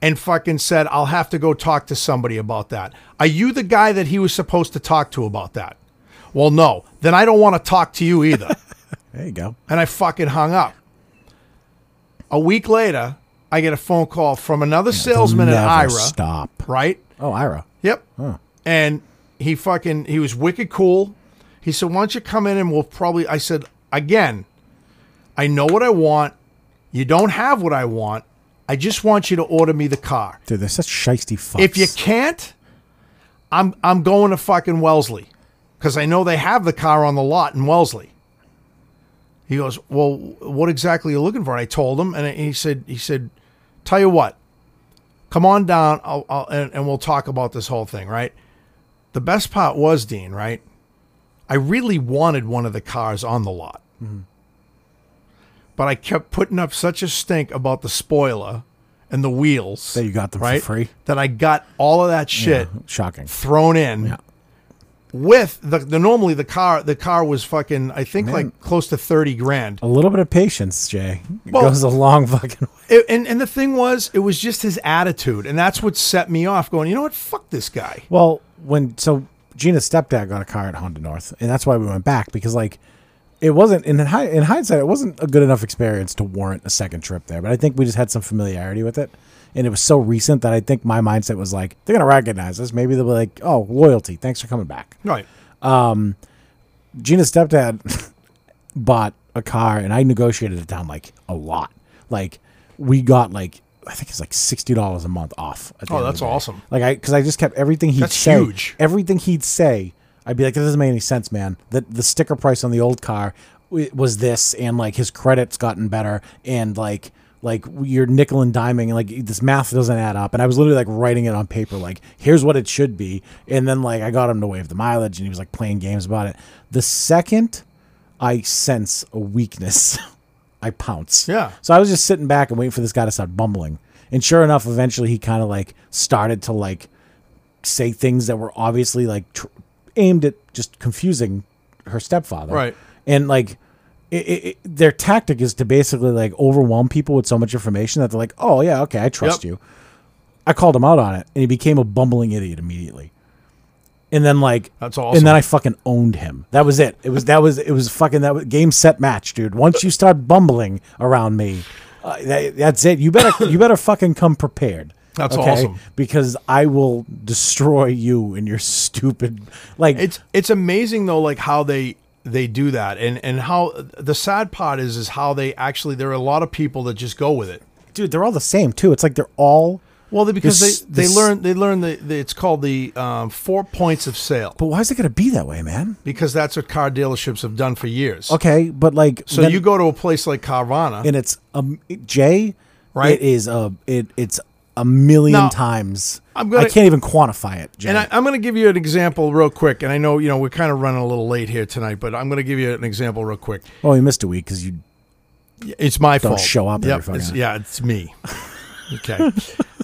S2: and fucking said, I'll have to go talk to somebody about that. Are you the guy that he was supposed to talk to about that? Well, no. Then I don't want to talk to you either.
S1: There you go.
S2: and I fucking hung up. A week later, I get a phone call from another salesman at
S1: Never
S2: Ira,
S1: Stop.
S2: right?
S1: Oh, Ira.
S2: Yep. And he fucking he was wicked cool. He said, "Why don't you come in and we'll probably." I said, "Again, I know what I want. You don't have what I want. I just want you to order me the car.
S1: Dude, they're such shisty fucks.
S2: If you can't, I'm I'm going to fucking Wellesley because I know they have the car on the lot in Wellesley. He goes, well, what exactly are you looking for? And I told him, and he said, he said, tell you what, come on down, I'll, I'll and, and we'll talk about this whole thing, right? The best part was Dean, right? I really wanted one of the cars on the lot,
S1: Mm-hmm.
S2: but I kept putting up such a stink about the spoiler and the wheels
S1: That you got them for
S2: right,
S1: free?
S2: that I got all of that shit
S1: shocking.
S2: thrown in with the, the normally the car the car was fucking I think like close to thirty grand.
S1: A little bit of patience, Jay. It
S2: Well-
S1: goes a long fucking way.
S2: It- and and the thing was, it was just his attitude, and that's what set me off. Going, you know what? Fuck this guy.
S1: Well, when so Gina's stepdad got a car at Honda North, and that's why we went back because like it wasn't in hi- in hindsight it wasn't a good enough experience to warrant a second trip there. But I think we just had some familiarity with it, and it was so recent that I think my mindset was like they're gonna recognize us. Maybe they'll be like, oh, loyalty. Thanks for coming back.
S2: Right.
S1: Gina's stepdad bought a car, and I negotiated it down like a lot. Like we got like I think it's like sixty dollars a month off. at the
S2: Oh,
S1: end of
S2: that's
S1: the day.
S2: awesome.
S1: Like I because I just kept everything he'd
S2: That's
S1: say.
S2: huge.
S1: Everything he'd say, I'd be like, "That doesn't make any sense, man." That the sticker price on the old car w- was this, and like his credit's gotten better, and like. Like you're nickel and diming, and like this math doesn't add up. And I was literally like writing it on paper, like here's what it should be. And then like I got him to waive the mileage, and he was like playing games about it. The second I sense a weakness, I pounce.
S2: Yeah.
S1: So I was just sitting back and waiting for this guy to start bumbling. And sure enough, eventually he kind of like started to like say things that were obviously like tr- aimed at just confusing her stepfather.
S2: Right.
S1: And like, it, it, it- their tactic is to basically like overwhelm people with so much information that they're like, oh, yeah, okay, I trust
S2: Yep.
S1: you. I called him out on it and he became a bumbling idiot immediately. And then like
S2: That's
S1: And
S2: awesome.
S1: then I fucking owned him. That was it. It was that was it was fucking that was, game set match, dude. Once you start bumbling around me, uh, that, that's it. You better you better fucking come prepared.
S2: That's awesome.
S1: Because I will destroy you and your stupid like
S2: It's it's amazing though, like how they they do that, and and how the sad part is is how they actually there are a lot of people that just go with it.
S1: dude, they're all the same too. It's like they're all
S2: Well, they, because
S1: This-
S2: they, they
S1: this-
S2: learn they learn the, the it's called the um, four points of sale
S1: But why is it going to be that way, man?
S2: because that's what car dealerships have done for years.
S1: Okay, but like
S2: So you go to a place like Carvana.
S1: and it's um Jay,
S2: Right?
S1: It is a it it's a million
S2: Now,
S1: times.
S2: I'm gonna-
S1: I can't even quantify it, Jay.
S2: And I, I'm going to give you an example real quick. And I know you know we're kind of running a little late here tonight, but I'm going to give you an example real quick.
S1: oh, you missed a week because you
S2: It's my fault.
S1: show up every
S2: Yep,
S1: fucking
S2: it's-
S1: night.
S2: yeah, it's me. Okay.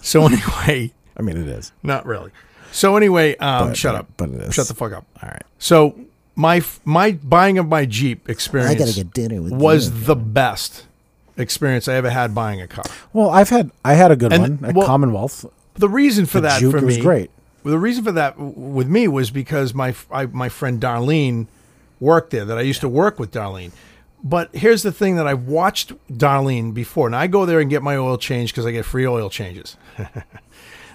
S2: so anyway,
S1: I mean, it is.
S2: not really. So anyway, um, shut
S1: but-
S2: up.
S1: but it is.
S2: Shut the fuck up. All right. So my f- my buying of my Jeep experience
S1: get dinner with
S2: was the best experience I ever had buying a car.
S1: Well, I've had I had a good
S2: And-
S1: one at
S2: well-
S1: Commonwealth.
S2: The reason for that
S1: Juke
S2: for me
S1: was great.
S2: Well, the reason for that w- with me was because my f I my friend Darlene worked there. That I used to work with Darlene. But here's the thing that I've watched Darlene before, and I go there and get my oil change because I get free oil changes.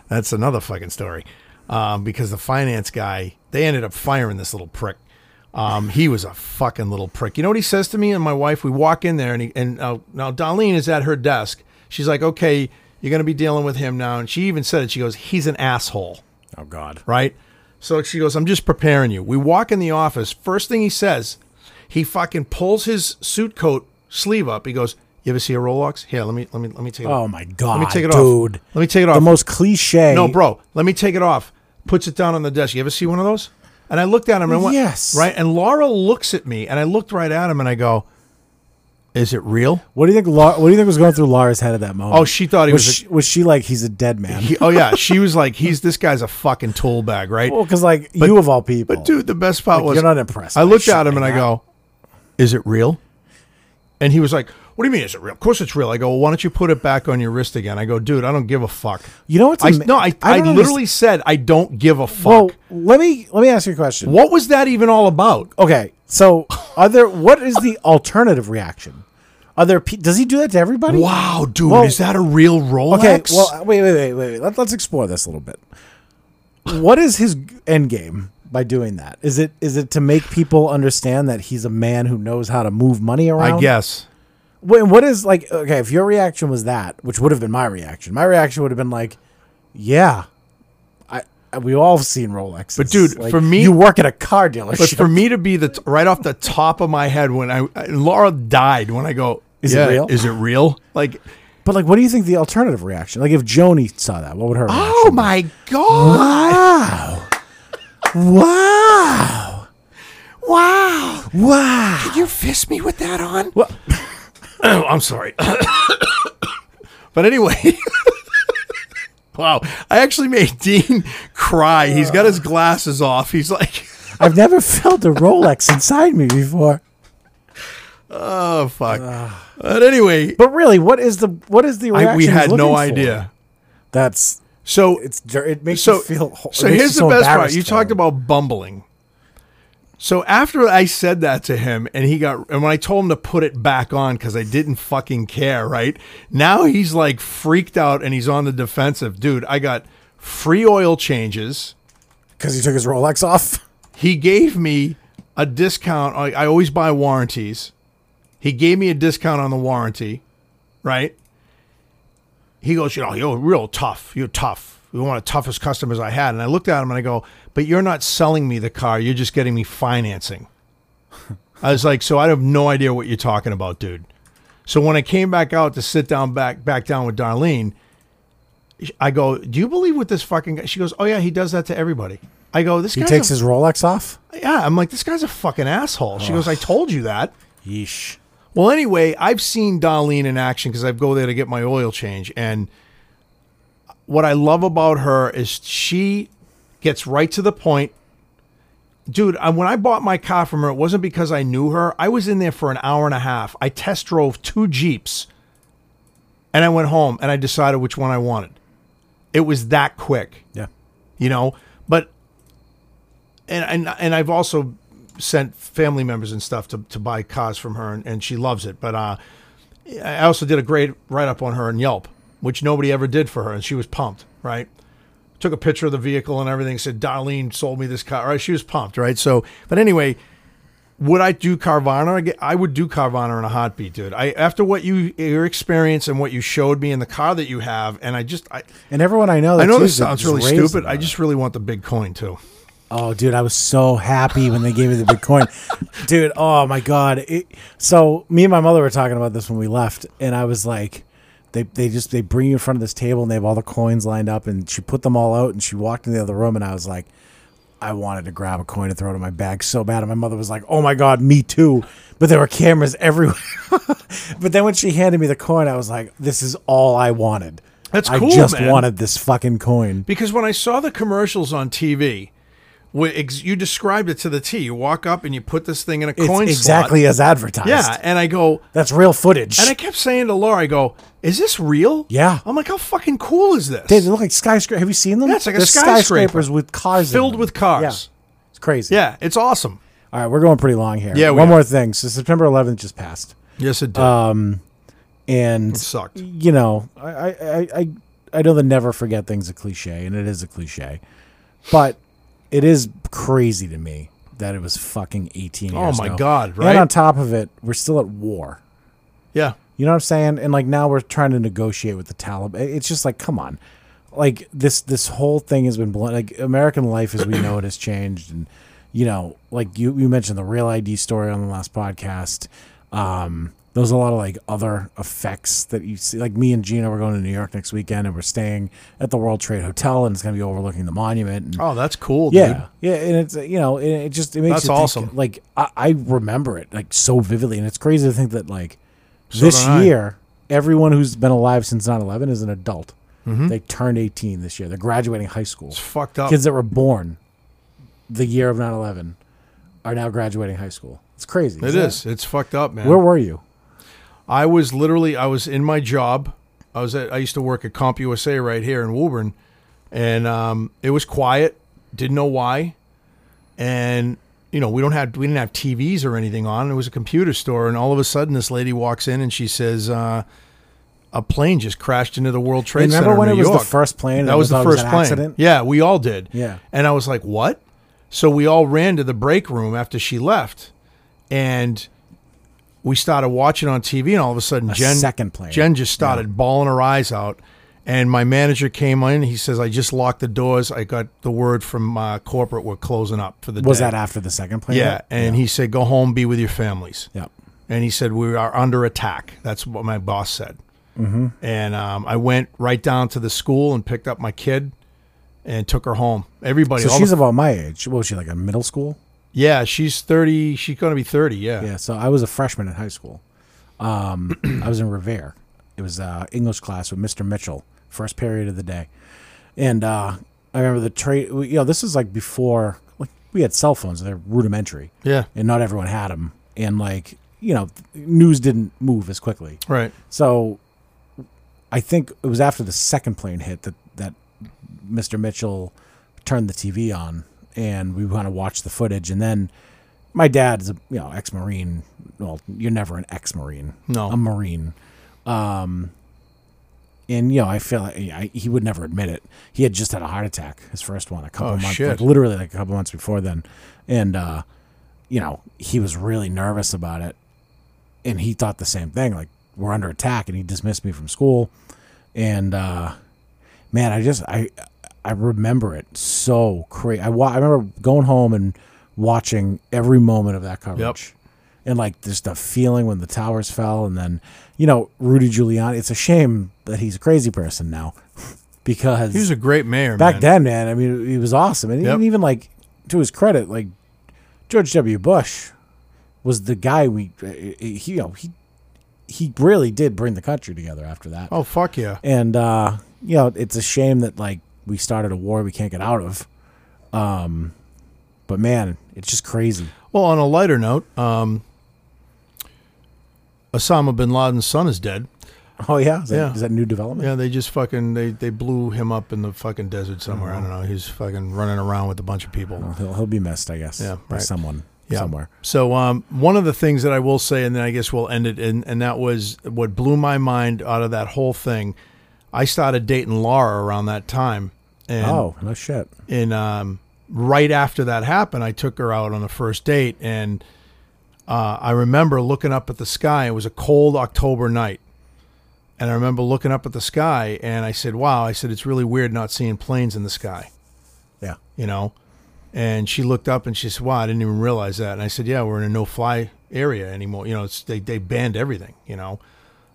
S2: That's another fucking story. Um, because the finance guy, they ended up firing this little prick. Um, he was a fucking little prick. You know what he says to me and my wife? We walk in there, and he, and uh, now Darlene is at her desk. She's like, "Okay, you're going to be dealing with him now." And she even said it. She goes, "He's an asshole."
S1: Oh God.
S2: right? So she goes, I'm just preparing you. We walk in the office. First thing he says, he fucking pulls his suit coat sleeve up. He goes, You ever see a Rolex? Here, let me let me let me take it
S1: Oh
S2: off.
S1: my God.
S2: Let me take it
S1: dude.
S2: off. Let me take it
S1: The
S2: off.
S1: most cliche.
S2: no, bro, let me take it off. Puts it down on the desk. You ever see one of those? And I looked at him and I went,
S1: Yes.
S2: Right? And Laura looks at me and I looked right at him and I go, Is it real?
S1: What do you think? Lau- what do you think was going through Laura's head at that moment?
S2: Oh, she thought he
S1: was.
S2: was a-
S1: she, was she like he's a dead man?
S2: He- oh yeah. She was like, He's this guy's a fucking tool bag, right?
S1: well, because like you of all people,
S2: But dude, the best part
S1: Like,
S2: was
S1: you're not impressed
S2: I
S1: by
S2: looked
S1: shit
S2: at him and
S1: like
S2: I go, "Is it real?" And he was like, "What do you mean? Is it real? Of course it's real." I go, well, "Why don't you put it back on your wrist again?" I go, "Dude, I don't give a fuck."
S1: you know what's
S2: I
S1: ama-
S2: no, I
S1: don't
S2: I,
S1: understand-
S2: literally said I don't give a fuck.
S1: Well, let me let me ask you a question.
S2: what was that even all about?
S1: Okay, so are there? What is the alternative reaction? Are there? pe- Does he do that to everybody?
S2: Wow, dude,
S1: Well-
S2: is that a real
S1: Okay.
S2: Rolex?
S1: Well, wait, wait, wait, wait. wait. Let, let's explore this a little bit. What is his g- end game by doing that? Is it is it to make people understand that he's a man who knows how to move money around?
S2: I guess.
S1: Wait, what is like? Okay, if your reaction was that, which would have been my reaction, my reaction would have been like, "Yeah, I, I we all have seen Rolexes."
S2: But dude,
S1: Like,
S2: for me-
S1: you work at a car dealership.
S2: But for me to be the t- right off the top of my head when I, I Laura died when I go,
S1: Is it
S2: "Yeah,
S1: real?"
S2: Is it real? Like,
S1: But like, what do you think the alternative reaction? Like, if Joni saw that, what would her?
S2: oh
S1: reaction
S2: my god,
S1: Wow! Wow!
S2: wow,
S1: Wow!
S2: you fist me with that on? Oh, I'm sorry. but anyway. wow. I actually made Dean cry. He's got his glasses off. He's like,
S1: I've never felt a Rolex inside me before.
S2: oh, fuck. but anyway,
S1: But really, what is the what is the reaction?
S2: I, we
S1: he's
S2: had no
S1: looking for?
S2: idea.
S1: That's
S2: So
S1: it's dir- it makes
S2: so,
S1: you feel. ho- it
S2: so
S1: makes you
S2: here's the best part.
S1: embarrassed
S2: You
S1: for
S2: talked
S1: him.
S2: about bumbling. So after I said that to him, and he got, and when I told him to put it back on because I didn't fucking care, right? Now he's like freaked out and he's on the defensive. Dude, I got free oil changes.
S1: because he took his Rolex off.
S2: He gave me a discount. I, I always buy warranties. He gave me a discount on the warranty, right? He goes, you know, you're real tough. You're tough. You're one of the toughest customers I had. And I looked at him and I go, but you're not selling me the car. You're just getting me financing. I was like, so I have no idea what you're talking about, dude. So when I came back out to sit down back back down with Darlene, I go, do you believe what this fucking guy? She goes, oh yeah, he does that to everybody. I go, this
S1: He
S2: guy's
S1: takes
S2: a
S1: his Rolex off.
S2: yeah, I'm like, this guy's a fucking asshole. She goes, I told you that.
S1: Yeesh.
S2: Well, anyway, I've seen Darlene in action because I go there to get my oil change. And what I love about her is she gets right to the point. Dude, I, when I bought my car from her, it wasn't because I knew her. I was in there for an hour and a half. I test drove two Jeeps and I went home and I decided which one I wanted. It was that quick
S1: Yeah.
S2: you know but and and, and i've also sent family members and stuff to, to buy cars from her and, and she loves it but uh i also did a great write-up on her in yelp which nobody ever did for her and she was pumped right took a picture of the vehicle and everything said darlene sold me this car right she was pumped right so but anyway Would I do Carvana? aga- I would do Carvana in a heartbeat, dude. I after what you your experience and what you showed me in the car that you have, and I just I,
S1: And everyone I know, that
S2: I know this
S1: used it
S2: sounds
S1: is
S2: really
S1: raised
S2: stupid. I
S1: about it.
S2: just really want the big coin too.
S1: Oh, dude, I was so happy when they gave me the Bitcoin. dude, oh my God. It, so me and my mother were talking about this when we left, and I was like, they, they just they bring you in front of this table and they have all the coins lined up and she put them all out and she walked in the other room and I was like, I wanted to grab a coin and throw it in my bag so bad. And my mother was like, oh my God, me too. But there were cameras everywhere. but then when she handed me the coin, I was like, this is all I wanted.
S2: That's
S1: I
S2: cool,
S1: just
S2: man.
S1: wanted this fucking coin.
S2: Because when I saw the commercials on TV, wh- ex- you described it to the T. You walk up and you put this thing in a
S1: It's
S2: coin
S1: exactly as advertised.
S2: slot. Yeah, and I go,
S1: That's real footage.
S2: and I kept saying to Laura, I go, "Is this real?"
S1: Yeah.
S2: I'm like, "How fucking cool is this?"
S1: they look like skyscrapers. Have you seen them?
S2: Yeah, it's like a
S1: They're skyscrapers
S2: skyscraper.
S1: with cars in
S2: Filled
S1: them.
S2: with cars.
S1: Yeah. It's crazy.
S2: yeah, it's awesome.
S1: All right, we're going pretty long here.
S2: Yeah, we
S1: One
S2: are.
S1: more thing. So September 11th just passed,
S2: Yes, it did.
S1: Uh, and
S2: sucked.
S1: you know, I I I I, I know the never forget thing's a cliche, and it is a cliche, but it is crazy to me that it was fucking 18 years.
S2: Oh my
S1: ago.
S2: God,
S1: And
S2: right?
S1: on top of it, we're still at war.
S2: yeah,
S1: You know what I'm saying? And like now we're trying to negotiate with the Taliban. It- It's just like, come on. Like this this whole thing has been blunt. Like American life as we know it has changed, and you know, like you you mentioned the real ID story on the last podcast. Um, there's a lot of like other effects that you see. Like me and Gina, we're going to New York next weekend, and we're staying at the World Trade Hotel, and it's going to be overlooking the monument. And
S2: Oh, that's cool,
S1: yeah,
S2: dude.
S1: yeah, and it's uh, you know, it, it just it makes
S2: That's
S1: you think,
S2: awesome.
S1: like I, I remember it like so vividly, and it's crazy to think that like this
S2: did I.
S1: year, everyone who's been alive since 9-11 is an adult. They turned eighteen this year. They're graduating high school.
S2: Mm-hmm. It's fucked up.
S1: Kids that were born the year of 9-11 are now graduating high school. It's crazy.
S2: It
S1: isn't
S2: is. It's fucked up, man.
S1: Where were you?
S2: I was literally I was in my job. I was at I used to work at CompUSA right here in Woburn, and um, it was quiet. Didn't know why, and you know we don't have we didn't have TVs or anything on. It was a computer store, and all of a sudden this lady walks in and she says, uh, "A plane just crashed into the World Trade
S1: remember
S2: Center." in
S1: when it
S2: New
S1: was the
S2: York."
S1: first plane and
S2: That was the
S1: everyone thought it was
S2: first
S1: an
S2: plane.
S1: accident?
S2: Yeah, we all did.
S1: Yeah.
S2: and I was like, "What?" So we all ran to the break room after she left, and we started watching on TV, and all of a sudden, Jen
S1: second plane.
S2: Jen just started bawling her eyes out, and my manager came in. He says, "I just locked the doors. I got the word from uh, corporate. We're closing up for the
S1: Was
S2: day."
S1: that after the second plane?
S2: yeah, and he said, "Go home, be with your families."
S1: yeah.
S2: And he said, "We are under attack." That's what my boss said. Mm-hmm. And um, I went right down to the school and picked up my kid, and took her home. Everybody,
S1: So
S2: all the-
S1: she's about my age. What was she like in middle school?
S2: yeah, she's thirty. She's gonna be thirty. Yeah,
S1: Yeah, so I was a freshman in high school. Um, I was in Revere. It was uh, English class with Mr. Mitchell, first period of the day, and uh, I remember the trade. You know, this is like before like we had cell phones; they're rudimentary,
S2: yeah,
S1: and not everyone had them. And like you know, news didn't move as quickly.
S2: right.
S1: So I think it was after the second plane hit that that Mr. Mitchell turned the TV on and we kind of watched the footage and then my dad is a you know ex-marine well you're never an ex-marine
S2: No.
S1: a marine um and you know i feel like I, he would never admit it he had just had a heart attack his first one a couple
S2: Oh,
S1: months
S2: shit.
S1: like literally like a couple months before then and uh you know he was really nervous about it and he thought the same thing like we're under attack and he dismissed me from school and uh man i just i i remember it so crazy I, wa- I remember going home and watching every moment of that coverage and like just the feeling when the towers fell and then you know rudy giuliani it's a shame that he's a crazy person now because
S2: He was a great mayor
S1: back
S2: man.
S1: then, man. I mean, he was awesome, and
S2: Yep.
S1: even, even like to his credit, like George W. Bush was the guy we uh, he you know he he really did bring the country together after that.
S2: Oh fuck yeah!
S1: And uh, you know, it's a shame that like we started a war we can't get out of. Um, but man, it's just crazy.
S2: Well, on a lighter note, um, Osama bin Laden's son is dead.
S1: Oh yeah, is that,
S2: Yeah.
S1: is that new development?
S2: Yeah, they just fucking they they blew him up in the fucking desert somewhere. I don't know. He's fucking running around with a bunch of people.
S1: He'll, he'll be missed, I guess.
S2: Yeah,
S1: by
S2: right.
S1: someone
S2: Yeah.
S1: somewhere.
S2: So um, one of the things that I will say, and then I guess we'll end it, and and that was what blew my mind out of that whole thing. I started dating Laura around that time, and
S1: oh no shit.
S2: and um, right after that happened, I took her out on the first date, and uh, I remember looking up at the sky. It was a cold October night. And I remember looking up at the sky and I said, wow, I said, it's really weird not seeing planes in the sky,
S1: Yeah.
S2: you know? And she looked up and she said, wow, I didn't even realize that. And I said, yeah, we're in a no fly area anymore. You know, it's, they, they banned everything, you know,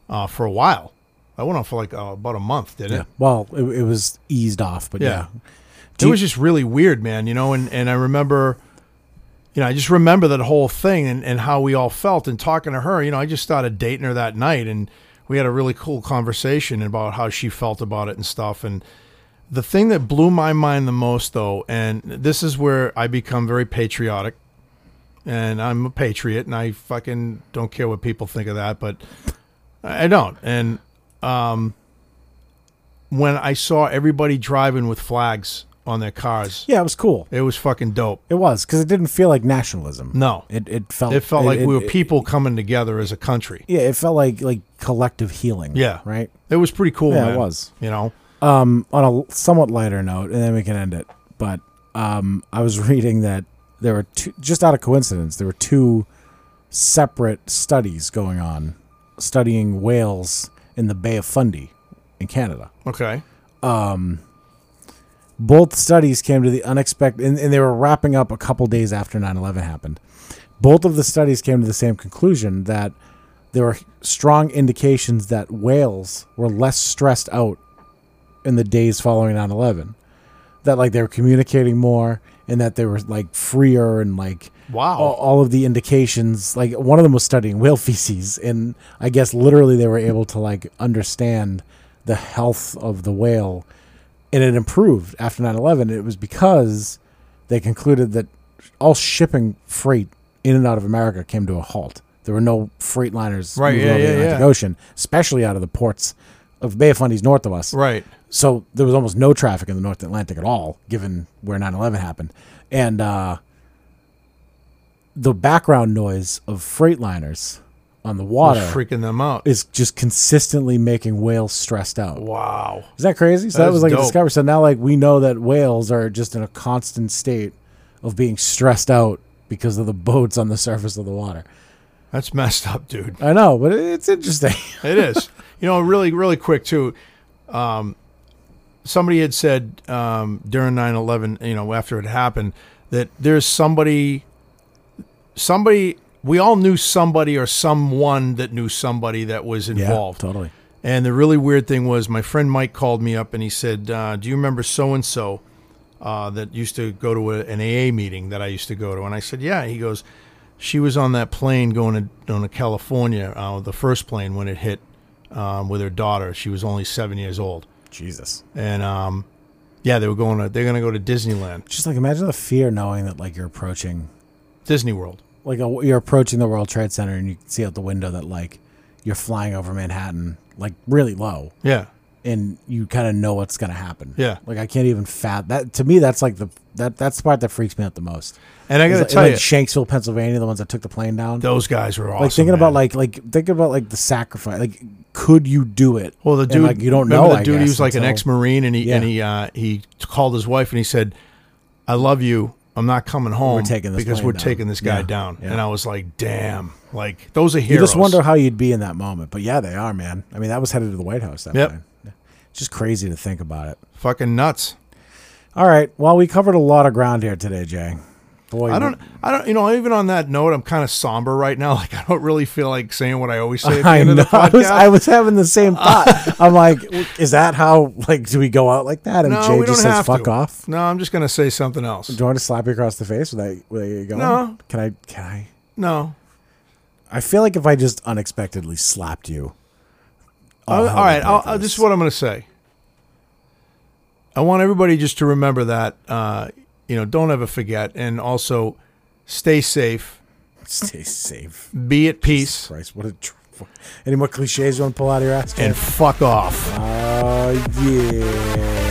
S2: uh, for a while. I went on for like uh, about a month, did it?
S1: Yeah. Well, it, it was eased off, but yeah.
S2: Yeah.
S1: Do
S2: it
S1: you-
S2: was just really weird, man, you know, and, and I remember you know, I just remember that whole thing and, and how we all felt and talking to her, you know, I just started dating her that night and we had a really cool conversation about how she felt about it and stuff and the thing that blew my mind the most though, and this is where I become very patriotic and I'm a patriot and I fucking don't care what people think of that, but I I don't. And um when I saw everybody driving with flags on their cars,
S1: Yeah, it was cool.
S2: it was fucking dope.
S1: It was because it didn't feel like nationalism.
S2: No.
S1: It Oh, it felt
S2: It felt like we were
S1: it-
S2: people coming together as a country.
S1: yeah, it felt like like collective healing.
S2: Yeah.
S1: Right.
S2: It was pretty cool.
S1: Yeah, it
S2: man.
S1: was.
S2: You know,
S1: um, on a somewhat lighter note, and then we can end it. But um, I was reading that there were two, just out of coincidence, there were two separate studies going on studying whales in the Bay of Fundy in Canada.
S2: okay.
S1: Both studies came to the unexpected, and, and they were wrapping up a couple days after 9 11 happened. Both of the studies came to the same conclusion that there were strong indications that whales were less stressed out in the days following 9 11. That, like, they were communicating more and that they were, like, freer and, like,
S2: Wow.
S1: all, all of the indications. Like, one of them was studying whale feces, and I guess literally they were able to, like, understand the health of the whale and it improved after 9-11 it was because they concluded that all shipping freight in and out of america came to a halt there were no freight liners
S2: Right,
S1: moving
S2: yeah,
S1: over the
S2: yeah,
S1: atlantic
S2: yeah.
S1: ocean especially out of the ports of bay of fundy's north of us
S2: Right.
S1: so there was almost no traffic in the North Atlantic at all, given where 9 11 happened. And uh, the background noise of freightliners on the water
S2: Freaking them out.
S1: is just consistently making whales stressed out.
S2: Wow.
S1: Is that crazy? So that,
S2: That
S1: was
S2: is
S1: like a
S2: dope.
S1: discovery. So now, like, we know that whales are just in a constant state of being stressed out because of the boats on the surface of the water.
S2: That's messed up, dude.
S1: I know, but it's interesting.
S2: It is. you know, really, really quick too. Um, somebody had said um, during 9-11, you know, after it happened, that there's somebody, somebody. We all knew somebody or someone that knew somebody that was involved.
S1: totally.
S2: And the really weird thing was, my friend Mike called me up and he said, uh, "Do you remember so and so that used to go to a, an AA meeting that I used to go to?" And I said, "Yeah." He goes, "She was on that plane going to, going to California, uh, the first plane when it hit um, with her daughter. She was only seven years old,
S1: Jesus.
S2: and um, yeah, they were going to they're going to go to Disneyland,
S1: Just like imagine the fear knowing that like you're approaching
S2: Disney World.
S1: like a, you're approaching the World Trade Center and you can see out the window that like you're flying over Manhattan like really low
S2: Yeah,
S1: and you kind of know what's going to happen.
S2: Yeah.
S1: Like I can't even fat that to me that's like the that that's the part that freaks me out the most.
S2: and I got to
S1: It's
S2: tell
S1: like
S2: you,
S1: Shanksville, Pennsylvania, the ones that took the plane down.
S2: those guys were awesome.
S1: like thinking
S2: man.
S1: about like like think about like the sacrifice. Like could you do it?
S2: Well, the
S1: And,
S2: dude,
S1: like you don't
S2: remember
S1: know.
S2: The
S1: I
S2: dude,
S1: guess,
S2: he was like an
S1: until-
S2: ex-marine, and he and
S1: Yeah.
S2: he uh, he t- called his wife and he said, "I love you. I'm not coming home.
S1: taking this
S2: because
S1: plane
S2: we're
S1: down."
S2: taking this guy
S1: Yeah.
S2: down."
S1: Yeah.
S2: And I was like, "Damn! Like those are
S1: You
S2: heroes."
S1: just wonder how you'd be in that moment. But yeah, they are, man. I mean, that was headed to the White House. That
S2: Yep.
S1: plane. It's just crazy to think about it.
S2: Fucking nuts.
S1: All right. Well, we covered a lot of ground here today, Jay. Boy,
S2: I don't. I don't. You know, even on that note, I'm kind of somber right now. Like I don't really feel like saying what I always say at the
S1: I
S2: end
S1: know.
S2: of the
S1: I
S2: podcast.
S1: was, I was having the same thought. I'm like, is that how? Like, do we go out like that? And
S2: no,
S1: Jay
S2: we don't
S1: just says,
S2: have
S1: "Fuck
S2: to.
S1: off."
S2: No, I'm just gonna say something else.
S1: Do you want to slap you across the face? With that, where you going?
S2: No.
S1: Can I? Can I?
S2: No.
S1: I feel like if I just unexpectedly slapped you.
S2: I'll-
S1: hell
S2: Oh, all right,
S1: would
S2: I'll,
S1: break
S2: I'll,
S1: loose.
S2: this is what I'm going to say. I want everybody just to remember that, uh, you know, don't ever forget, and also stay safe,
S1: Stay safe.
S2: be at peace,
S1: Christ, what a. Tr- any more cliches you want to pull out of your ass? Jay?
S2: and fuck off.
S1: Uh, yeah.